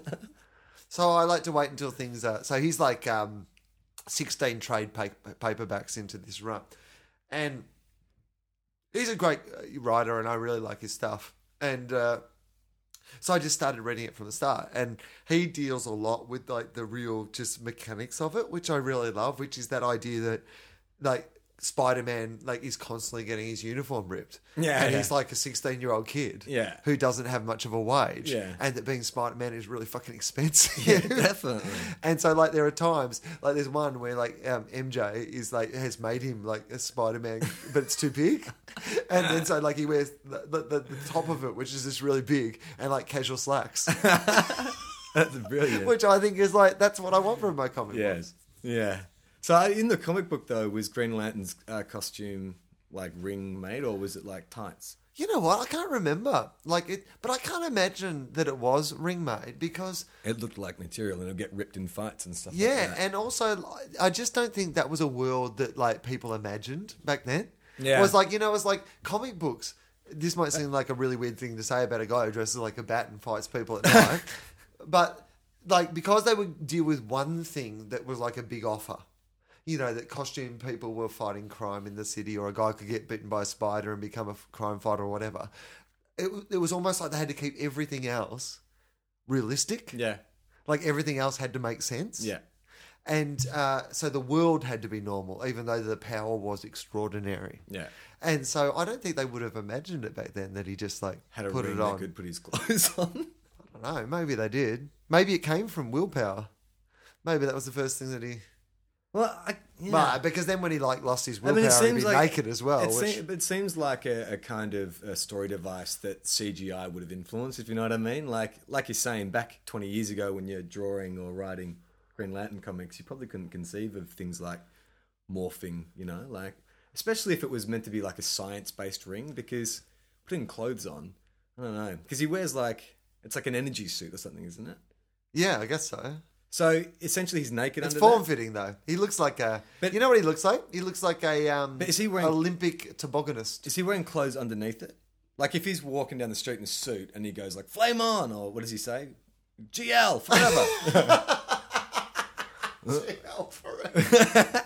Speaker 4: so I like to wait until things are. So he's like um, 16 trade pa- paperbacks into this run. And he's a great uh, writer, and I really like his stuff. And uh, so I just started reading it from the start. And he deals a lot with like the real just mechanics of it, which I really love, which is that idea that like Spider Man like is constantly getting his uniform ripped.
Speaker 3: Yeah,
Speaker 4: and
Speaker 3: yeah.
Speaker 4: he's like a sixteen year old kid.
Speaker 3: Yeah.
Speaker 4: who doesn't have much of a wage.
Speaker 3: Yeah.
Speaker 4: and that being Spider Man is really fucking expensive. <laughs>
Speaker 3: definitely.
Speaker 4: And so like there are times like there's one where like um, MJ is like has made him like a Spider Man, <laughs> but it's
Speaker 3: <laughs>
Speaker 4: too big. And then so like he wears the, the, the, the top of it, which is just really big, and like
Speaker 3: <laughs>
Speaker 4: casual slacks,
Speaker 3: That's brilliant.
Speaker 4: which I think is like that's what I want from my comic. book.
Speaker 3: Yes. Yeah. So I- in the comic book though, was Green Lantern's uh, costume like ring made, or was it like tights?
Speaker 4: You know what? I can't remember. Like it, but I can't imagine that it was ring made because
Speaker 3: It looked like material, and it'd get ripped in fights and stuff.
Speaker 4: yeah,
Speaker 3: like that.
Speaker 4: and also like, I just don't think that was a world that like people imagined back then.
Speaker 3: Yeah.
Speaker 4: it was like you know, it was like comic books. This might seem like a really weird thing to say about a guy who dresses like a bat and fights people
Speaker 3: <laughs>
Speaker 4: at night, but like because they would deal with one thing that was like a big offer. You know, that costume people were fighting crime in the city, or a guy could get bitten by a spider and become a f- crime fighter, or whatever. It, w- it was almost like they had to keep everything else realistic.
Speaker 3: yeah,
Speaker 4: Like everything else had to make sense.
Speaker 3: yeah,
Speaker 4: And uh, so the world had to be normal, even though the power was extraordinary.
Speaker 3: yeah.
Speaker 4: And so I don't think they would have imagined it back then that he just like
Speaker 3: Had a
Speaker 4: put
Speaker 3: ring
Speaker 4: it on.
Speaker 3: that could put his <laughs> clothes on.
Speaker 4: I don't know. Maybe they did. Maybe it came from willpower. Maybe that was the first thing that he.
Speaker 3: Well, I, yeah.
Speaker 4: But uh, because then when he like lost his willpower, he'd be naked as well.
Speaker 3: It,
Speaker 4: which,
Speaker 3: seem- it seems like a, a kind of a story device that CGI would have influenced, if you know what I mean. Like, like you're saying, back 20 years ago, when you're drawing or writing Green Lantern comics, you probably couldn't conceive of things like morphing. You know, like especially if it was meant to be like a science-based ring, because putting clothes on, I don't know, because he wears like it's like an energy suit or something, isn't it?
Speaker 4: yeah, I guess so.
Speaker 3: So essentially, he's naked
Speaker 4: It's
Speaker 3: under
Speaker 4: form
Speaker 3: that.
Speaker 4: fitting though. He looks like a.
Speaker 3: But-
Speaker 4: you know what he looks like? He looks like a um,
Speaker 3: But is he wearing-
Speaker 4: Olympic tobogganist.
Speaker 3: Is he wearing clothes underneath it? Like if he's walking down the street in a suit and he goes like "flame on" or what does he say? GL
Speaker 4: <laughs>
Speaker 3: forever. Oh,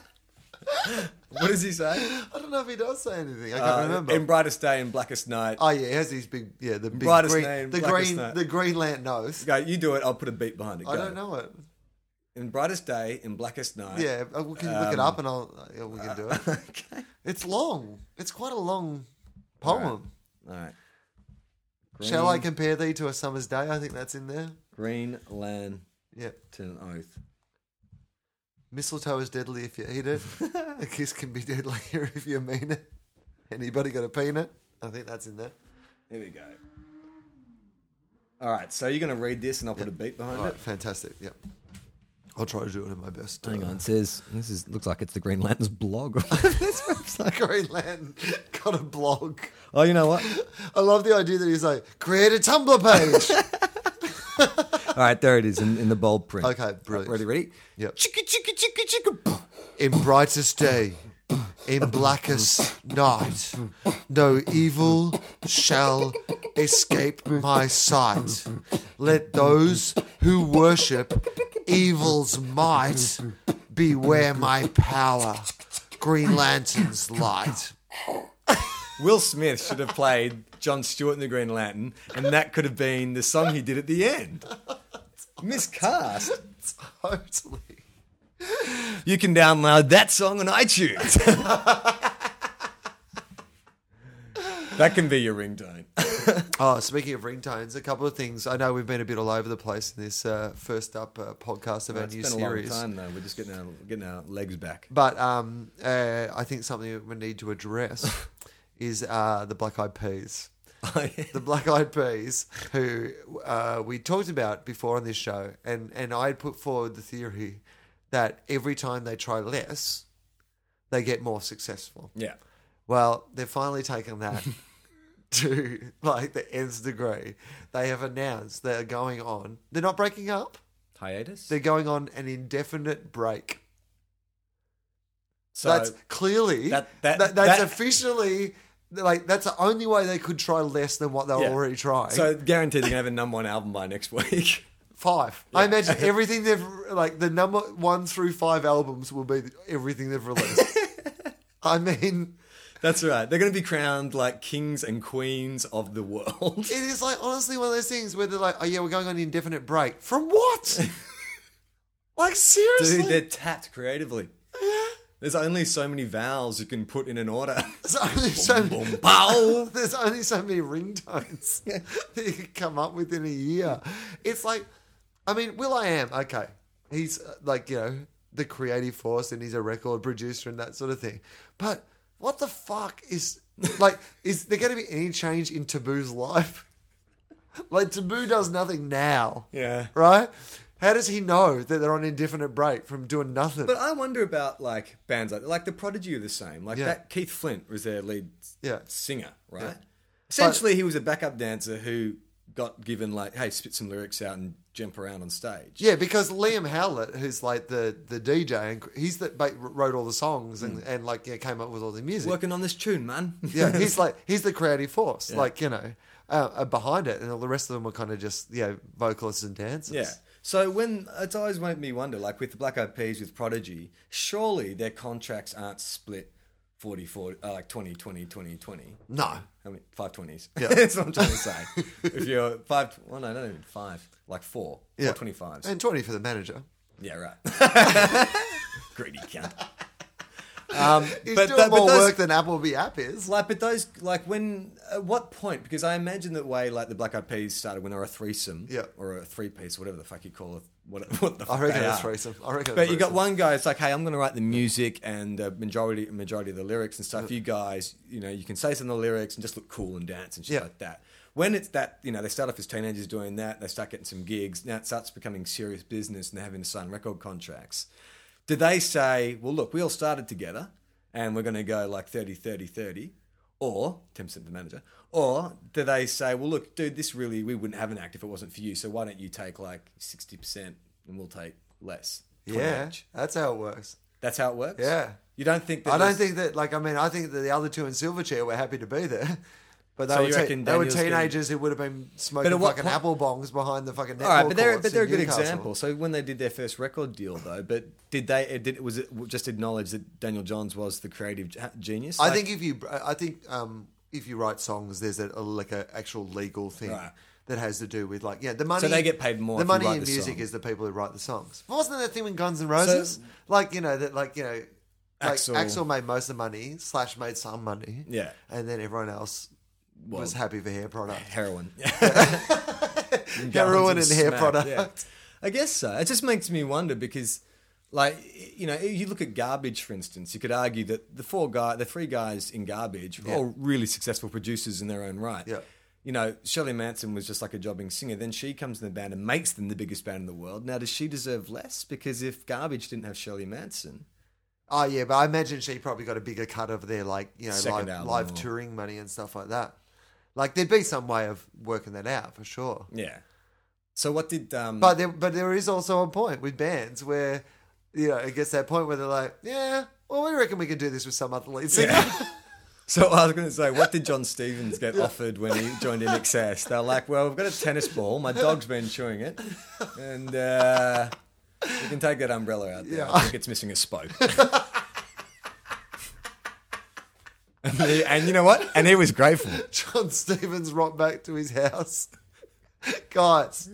Speaker 3: what does he say?
Speaker 4: I don't know if he does say anything. I
Speaker 3: Uh,
Speaker 4: can't remember.
Speaker 3: In brightest day and blackest night.
Speaker 4: Oh yeah, he has these big yeah the big
Speaker 3: Brightest
Speaker 4: green
Speaker 3: name,
Speaker 4: the
Speaker 3: blackest
Speaker 4: green
Speaker 3: night.
Speaker 4: the green lantern nose.
Speaker 3: Go, you do it. I'll put a beat behind it.
Speaker 4: I
Speaker 3: Go.
Speaker 4: don't know it.
Speaker 3: In brightest day, in blackest night.
Speaker 4: Yeah, uh, we can look it up and I'll uh, yeah, we can do it.
Speaker 3: Um, <laughs> okay.
Speaker 4: It's long. It's quite a long poem.
Speaker 3: All right.
Speaker 4: Shall I compare thee to a summer's day? I think that's in there.
Speaker 3: Green Lantern
Speaker 4: Yeah,
Speaker 3: oath.
Speaker 4: mistletoe is deadly if you
Speaker 3: <laughs>
Speaker 4: eat it. a kiss can be deadlier <laughs> if you mean it. Anybody got a peanut? I think that's in there.
Speaker 3: Here we go. All right. So you're gonna read this, and I'll put a beat behind
Speaker 4: All
Speaker 3: it.
Speaker 4: right, fantastic. Yeah, I'll try to do it at my best.
Speaker 3: Hang
Speaker 4: Uh,
Speaker 3: on, it says this is looks like it's the Green Lantern's blog. this website.
Speaker 4: <laughs> Green Lantern got a blog.
Speaker 3: <laughs> Oh, you know what?
Speaker 4: I love the idea that he's like, create a
Speaker 3: <laughs>
Speaker 4: Tumblr page.
Speaker 3: All right, there it is in, in the bold print.
Speaker 4: Okay, brilliant.
Speaker 3: Ready, ready?
Speaker 4: Yep.
Speaker 3: Chicka, chicka, chicka, chicka.
Speaker 4: in brightest day, in blackest night, no evil shall escape my sight. Let those who worship evil's might beware my power, Green Lantern's light.
Speaker 3: Will Smith should have played John Stewart in The Green Lantern, and that could have been the song he did at the end. Miscast.
Speaker 4: Totally.
Speaker 3: You can download that song on iTunes. that can be your ringtone.
Speaker 4: Oh, speaking of ringtones, a couple of things. I know we've been a bit all over the place in this uh, first up uh, podcast of our
Speaker 3: It's
Speaker 4: new
Speaker 3: been a long
Speaker 4: series.
Speaker 3: time though. We're just getting our getting our legs back.
Speaker 4: But um, uh, I think something that we need to address is uh, the black eyed peas. The black eyed peas, who uh, we talked about before on this show, and, and I had put forward the theory that every time they try less, they get more successful.
Speaker 3: yeah.
Speaker 4: Well, they've finally taken that to like the nth degree. They have announced they are going on, they're not breaking up,
Speaker 3: Hiatus.
Speaker 4: they're going on an indefinite break.
Speaker 3: so
Speaker 4: that's clearly that,
Speaker 3: That- that-
Speaker 4: that's
Speaker 3: that-
Speaker 4: officially like that's the only way they could try less than what they were
Speaker 3: yeah.
Speaker 4: already trying.
Speaker 3: So guaranteed they're gonna have a number one album by next week. <laughs>
Speaker 4: five. I imagine everything they've like the number one through five albums will be everything they've
Speaker 3: <laughs>
Speaker 4: released. I mean,
Speaker 3: That's right. They're going to be crowned like kings and queens of the world.
Speaker 4: it is like honestly one of those things where they're like, "Oh yeah, we're going on an indefinite
Speaker 3: <laughs>
Speaker 4: break from what?" like seriously,
Speaker 3: Dude, they're tapped creatively. There's only so many vowels you can put in an
Speaker 4: <laughs>
Speaker 3: order.
Speaker 4: There's only so
Speaker 3: boom, pow.
Speaker 4: <laughs> There's only so
Speaker 3: <laughs>
Speaker 4: many ringtones that you can come up with in a year. It's like, I mean, Will I Am? Okay, he's uh, like you know the creative force, and he's a record producer and that sort of thing. But what the fuck
Speaker 3: <laughs>
Speaker 4: is like? Is there going to be any change in Taboo's life? <laughs> Like Taboo does nothing now,
Speaker 3: Yeah.
Speaker 4: right? How does he know that they're on indefinite break from doing nothing?
Speaker 3: But I wonder about like bands like like the Prodigy are the same. Like
Speaker 4: Yeah.
Speaker 3: that Keith Flint was their lead s-
Speaker 4: Yeah.
Speaker 3: singer, right? Essentially, he was a backup dancer who got given like, hey, spit some lyrics out and jump around on stage.
Speaker 4: Yeah, because Liam Howlett, who's like the the DJ, and he's that ba- wrote all the songs and,
Speaker 3: Hmm.
Speaker 4: and like yeah, came up with all the music.
Speaker 3: Working on this tune, man.
Speaker 4: <laughs>
Speaker 3: <laughs>
Speaker 4: Yeah, he's like he's the creative force, like you know, uh, uh, behind it, and all the rest of them were kind of just you know vocalists and dancers.
Speaker 3: Yeah. So when it's always made me wonder, like with the Black Eyed Peas with Prodigy, surely their contracts aren't split 40, 40 uh, like 20, 20, 20, 20.
Speaker 4: No.
Speaker 3: I mean, five twenties. <laughs>
Speaker 4: Yeah.
Speaker 3: That's what I'm trying to say. if you're five, well, no, not even five, like four,
Speaker 4: Yeah.
Speaker 3: yeah. four 25s.
Speaker 4: And twenty for the manager.
Speaker 3: yeah, right. <laughs> Greedy cunt. Um,
Speaker 4: He's
Speaker 3: but,
Speaker 4: doing
Speaker 3: but, but
Speaker 4: more
Speaker 3: those,
Speaker 4: work than Appleby App is.
Speaker 3: like, but those, like, when, at what point? Because I imagine that way, like, the Black Eyed Peas started when they were a threesome,
Speaker 4: Yeah.
Speaker 3: or a three piece, whatever the fuck you call it. What, <laughs> what the
Speaker 4: I
Speaker 3: fuck
Speaker 4: reckon
Speaker 3: they
Speaker 4: it's
Speaker 3: are.
Speaker 4: threesome. I reckon.
Speaker 3: But
Speaker 4: it's
Speaker 3: you got
Speaker 4: threesome.
Speaker 3: one guy. It's like, hey, I'm going to write the music and the majority majority of the lyrics and stuff. You guys, you know, you can say some of the lyrics and just look cool and dance and shit
Speaker 4: Yeah.
Speaker 3: like that. When it's that, you know, they start off as teenagers doing that. They start getting some gigs. Now it starts becoming serious business and they're having to sign record contracts. Do they say, well, look, we all started together and we're going to go like 30, 30, 30? Or, Tim Simpson, the manager, or do they say, well, look, dude, this really, we wouldn't have an act if it wasn't for you. So why don't you take like 60% and we'll take less? 20
Speaker 4: Yeah,
Speaker 3: each?
Speaker 4: that's how it works.
Speaker 3: That's how it works.
Speaker 4: Yeah.
Speaker 3: You don't think that
Speaker 4: I don't
Speaker 3: there's-
Speaker 4: think that, like, I mean, I think that the other two in Silverchair were happy to be there. <laughs> But they,
Speaker 3: So
Speaker 4: were,
Speaker 3: you
Speaker 4: te-
Speaker 3: reckon
Speaker 4: they were
Speaker 3: Daniel's getting-
Speaker 4: teenagers who would have been smoking
Speaker 3: at
Speaker 4: fucking
Speaker 3: what point-
Speaker 4: apple bongs behind the fucking netball
Speaker 3: All right, but they're
Speaker 4: courts
Speaker 3: but they're a
Speaker 4: in
Speaker 3: good
Speaker 4: Newcastle.
Speaker 3: example. So when they did their first record deal, though, but did they it did was it just acknowledged that Daniel Johns was the creative ge- genius?
Speaker 4: I
Speaker 3: Like-
Speaker 4: think if you, I think um, if you write songs, there's a, a like a actual legal thing
Speaker 3: Right.
Speaker 4: that has to do with like yeah the money.
Speaker 3: they get paid more
Speaker 4: The
Speaker 3: if you
Speaker 4: money
Speaker 3: write
Speaker 4: in
Speaker 3: the
Speaker 4: music
Speaker 3: song.
Speaker 4: is the people who write the songs. Wasn't that thing with Guns N' Roses? like you know that like you know. Like
Speaker 3: Axl-
Speaker 4: Axel. made most of the money, Slash made some money,
Speaker 3: Yeah.
Speaker 4: and then everyone else was
Speaker 3: Well,
Speaker 4: happy for hair product.
Speaker 3: heroin,
Speaker 4: <laughs> Heroin and hair
Speaker 3: smack,
Speaker 4: product.
Speaker 3: yeah. I guess so. It just makes me wonder because, like, you know, you look at Garbage, for instance, you could argue that the four guy, the three guys in Garbage, were all really successful producers in their own right.
Speaker 4: Yeah.
Speaker 3: You know, Shirley Manson was just like a jobbing singer. Then she comes in the band and makes them the biggest band in the world. Now, does she deserve less? Because if Garbage didn't have Shirley Manson,
Speaker 4: Oh yeah, but I imagine she probably got a bigger cut of their like you know
Speaker 3: Second
Speaker 4: live,
Speaker 3: album
Speaker 4: live
Speaker 3: or-
Speaker 4: touring money and stuff like that. Like there'd be some way of working that out for sure.
Speaker 3: yeah. So what did? Um,
Speaker 4: But there, but there is also a point with bands where you know it gets that point where they're like, yeah, well we reckon we can do this with some other lead singer.
Speaker 3: So I was going to say, what did John Stevens get offered when he joined in excess? They're like, well, we've got a tennis ball. My dog's been chewing it, and uh, you can take that umbrella out there. I think it's missing a spoke. <laughs> and, he- and you know what? And he was grateful.
Speaker 4: <laughs> John Stevens rocked back to his house, <laughs>
Speaker 3: <laughs>
Speaker 4: guys.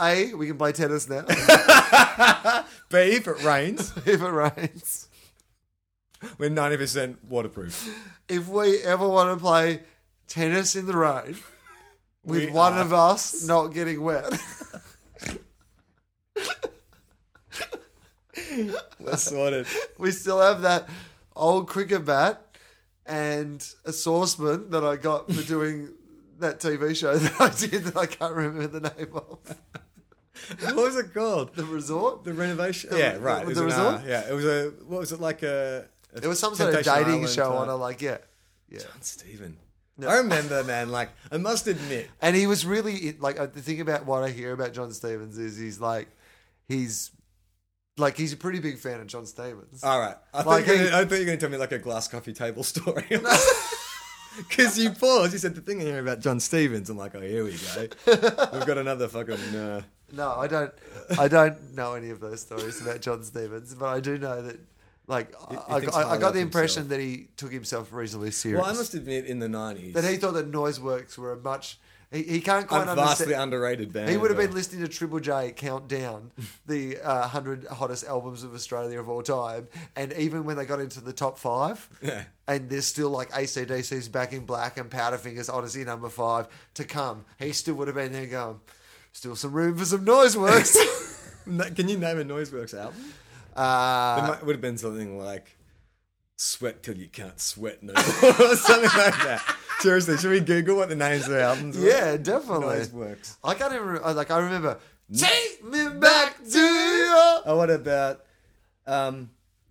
Speaker 4: A, we can play tennis now <laughs>
Speaker 3: B, if it rains,
Speaker 4: if it rains.
Speaker 3: we're ninety percent waterproof.
Speaker 4: if we ever want to play tennis in the rain with
Speaker 3: We
Speaker 4: one
Speaker 3: are-
Speaker 4: of us not getting wet. <laughs>
Speaker 3: We're sorted.
Speaker 4: we still have that old cricket bat and a saucepan that I got
Speaker 3: <laughs>
Speaker 4: for doing that TV show that I did that I can't remember the name of.
Speaker 3: What was it called?
Speaker 4: The resort.
Speaker 3: The renovation.
Speaker 4: The-
Speaker 3: yeah, right.
Speaker 4: the-
Speaker 3: It was
Speaker 4: the
Speaker 3: an
Speaker 4: resort?
Speaker 3: R. Yeah, it was a. What was it like a? a
Speaker 4: There was some sort of
Speaker 3: Temptation
Speaker 4: dating
Speaker 3: Island
Speaker 4: show on
Speaker 3: type-
Speaker 4: it, like yeah, yeah.
Speaker 3: John Steven. I remember, man. Like, I must admit,
Speaker 4: And he was really like uh, the thing about what I hear about John Stevens is he's like he's like he's a pretty big fan of John Stevens.
Speaker 3: all right. I
Speaker 4: Like
Speaker 3: thought, you were
Speaker 4: he-
Speaker 3: gonna, I thought you were going to tell me like a glass coffee table <laughs> story. Because you paused, you said the thing here about John Stevens. I'm like, oh, here we go. We've got another fucking.
Speaker 4: <laughs>
Speaker 3: Uh,
Speaker 4: No, I don't. I don't know any of those stories about John Stevens, but I do know that, like, I,
Speaker 3: thinks
Speaker 4: I, I
Speaker 3: highly
Speaker 4: got
Speaker 3: of
Speaker 4: the impression
Speaker 3: himself.
Speaker 4: that he took himself reasonably serious.
Speaker 3: well, I must admit, in the 90s,
Speaker 4: that he thought that noise works were a much He, he can't quite
Speaker 3: Un- vastly
Speaker 4: understand.
Speaker 3: underrated band.
Speaker 4: He would have
Speaker 3: but-
Speaker 4: been listening to Triple J
Speaker 3: <laughs>
Speaker 4: count down the uh, 100 hottest albums of Australia of all time. And even when they got into the top five,
Speaker 3: Yeah. <laughs>
Speaker 4: and there's still like ACDC's Back in Black and Powderfingers Odyssey number five to come, he still would have been there going, still some room for some
Speaker 3: <laughs>
Speaker 4: noise works.
Speaker 3: Na- Can you name a Noiseworks album?
Speaker 4: uh,
Speaker 3: It might, would have been something like "Sweat Till You Can't Sweat No More" <laughs> or something like that. Seriously, should we Google what the names of the albums? were?
Speaker 4: yeah, definitely.
Speaker 3: Noiseworks.
Speaker 4: I can't even, re- like, I remember, take me back to you.
Speaker 3: Oh, what about um,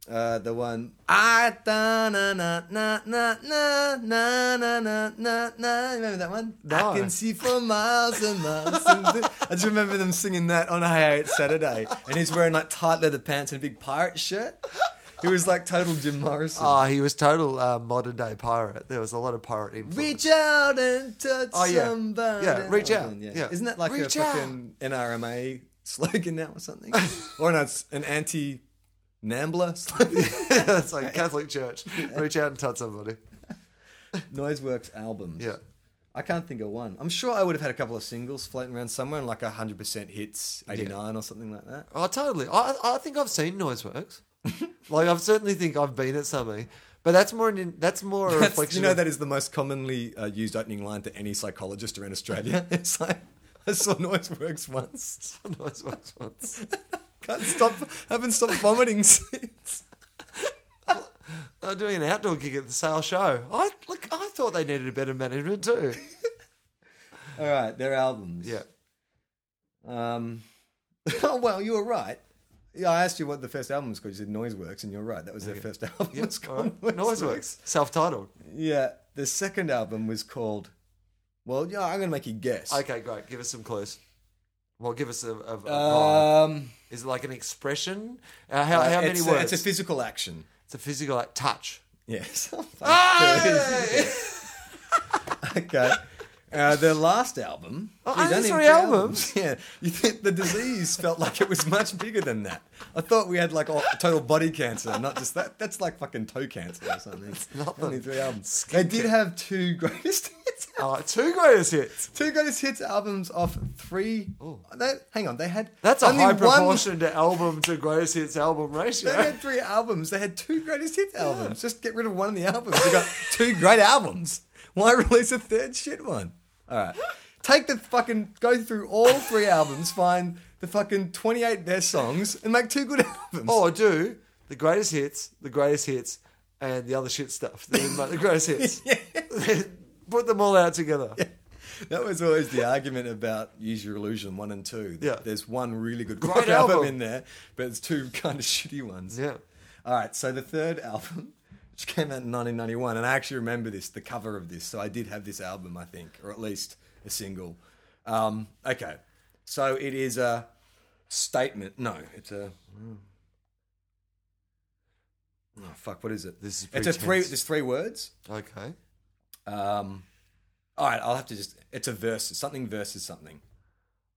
Speaker 3: uh, the one? I da na na na na na na na na na na. Remember that one?
Speaker 4: No.
Speaker 3: I can see for miles and miles. and th- I just remember them singing that on Hey Hey It's Saturday, and he's wearing like tight leather pants and a big pirate shirt. He was like total Jim Morrison.
Speaker 4: Oh, he was total uh, modern day pirate. There was a lot of pirate influence.
Speaker 3: Reach out and touch
Speaker 4: Oh, yeah.
Speaker 3: somebody.
Speaker 4: Yeah, reach
Speaker 3: Oh,
Speaker 4: out. Yeah.
Speaker 3: Isn't that like
Speaker 4: Reach
Speaker 3: a fucking NRMA slogan now or
Speaker 4: <laughs>
Speaker 3: something? or no, it's an anti Nambler <laughs> slogan.
Speaker 4: <laughs> it's like Catholic Church. Reach out and touch somebody.
Speaker 3: Noiseworks albums.
Speaker 4: Yeah.
Speaker 3: I can't think of one. I'm sure I would have had a couple of singles floating around somewhere and like 100% hits, 89 or something like that.
Speaker 4: Oh, totally. I, I think I've seen Noiseworks. like, I certainly think I've been at something. But that's more an, that's more a
Speaker 3: That's-
Speaker 4: reflection.
Speaker 3: you know,
Speaker 4: of-
Speaker 3: that is the most commonly uh, used opening line to any psychologist around Australia. <laughs> It's like, I saw Noiseworks
Speaker 4: <laughs>
Speaker 3: once.
Speaker 4: Noiseworks once.
Speaker 3: Can't stop, haven't stopped vomiting <laughs> since.
Speaker 4: I'm doing an outdoor gig at the Sale Show. I look. I thought they needed a better management too.
Speaker 3: All right, their albums.
Speaker 4: Yeah.
Speaker 3: Um, <laughs> oh, well, you were right. Yeah, I asked you what the first album was called. You said Noiseworks, and you're right. That was their first <laughs> album.
Speaker 4: Yeah.
Speaker 3: was called
Speaker 4: all right. Noiseworks. Self-titled.
Speaker 3: Yeah, the second album was called. Well, yeah, I'm gonna make you guess.
Speaker 4: Okay, great. Give us some clues. Well, give us a.
Speaker 3: Uh,
Speaker 4: a, a vibe.
Speaker 3: Um,
Speaker 4: Is it like an expression? Uh, how
Speaker 3: uh,
Speaker 4: how many
Speaker 3: it's,
Speaker 4: words?
Speaker 3: A, it's a physical action.
Speaker 4: It's a physical like, touch.
Speaker 3: Yes. <laughs>
Speaker 4: Hey!
Speaker 3: okay. Uh, their last album.
Speaker 4: Oh,
Speaker 3: Gee, don't
Speaker 4: and there's
Speaker 3: even
Speaker 4: three
Speaker 3: do <laughs>
Speaker 4: albums?
Speaker 3: Yeah, you think the disease felt like it was much bigger than that? I thought we had like all, total body cancer, not just that. That's like fucking toe cancer or something.
Speaker 4: nothing.
Speaker 3: Only three albums. They did have two greatest <laughs> hits.
Speaker 4: Oh, <laughs> two greatest hits.
Speaker 3: Two greatest hits albums off three. They, hang on, they had
Speaker 4: That's a
Speaker 3: only
Speaker 4: high
Speaker 3: one-
Speaker 4: proportion to album to greatest hits album
Speaker 3: They
Speaker 4: ratio. <laughs>
Speaker 3: had three albums. They had two greatest hits albums. Just get rid of one of the albums. You got two great albums. Why release a third shit one? All right. Take the fucking go through all three albums, find the fucking twenty eight best songs, and make two good <laughs> albums.
Speaker 4: Or Oh, do the greatest hits, the greatest hits, and the other shit stuff. <laughs> The the
Speaker 3: <laughs>
Speaker 4: greatest hits. <laughs> Put them all out together.
Speaker 3: That was always the argument about Use Your Illusion one and two. that
Speaker 4: Yeah.
Speaker 3: There's one really good
Speaker 4: Great
Speaker 3: rock album.
Speaker 4: album.
Speaker 3: in there, but it's two kind of <laughs> shitty ones.
Speaker 4: Yeah.
Speaker 3: All right, so the third album, <laughs> which came out in 1991, and I actually remember this, the cover of this. So I did have this album, I think, or at least a single. Um, okay, so it is a statement. No, it's a. Oh fuck! What is it?
Speaker 4: This is
Speaker 3: it's a
Speaker 4: pretty
Speaker 3: three.
Speaker 4: tense.
Speaker 3: There's three words.
Speaker 4: Okay.
Speaker 3: Um, all right, I'll have to just. It's a verse. Something versus something.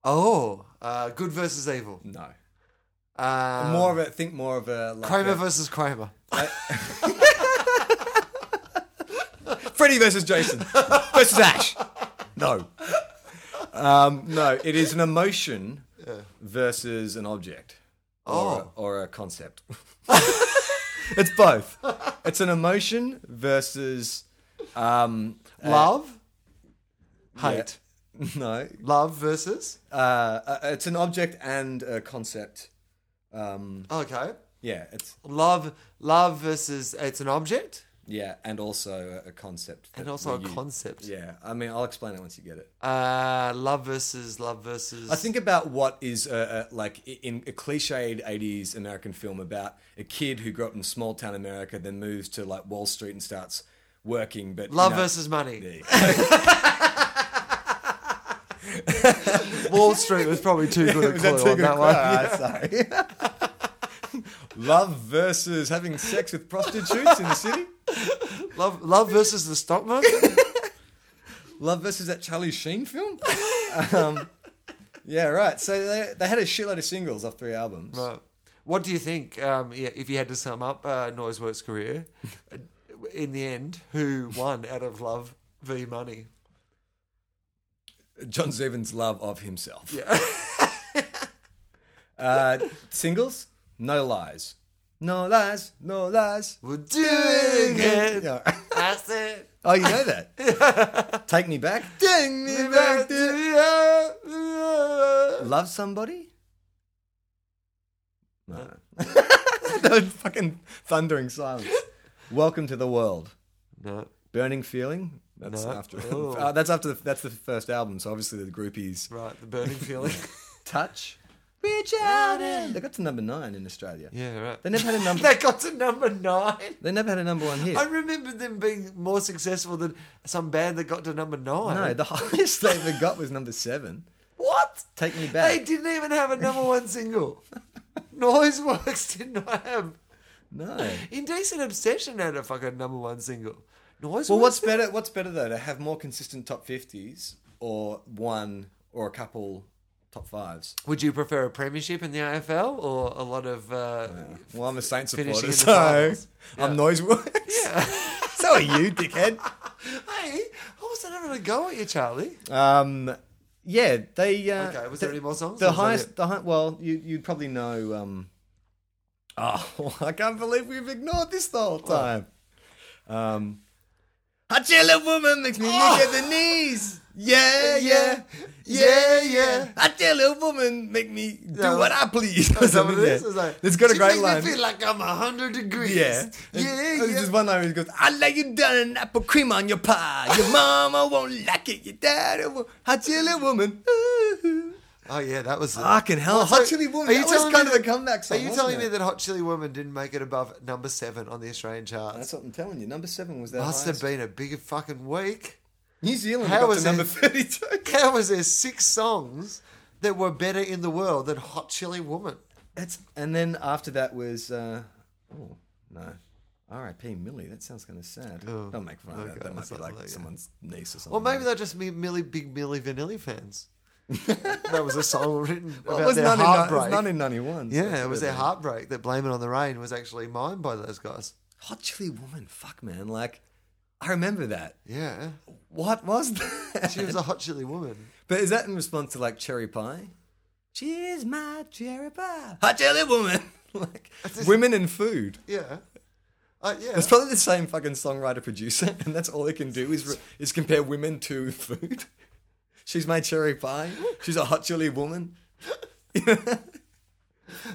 Speaker 4: Oh, uh, good versus evil.
Speaker 3: No.
Speaker 4: Um,
Speaker 3: more of a think more of a like
Speaker 4: Kramer
Speaker 3: a-
Speaker 4: versus Kramer.
Speaker 3: Freddy versus
Speaker 4: <laughs>
Speaker 3: Jason versus Ash. No. Um, no, it is an emotion versus an object
Speaker 4: Oh.
Speaker 3: or, a, or a concept. <laughs> it's both. It's an emotion versus um, a-
Speaker 4: Love.
Speaker 3: yeah.
Speaker 4: Hate.
Speaker 3: No,
Speaker 4: Love versus.
Speaker 3: uh, uh, it's an object and a concept. Um,
Speaker 4: Okay.
Speaker 3: yeah, it's
Speaker 4: Love. Love versus. It's an object
Speaker 3: yeah, and also a, a concept.
Speaker 4: and
Speaker 3: that
Speaker 4: also a
Speaker 3: we use.
Speaker 4: concept.
Speaker 3: Yeah, I mean, I'll explain it once you get it.
Speaker 4: Uh, love versus. Love versus.
Speaker 3: I think about what is uh, uh, like i- in a cliched 80s American film about a kid who grew up in small town America, then moves to like Wall Street and starts working. But you
Speaker 4: Love
Speaker 3: know- <laughs>
Speaker 4: versus money.
Speaker 3: There you go.
Speaker 4: Wall Street was probably too good
Speaker 3: <laughs>
Speaker 4: a
Speaker 3: Was
Speaker 4: clue
Speaker 3: that too
Speaker 4: on
Speaker 3: good
Speaker 4: that
Speaker 3: a <laughs>
Speaker 4: one.
Speaker 3: clue? Ah, sorry. <laughs> Love versus having sex with prostitutes in the city.
Speaker 4: Love, love versus the stock market. <laughs>
Speaker 3: Love versus that Charlie Sheen film. <laughs> Um, yeah, right. So they, they had a shitload of singles off three albums.
Speaker 4: Right. what do you think? Um, yeah, if you had to sum up uh, Noiseworks' career uh, in the end, who won out of love v money?
Speaker 3: John Stevens' love of himself. Yeah. <laughs> uh, singles, no lies. No lies, no lies.
Speaker 4: We're doing it.
Speaker 3: Yeah.
Speaker 4: That's it.
Speaker 3: Oh, you know
Speaker 4: <laughs>
Speaker 3: that. Take me back. Take me back. to- Love somebody? No. <laughs> that was fucking thundering silence. Welcome to the world.
Speaker 4: No.
Speaker 3: Burning feeling. That's
Speaker 4: No.
Speaker 3: after.
Speaker 4: Oh.
Speaker 3: <laughs> Uh, that's after. The, that's the first album. So obviously the groupies.
Speaker 4: Right, the burning feeling.
Speaker 3: Touch. <laughs> Reach out and they got to number nine in Australia.
Speaker 4: yeah, right.
Speaker 3: They never had a number.
Speaker 4: <laughs> They got to number nine.
Speaker 3: they never had a number one hit.
Speaker 4: I remember them being more successful than some band that got to number nine.
Speaker 3: no, the highest they ever got was number seven.
Speaker 4: what?
Speaker 3: Take me
Speaker 4: They
Speaker 3: back.
Speaker 4: didn't even have a number
Speaker 3: <laughs>
Speaker 4: one single. Noise Works did not have. <laughs>
Speaker 3: No.
Speaker 4: Indecent Obsession had a fucking number one single. Noise
Speaker 3: Well, what's
Speaker 4: Works.
Speaker 3: better? What's better though, to have more consistent top fifties or one or a couple top fives?
Speaker 4: Would you prefer a premiership in the AFL or a lot of. Uh,
Speaker 3: Well, I'm a Saints
Speaker 4: Finishing
Speaker 3: supporter,
Speaker 4: in the
Speaker 3: so
Speaker 4: finals.
Speaker 3: I'm noise works. <laughs> so are you, dickhead.
Speaker 4: Hey, I wasn't having a go at you, Charlie.
Speaker 3: Um, yeah, they. Uh,
Speaker 4: Okay, was
Speaker 3: the-
Speaker 4: there any more songs, or
Speaker 3: The
Speaker 4: was that
Speaker 3: highest,
Speaker 4: it?
Speaker 3: the high, well, you you probably know. Um, oh, <laughs> I can't believe we've ignored this the
Speaker 4: Oh.
Speaker 3: whole time. Um, hot yellow woman makes me
Speaker 4: Oh.
Speaker 3: look at the knees. Yeah, yeah, yeah, yeah. Hot yellow woman make me do
Speaker 4: Yeah,
Speaker 3: what
Speaker 4: well-
Speaker 3: I please. <laughs> or
Speaker 4: Is that
Speaker 3: something
Speaker 4: what it is?
Speaker 3: there.
Speaker 4: It's like,
Speaker 3: it's got a
Speaker 4: "She
Speaker 3: great
Speaker 4: make
Speaker 3: line.
Speaker 4: Me feel like I'm hundred degrees.
Speaker 3: Yeah.
Speaker 4: yeah,
Speaker 3: There's
Speaker 4: yeah.
Speaker 3: This one line where he goes, I lay you down an apple cream on your pie. Your mama won't like it. Your daddy won't. Hot chili woman. Ooh.
Speaker 4: Oh yeah, that was.
Speaker 3: Fucking hell.
Speaker 4: Well,
Speaker 3: Hot
Speaker 4: so-
Speaker 3: Chili Woman.
Speaker 4: are you
Speaker 3: that was
Speaker 4: telling me
Speaker 3: kind of
Speaker 4: that-
Speaker 3: a comeback song.
Speaker 4: Are you
Speaker 3: wasn't
Speaker 4: telling
Speaker 3: it?
Speaker 4: me that Hot Chili Woman didn't make it above number seven on the Australian charts?
Speaker 3: That's what I'm telling you. Number seven was that.
Speaker 4: Must have been a big fucking week.
Speaker 3: New Zealand
Speaker 4: How
Speaker 3: got
Speaker 4: was
Speaker 3: to
Speaker 4: it-
Speaker 3: number 32.
Speaker 4: How was there six songs that were better in the world than Hot Chili Woman?
Speaker 3: That's, and then after that was. Uh, oh, no. R.I.P. Millie. That sounds kind of sad.
Speaker 4: Oh,
Speaker 3: Don't make fun of
Speaker 4: okay,
Speaker 3: that. That might be
Speaker 4: something
Speaker 3: like
Speaker 4: like that.
Speaker 3: someone's niece or something.
Speaker 4: Or maybe they're just me- Millie Big Millie
Speaker 3: <laughs>
Speaker 4: Vanilli fans. that was a song written
Speaker 3: Well,
Speaker 4: about
Speaker 3: it was 1990
Speaker 4: their
Speaker 3: it
Speaker 4: heartbreak.
Speaker 3: was 1991.
Speaker 4: yeah, it was their
Speaker 3: heart.
Speaker 4: heartbreak that "Blame It on the Rain" was actually mined by those guys.
Speaker 3: Hot Chili Woman, fuck man, like I remember that.
Speaker 4: Yeah,
Speaker 3: What was that?
Speaker 4: she was a Hot Chili Woman.
Speaker 3: but is that in response to like cherry pie? She's my cherry pie, hot chili woman. <laughs> like women and food.
Speaker 4: Yeah, uh, yeah.
Speaker 3: It's probably the same fucking songwriter producer, <laughs> and that's all they can do is is compare women to food. <laughs> She's my cherry pie. She's a hot chili woman.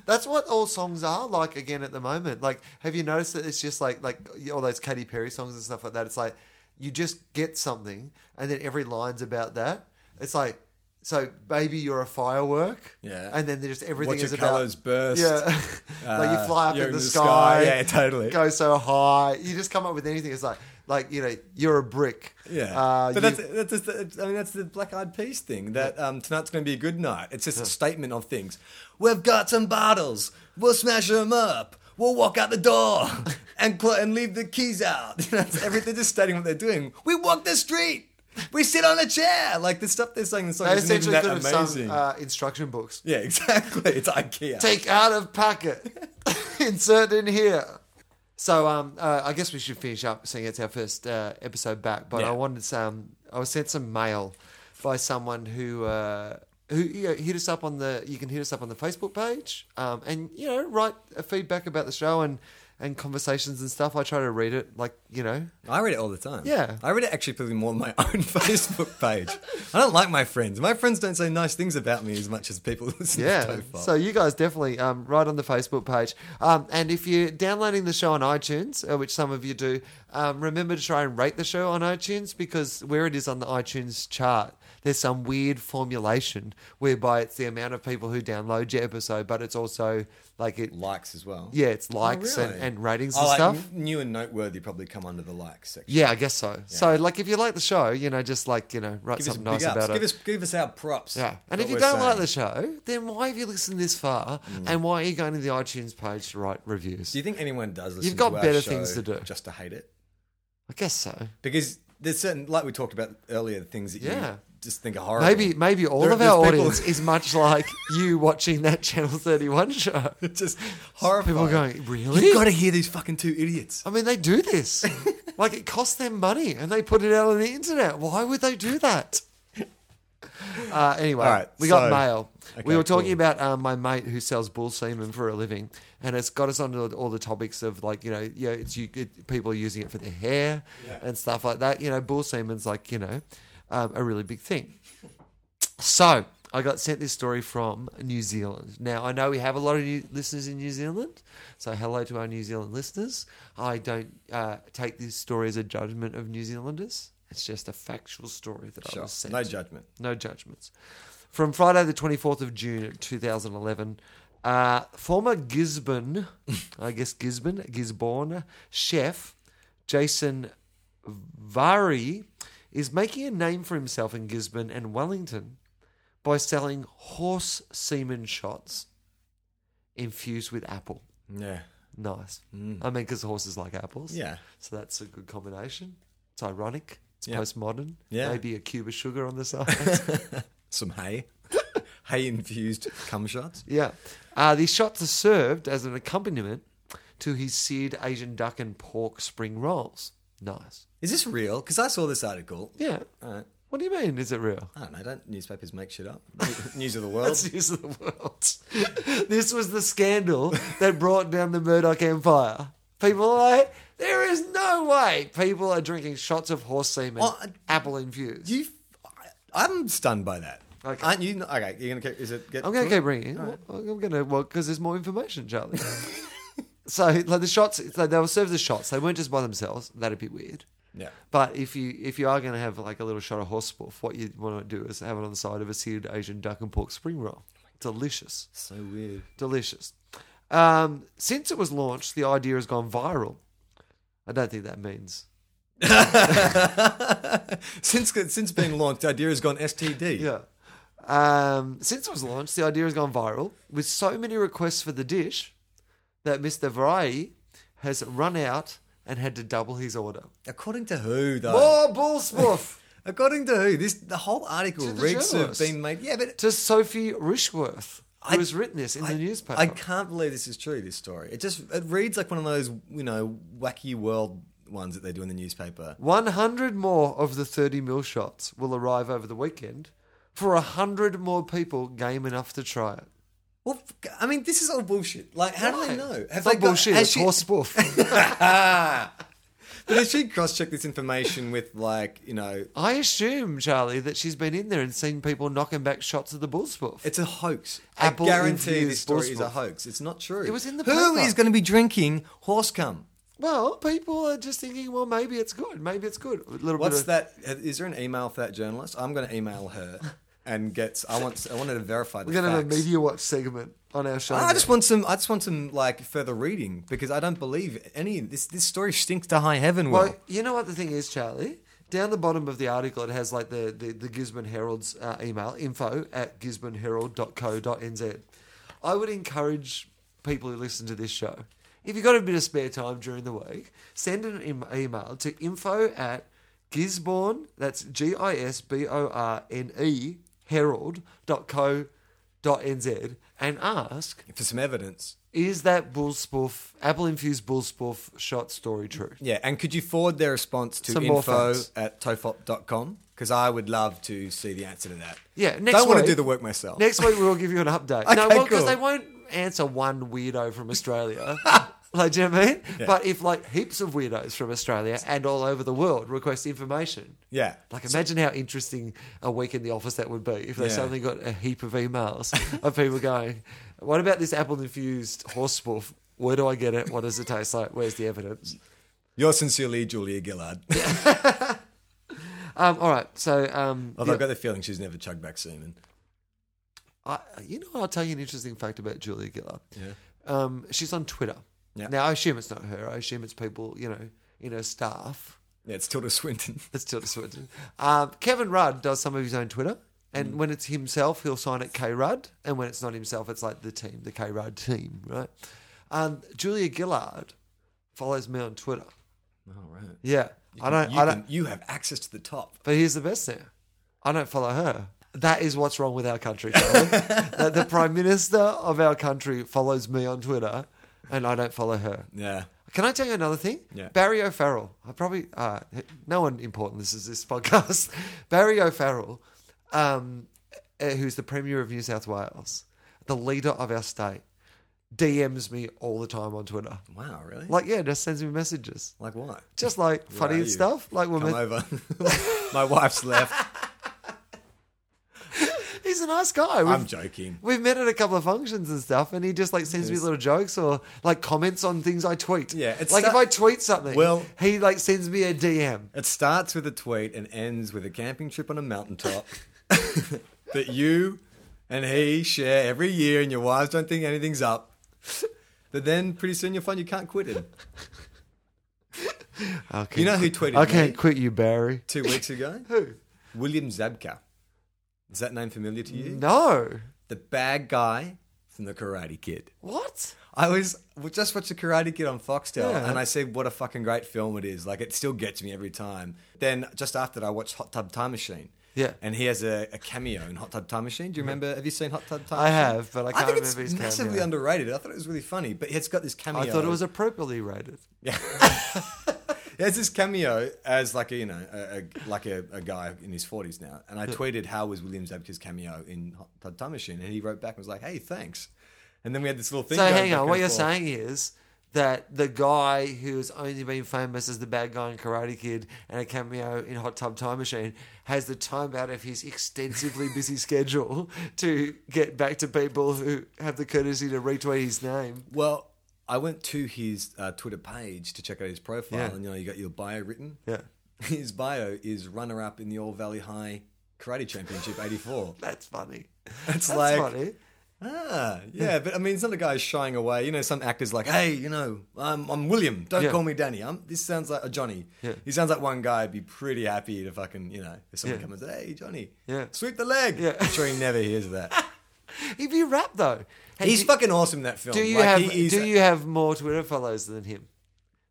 Speaker 4: That's what all songs are like again at the moment. Like, have you noticed that it's just like like all those Katy Perry songs and stuff like that? It's like you just get something, and then every line's about that. It's like, so baby, you're a firework.
Speaker 3: Yeah.
Speaker 4: and then there's everything
Speaker 3: Watch
Speaker 4: is
Speaker 3: your
Speaker 4: about
Speaker 3: colours burst.
Speaker 4: Yeah, <laughs> like
Speaker 3: Uh,
Speaker 4: you fly up
Speaker 3: you're
Speaker 4: in the, sky.
Speaker 3: Yeah, totally.
Speaker 4: Go so high. You just come up with anything. It's like like you know you're a brick.
Speaker 3: Yeah,
Speaker 4: uh,
Speaker 3: but
Speaker 4: you-
Speaker 3: that's that's just the, I mean that's the Black Eyed Peas thing. That um, tonight's going to be a good night. It's just a statement of things. We've got some bottles. We'll smash them up. We'll walk out the door
Speaker 4: <laughs>
Speaker 3: and cl- and leave the keys out. <laughs> You know, it's everything just stating what they're doing. We walk the street. We sit on a chair. Like the stuff they're saying in the song
Speaker 4: they
Speaker 3: isn't even
Speaker 4: essentially
Speaker 3: that
Speaker 4: could have
Speaker 3: amazing.
Speaker 4: sung uh, instruction books.
Speaker 3: yeah, exactly. It's IKEA.
Speaker 4: take out of packet, <laughs> insert in here. So um, uh, I guess we should finish up, seeing it's our first uh, episode back. But
Speaker 3: Yeah.
Speaker 4: I wanted some. I was sent some mail by someone who uh, who you know, hit us up on the. You can hit us up on the Facebook page, um, and you know, write a feedback about the show and and conversations and stuff. I try to read it, like you know,
Speaker 3: I read it all the time.
Speaker 4: Yeah.
Speaker 3: I read it actually probably more on my <laughs> own Facebook page. I don't like my friends. My friends don't say nice things about me as much as people <laughs> listen
Speaker 4: yeah.
Speaker 3: to Tofop.
Speaker 4: So you guys definitely um, right on the Facebook page, um, and if you're downloading the show on iTunes, uh, which some of you do, um, remember to try and rate the show on iTunes because where it is on the iTunes chart, there's some weird formulation whereby it's the amount of people who download your episode, but it's also like it,
Speaker 3: likes as well.
Speaker 4: yeah, it's likes
Speaker 3: Oh, really?
Speaker 4: and, and ratings
Speaker 3: Oh,
Speaker 4: and
Speaker 3: like,
Speaker 4: stuff.
Speaker 3: n- new and noteworthy probably come under the likes section.
Speaker 4: yeah, I guess so. So, like, if you like the show, you know, just like you know, write
Speaker 3: Give us
Speaker 4: something
Speaker 3: big
Speaker 4: nice
Speaker 3: ups.
Speaker 4: about it.
Speaker 3: give us give us our props.
Speaker 4: Yeah.
Speaker 3: for
Speaker 4: And
Speaker 3: what
Speaker 4: if you
Speaker 3: we're
Speaker 4: don't like
Speaker 3: saying. Mm.
Speaker 4: the show, then why have you listened this far? And why are you going to the iTunes page to write reviews?
Speaker 3: do you think anyone does listen?
Speaker 4: You've got
Speaker 3: to our
Speaker 4: better
Speaker 3: show
Speaker 4: things to do.
Speaker 3: just to hate it
Speaker 4: I guess so.
Speaker 3: because there's certain like we talked about earlier things that
Speaker 4: Yeah.
Speaker 3: you just think are horrible.
Speaker 4: Maybe maybe all
Speaker 3: There-
Speaker 4: of our
Speaker 3: there's people-
Speaker 4: audience is much like you watching that Channel 31 show.
Speaker 3: <laughs> just horrible.
Speaker 4: People are going, really? Oh,
Speaker 3: You've got to hear these fucking two idiots.
Speaker 4: I mean, they
Speaker 3: <laughs>
Speaker 4: do this.
Speaker 3: <laughs>
Speaker 4: like, it costs them money and they put it out on the internet. Why would they do that? Uh, anyway,
Speaker 3: All right,
Speaker 4: we got
Speaker 3: so-
Speaker 4: mail. we
Speaker 3: okay,
Speaker 4: were talking
Speaker 3: cool.
Speaker 4: about um, my mate who sells bull semen for a living, and it's got us onto all the topics of like you know, yeah, it's you, it, people are using it for their hair and stuff like that. You know, bull semen's like you know um, a really big thing. So I got sent this story from New Zealand. Now I know we have a lot of new listeners in New Zealand, so hello to our New Zealand listeners. I don't uh, take this story as a judgment of New Zealanders. It's just a factual story that I
Speaker 3: Sure.
Speaker 4: was sent.
Speaker 3: No judgment.
Speaker 4: No judgments. From Friday the 24th of June 2011, uh,
Speaker 3: <laughs>
Speaker 4: former Gisborne, I guess Gisborne, Gisborne chef Jason Vary is making a name for himself in Gisborne and Wellington by selling horse semen shots infused with apple.
Speaker 3: Yeah.
Speaker 4: Nice. I mean, because horses like apples.
Speaker 3: Mm. Yeah.
Speaker 4: So that's a good combination. It's ironic. It's
Speaker 3: Yeah.
Speaker 4: postmodern.
Speaker 3: Yeah.
Speaker 4: Maybe a cube of sugar on the side.
Speaker 3: Some
Speaker 4: <laughs>
Speaker 3: hay. hay infused cum shots.
Speaker 4: yeah. Uh, these shots are served as an accompaniment to his seared Asian duck and pork spring rolls. Nice.
Speaker 3: Is this real? Because I saw this article.
Speaker 4: Yeah.
Speaker 3: All right.
Speaker 4: What do you mean? Is it real?
Speaker 3: I don't know. Don't newspapers make shit up? <laughs> News of the world.
Speaker 4: That's news of the world. <laughs> this was the scandal that brought down the Murdoch Empire. People are like, there is no way people are drinking shots of horse semen,
Speaker 3: Oh, I-
Speaker 4: apple infused.
Speaker 3: You, I'm stunned by that.
Speaker 4: Okay.
Speaker 3: Aren't you? Okay, you're gonna. Keep, is it? Get,
Speaker 4: I'm going to keep ringing. I'm going to, well, because there's more information,
Speaker 3: <laughs>
Speaker 4: Charlie. so, like the shots, like they were served as shots. They weren't just by themselves. That'd be weird.
Speaker 3: Yeah.
Speaker 4: But if you if you are going to have like a little shot of horse spoof, what you want to do is have it on the side of a seared Asian duck and pork spring roll. Delicious.
Speaker 3: So weird.
Speaker 4: delicious. Um, since it was launched, the idea has gone viral. I don't think that means.
Speaker 3: Since since being
Speaker 4: <laughs>
Speaker 3: launched, the idea has gone STD.
Speaker 4: Yeah. Um, since it was launched, the idea has gone viral with so many requests for the dish that Mr. Varai has run out and had to double his order.
Speaker 3: According to who though?
Speaker 4: More
Speaker 3: <laughs>
Speaker 4: bull spoof
Speaker 3: According to who? This the whole article
Speaker 4: To the
Speaker 3: reeks of
Speaker 4: journalist.
Speaker 3: being made. Yeah, but
Speaker 4: to Sophie Rishworth, who
Speaker 3: I-
Speaker 4: has written this in
Speaker 3: I-
Speaker 4: the newspaper.
Speaker 3: I can't believe this is true. This story. It just it reads like one of those you know wacky world ones that they do in the newspaper.
Speaker 4: 100 more of the 30 mil shots will arrive over the weekend for 100 more people game enough to try it.
Speaker 3: Well, f- I mean, this is all bullshit. Like, how do
Speaker 4: Why?
Speaker 3: they know?
Speaker 4: It's
Speaker 3: they
Speaker 4: not bullshit.
Speaker 3: has
Speaker 4: it's
Speaker 3: she- <laughs>
Speaker 4: horse spoof.
Speaker 3: But has she cross-checked this information with like you know?
Speaker 4: I assume, Charlie, that she's been in there and seen people knocking back shots of the bull spoof.
Speaker 3: It's a hoax.
Speaker 4: Apple
Speaker 3: I guarantee this
Speaker 4: infused
Speaker 3: story
Speaker 4: bullsport.
Speaker 3: is a hoax. It's not true.
Speaker 4: It was in the
Speaker 3: Who
Speaker 4: paper.
Speaker 3: is going to be drinking horse cum?
Speaker 4: well, people are just thinking, well, maybe it's good. Maybe it's good. A little bit
Speaker 3: What's
Speaker 4: of,
Speaker 3: that? uh, Is there an email for that journalist? I'm going to email <laughs> her and get. I want. I wanted to verify. The
Speaker 4: We're going to have a
Speaker 3: facts.
Speaker 4: media watch segment on our show.
Speaker 3: I
Speaker 4: now.
Speaker 3: just want some. I just want some like further reading because I don't believe any. This this story stinks to high heaven. Will
Speaker 4: Well, you know what the thing is, Charlie? Down the bottom of the article, it has like the, the, the Gisborne Herald's uh, email info at gisborneherald.co.nz. I would encourage people who listen to this show, if you've got a bit of spare time during the week, send an em- email to info at gisborne, that's G I S B O R N E, herald.co.nz, and ask,
Speaker 3: for some evidence.
Speaker 4: is that bull spoof, apple infused bull spoof shot story true?
Speaker 3: Yeah, and could you forward their response to
Speaker 4: Some more
Speaker 3: info
Speaker 4: facts.
Speaker 3: at tofop.com? Because I would love to see the answer to that.
Speaker 4: Yeah, next
Speaker 3: don't want to
Speaker 4: week-
Speaker 3: do the work myself.
Speaker 4: Next week we'll give you an update.
Speaker 3: Oh. <laughs>
Speaker 4: no,
Speaker 3: Okay,
Speaker 4: well, because
Speaker 3: cool.
Speaker 4: they won't answer one weirdo from Australia. <laughs> like, do you know what I mean? But if like heaps of weirdos from Australia and all over the world request information,
Speaker 3: Yeah.
Speaker 4: like imagine how interesting a week in the office that would be if they
Speaker 3: Yeah.
Speaker 4: suddenly got a heap of emails of people going, "What about this apple infused horse spoof? Where do I get it? What does it taste like? Where's the evidence?"
Speaker 3: Yours sincerely, Julia Gillard.
Speaker 4: Um, all right, so um,
Speaker 3: Although
Speaker 4: yeah,
Speaker 3: I've got the feeling she's never chugged back semen.
Speaker 4: I, you know, what? I'll tell you an interesting fact about Julia Gillard.
Speaker 3: Yeah.
Speaker 4: Um, she's on Twitter.
Speaker 3: Yeah.
Speaker 4: Now I assume it's not her. I assume it's people, you know, in her staff. <laughs>
Speaker 3: Yeah, it's Tilda Swinton.
Speaker 4: It's Tilda Swinton. Um, Kevin Rudd does some of his own Twitter,
Speaker 3: Mm.
Speaker 4: and when it's himself, he'll sign it K Rudd, and when it's not himself, it's like the team, the K Rudd team, right? Um, Julia Gillard follows me on Twitter.
Speaker 3: All right.
Speaker 4: Yeah, I don't,
Speaker 3: you,
Speaker 4: I
Speaker 3: can-
Speaker 4: don't.
Speaker 3: you have access to the top.
Speaker 4: But here's the best thing: I don't follow her. That is what's wrong with our country. Charlie.
Speaker 3: <laughs>
Speaker 4: that the prime minister of our country follows me on Twitter, and I don't follow her.
Speaker 3: Yeah.
Speaker 4: Can I tell you another thing?
Speaker 3: Yeah.
Speaker 4: Barry O'Farrell. I probably <laughs> uh, no one important. This is this podcast. Barry O'Farrell um, uh, who's the Premier of New South Wales, the leader of our state, DMs me all the time on Twitter.
Speaker 3: Wow, really? Like,
Speaker 4: Like, yeah, just sends me messages.
Speaker 3: like what?
Speaker 4: Just like
Speaker 3: are
Speaker 4: funny
Speaker 3: you?
Speaker 4: stuff. Like, we're
Speaker 3: Come
Speaker 4: met-
Speaker 3: over. <laughs> My wife's
Speaker 4: <laughs>
Speaker 3: left.
Speaker 4: he's a nice guy. We've,
Speaker 3: I'm joking.
Speaker 4: We've met at a couple of functions and stuff, and he just like sends me
Speaker 3: Yes.
Speaker 4: little jokes or like comments on things I tweet.
Speaker 3: Yeah, it's
Speaker 4: like
Speaker 3: sta-
Speaker 4: if I tweet something,
Speaker 3: Well-
Speaker 4: he like sends me a DM.
Speaker 3: It starts with a tweet and ends with a camping trip on a mountaintop <laughs> that you and he share every year, and your wives don't think anything's up. But then pretty soon you'll find you can't quit it.
Speaker 4: Okay,
Speaker 3: You know who tweeted
Speaker 4: I
Speaker 3: me
Speaker 4: can't quit you, Barry.
Speaker 3: two weeks ago?
Speaker 4: <laughs> Who?
Speaker 3: William Zabka. Is that name familiar to you?
Speaker 4: No.
Speaker 3: The bad guy from The Karate Kid.
Speaker 4: What?
Speaker 3: I was we just watched The Karate Kid on Foxtel,
Speaker 4: Yeah.
Speaker 3: and I said, "What a fucking great film it is!" Like it still gets me every time. Then just after that, I watched Hot Tub Time Machine.
Speaker 4: Yeah.
Speaker 3: and he has a, a cameo in Hot Tub Time Machine. Do you remember? Have you seen Hot Tub Time?
Speaker 4: I
Speaker 3: Machine?
Speaker 4: have, but I can't
Speaker 3: I think
Speaker 4: remember
Speaker 3: it's
Speaker 4: his
Speaker 3: massively
Speaker 4: cameo.
Speaker 3: underrated. I thought it was really funny, but it's got this cameo.
Speaker 4: I thought it was appropriately rated.
Speaker 3: Yeah. There's this cameo as like a you know a, a, like a, a guy in his forties now, and I tweeted how was William Zabka's cameo in Hot Tub Time Machine, and he wrote back and was like, "Hey, thanks." And then we had this little thing.
Speaker 4: So
Speaker 3: going
Speaker 4: hang
Speaker 3: back
Speaker 4: on,
Speaker 3: and
Speaker 4: what you're
Speaker 3: forth.
Speaker 4: saying is that the guy who's only been famous as the bad guy in Karate Kid and a cameo in Hot Tub Time Machine has the time out of his extensively
Speaker 3: <laughs>
Speaker 4: busy schedule to get back to people who have the courtesy to retweet his name.
Speaker 3: Well, I went to his uh, Twitter page to check out his profile,
Speaker 4: Yeah.
Speaker 3: and you know, you got your bio written.
Speaker 4: Yeah.
Speaker 3: <laughs> His bio is runner up in the All Valley High Karate Championship <laughs> '84.
Speaker 4: That's funny.
Speaker 3: It's
Speaker 4: That's
Speaker 3: like,
Speaker 4: funny.
Speaker 3: ah, yeah, but I mean, it's not a guy shying away. You know, some actors like, hey, you know, I'm, I'm William. Don't
Speaker 4: Yeah.
Speaker 3: call me Danny. I'm. This sounds like a Johnny.
Speaker 4: Yeah.
Speaker 3: He sounds like one guy would be pretty happy to fucking, you know, if someone
Speaker 4: Yeah.
Speaker 3: comes and said, hey, Johnny,
Speaker 4: Yeah.
Speaker 3: sweep the leg.
Speaker 4: Yeah.
Speaker 3: I'm sure he never hears that.
Speaker 4: He'd be rap though. <laughs> Hey,
Speaker 3: He's
Speaker 4: do,
Speaker 3: fucking awesome in that film.
Speaker 4: do you
Speaker 3: Like,
Speaker 4: have
Speaker 3: he is
Speaker 4: do you have more Twitter follows than him?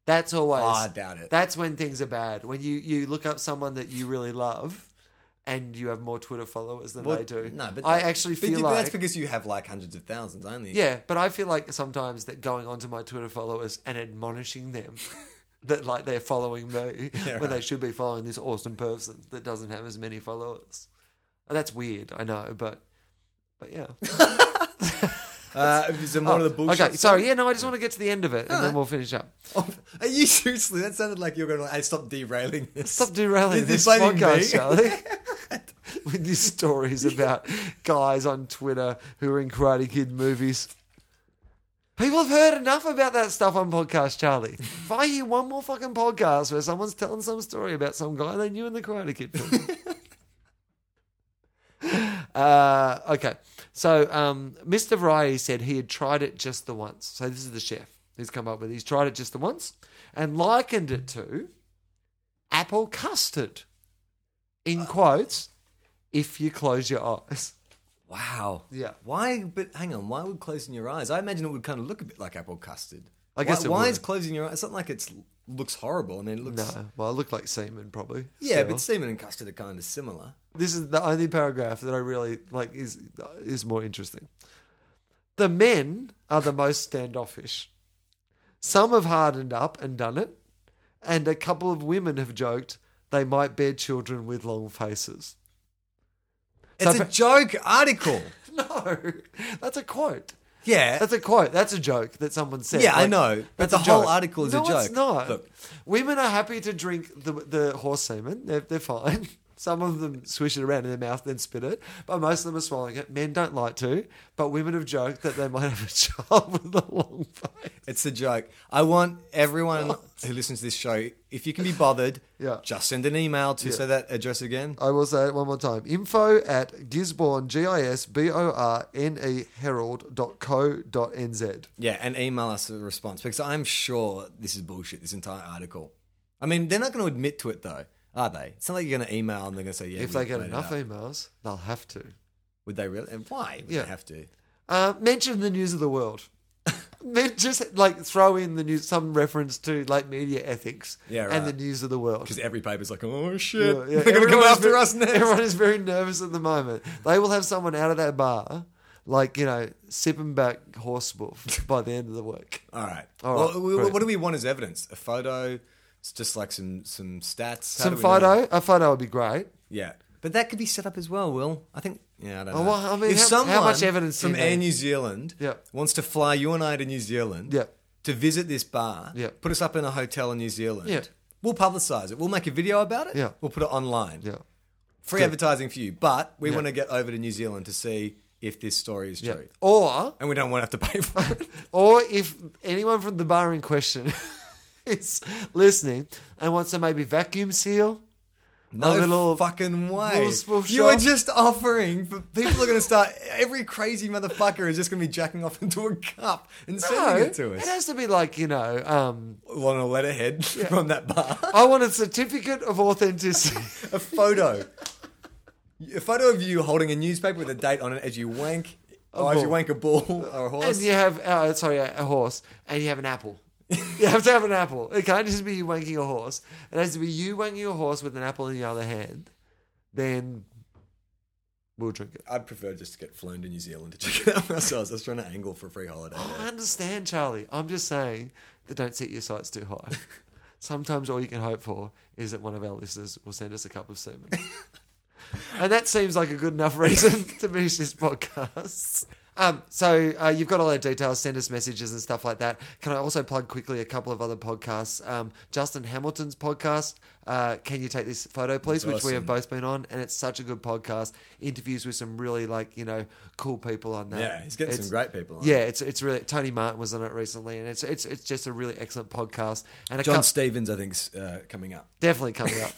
Speaker 4: That's always.
Speaker 3: Oh, I doubt it.
Speaker 4: That's when things are bad. When you you look up someone that you really love, and you have more Twitter followers than
Speaker 3: Well,
Speaker 4: they do.
Speaker 3: No, but
Speaker 4: I actually
Speaker 3: but
Speaker 4: feel
Speaker 3: you- but that's
Speaker 4: like
Speaker 3: because you have like hundreds of thousands only.
Speaker 4: yeah, but I feel like sometimes that going onto my Twitter followers and
Speaker 3: <laughs>
Speaker 4: admonishing them. That like they're following me when they should be following this awesome person that doesn't have as many followers. And that's weird, I know, but but yeah.
Speaker 3: Uh, is it more of the bullshit?
Speaker 4: Oh, okay, sorry. Yeah, no, I just want to get to the end of it and then
Speaker 3: Alright.
Speaker 4: we'll finish up.
Speaker 3: <laughs> Are you seriously? That sounded like you were going to hey, stop derailing this.
Speaker 4: Stop derailing
Speaker 3: You're
Speaker 4: this
Speaker 3: deflating me.
Speaker 4: podcast, Charlie. With these stories about guys on Twitter who are in Karate Kid movies. People have heard enough about that stuff on podcast, Charlie. If I hear one more fucking podcast where someone's telling some story about some guy they knew in the Karate Kid film. uh, okay. So um, Mr. Variety said he had tried it just the once. So this is the chef who's come up with it. He's tried it just the once and likened it to apple custard. In quotes, if you close your eyes.
Speaker 3: Wow.
Speaker 4: Yeah.
Speaker 3: Why? But hang on. Why would closing your eyes? I imagine it would kind of look a bit like apple custard.
Speaker 4: I guess
Speaker 3: Why,
Speaker 4: it
Speaker 3: why
Speaker 4: would.
Speaker 3: is closing your eyes? It's not like it's looks horrible. I mean, it looks.
Speaker 4: No, well, I look like semen probably.
Speaker 3: Yeah,
Speaker 4: still.
Speaker 3: but semen and custard are kind of similar.
Speaker 4: this is the only paragraph that I really like is is more interesting. The men are the most standoffish. Some have hardened up and done it, and a couple of women have joked they might bear children with long faces. <laughs>
Speaker 3: It's
Speaker 4: So-
Speaker 3: a joke
Speaker 4: <laughs>
Speaker 3: article.
Speaker 4: No, that's a quote.
Speaker 3: Yeah.
Speaker 4: That's a quote. That's a joke that someone said.
Speaker 3: Yeah, I know, but
Speaker 4: that's
Speaker 3: the
Speaker 4: a
Speaker 3: whole
Speaker 4: joke.
Speaker 3: article is a
Speaker 4: no, It's
Speaker 3: joke.
Speaker 4: not.
Speaker 3: Look.
Speaker 4: Women are happy to drink the, the horse semen. They're, they're fine. <laughs> Some of them swish it around in their mouth, then spit it. But most of them are swallowing it. Men don't like to, but women have joked that they might have a <laughs> child with a long face.
Speaker 3: It's a joke. I want everyone who listens to this show, if you can be bothered,
Speaker 4: Yeah.
Speaker 3: just send an email to say that address again.
Speaker 4: I will say it one more time. Info at gisborne, G-I-S-B-O-R-N-E, herald.co.nz.
Speaker 3: Yeah, and email us a response because I'm sure this is bullshit, this entire article. I mean, they're not going to admit to it though, are they? It's not like you're going to email and they're going to say, yeah,
Speaker 4: If
Speaker 3: we
Speaker 4: they get
Speaker 3: made it
Speaker 4: enough
Speaker 3: up.
Speaker 4: emails, they'll have to.
Speaker 3: Would they really? And why would
Speaker 4: Yeah.
Speaker 3: they have to?
Speaker 4: Uh, mention the news of the world. <laughs> Men- Just like throw in the news, some reference to like media ethics
Speaker 3: Yeah,
Speaker 4: and the
Speaker 3: right.
Speaker 4: news of the world.
Speaker 3: Because every paper's like, oh shit,
Speaker 4: Yeah,
Speaker 3: <laughs>
Speaker 4: yeah.
Speaker 3: they're going to come
Speaker 4: Everyone is
Speaker 3: after
Speaker 4: ve-
Speaker 3: us next.
Speaker 4: Everyone is very nervous at the moment. They will have someone out of that bar, like you know, sipping back horse wolf <laughs> by the end of the week.
Speaker 3: <laughs> All right.
Speaker 4: All right,
Speaker 3: Well, we-
Speaker 4: brilliant.
Speaker 3: what do we want as evidence? A photo? It's just like some some stats. How
Speaker 4: Some
Speaker 3: do we know?
Speaker 4: photo, a photo would be great.
Speaker 3: Yeah. But that could be set up as well, Will. I think. Yeah, I don't know.
Speaker 4: Oh, well, I mean,
Speaker 3: if
Speaker 4: how- how
Speaker 3: someone
Speaker 4: much evidence do
Speaker 3: from
Speaker 4: you need?
Speaker 3: Air New Zealand
Speaker 4: Yeah.
Speaker 3: wants to fly you and I to New Zealand
Speaker 4: Yeah.
Speaker 3: to visit this bar,
Speaker 4: Yeah.
Speaker 3: put us up in a hotel in New Zealand,
Speaker 4: Yeah.
Speaker 3: we'll publicise it. We'll make a video about it.
Speaker 4: Yeah.
Speaker 3: We'll put it online.
Speaker 4: Yeah.
Speaker 3: Free
Speaker 4: Yeah.
Speaker 3: advertising for you. But we
Speaker 4: Yeah.
Speaker 3: want to get over to New Zealand to see if this story is
Speaker 4: Yeah.
Speaker 3: true.
Speaker 4: Or
Speaker 3: And we don't want to have to pay for
Speaker 4: <laughs>
Speaker 3: it.
Speaker 4: or if anyone from the bar in question <laughs> is listening and wants to maybe vacuum seal.
Speaker 3: No
Speaker 4: little-
Speaker 3: fucking way.
Speaker 4: little swoosh
Speaker 3: you are
Speaker 4: off.
Speaker 3: just offering, for, people are going to start, every crazy motherfucker is just going to be jacking off into a cup and
Speaker 4: No,
Speaker 3: sending it
Speaker 4: it
Speaker 3: to us.
Speaker 4: has to be like, you know, um,
Speaker 3: on a <laughs> letterhead from that bar.
Speaker 4: I want a certificate of authenticity.
Speaker 3: A photo. a photo of you holding a newspaper with a date on it as you wank, or as you
Speaker 4: ball.
Speaker 3: wank a
Speaker 4: <laughs>
Speaker 3: ball or a
Speaker 4: and
Speaker 3: horse.
Speaker 4: you have, uh, sorry, a, a horse, and you have an apple. you have to have an apple. It can't just be you wanking a horse. It has to be you wanking a horse with an apple in the other hand. Then we'll drink it.
Speaker 3: I'd prefer just to get flown to New Zealand to check it out <laughs> myself. I was trying to angle for a free holiday.
Speaker 4: I
Speaker 3: there.
Speaker 4: understand, Charlie. I'm just saying that don't set your sights
Speaker 3: <laughs>
Speaker 4: too high. Sometimes all you can hope for is that one of our listeners will send us a cup of semen. <laughs> and that seems like a good enough reason to finish this podcast. Um, so uh, you've got all our details. Send us messages and stuff like that. Can I also plug quickly a couple of other podcasts? Um, Justin Hamilton's podcast, uh, Can You Take This Photo Please, which we have both been on, and it's such a good podcast. Interviews with some really like you know cool people on that.
Speaker 3: Yeah, he's getting some
Speaker 4: It's-
Speaker 3: great people on.
Speaker 4: Yeah, it's it's really Tony Martin was on it recently, and it's it's it's just a really excellent podcast. And a
Speaker 3: John
Speaker 4: cou-
Speaker 3: Stevens, I think's uh, coming up. <laughs>
Speaker 4: definitely coming up.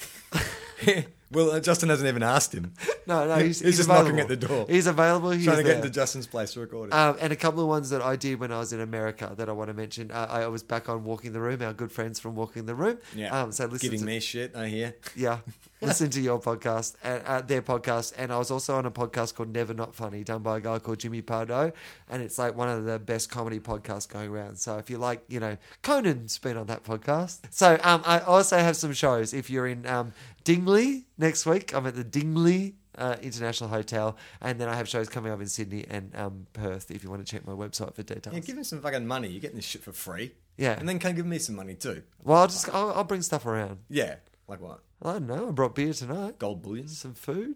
Speaker 3: well, uh, Justin hasn't even asked him. <laughs>
Speaker 4: No, no, he's,
Speaker 3: He's just knocking
Speaker 4: available.
Speaker 3: at the door.
Speaker 4: He's available. He's
Speaker 3: trying to get
Speaker 4: there.
Speaker 3: into Justin's place to record it.
Speaker 4: Um, and a couple of ones that I did when I was in America that I want to mention. Uh, I was back on Walking the Room, our good friends from Walking the Room. Um, so listen
Speaker 3: giving
Speaker 4: to,
Speaker 3: me shit. I hear.
Speaker 4: yeah, <laughs> listen to your podcast and uh, their podcast. And I was also on a podcast called Never Not Funny, done by a guy called Jimmy Pardo, and it's like one of the best comedy podcasts going around. So if you like, you know, Conan's been on that podcast. So um, I also have some shows. If you're in um, Dingley next week, I'm at the Dingley. Uh, International Hotel, and then I have shows coming up in Sydney and um, Perth. If you want to check my website for details,
Speaker 3: Yeah, give him some fucking money. You're getting this shit for free.
Speaker 4: Yeah.
Speaker 3: and then come give me some money too.
Speaker 4: well, I'll just I'll, I'll bring stuff around.
Speaker 3: Yeah, like what?
Speaker 4: I don't know. I brought beer tonight.
Speaker 3: Gold bullions.
Speaker 4: some food?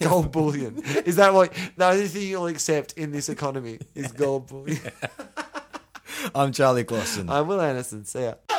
Speaker 4: gold bullion. Is that what the only thing you'll accept in this economy is gold bullion?
Speaker 3: I'm Charlie Clausen.
Speaker 4: <laughs> Um, I'm Will Anderson. See ya.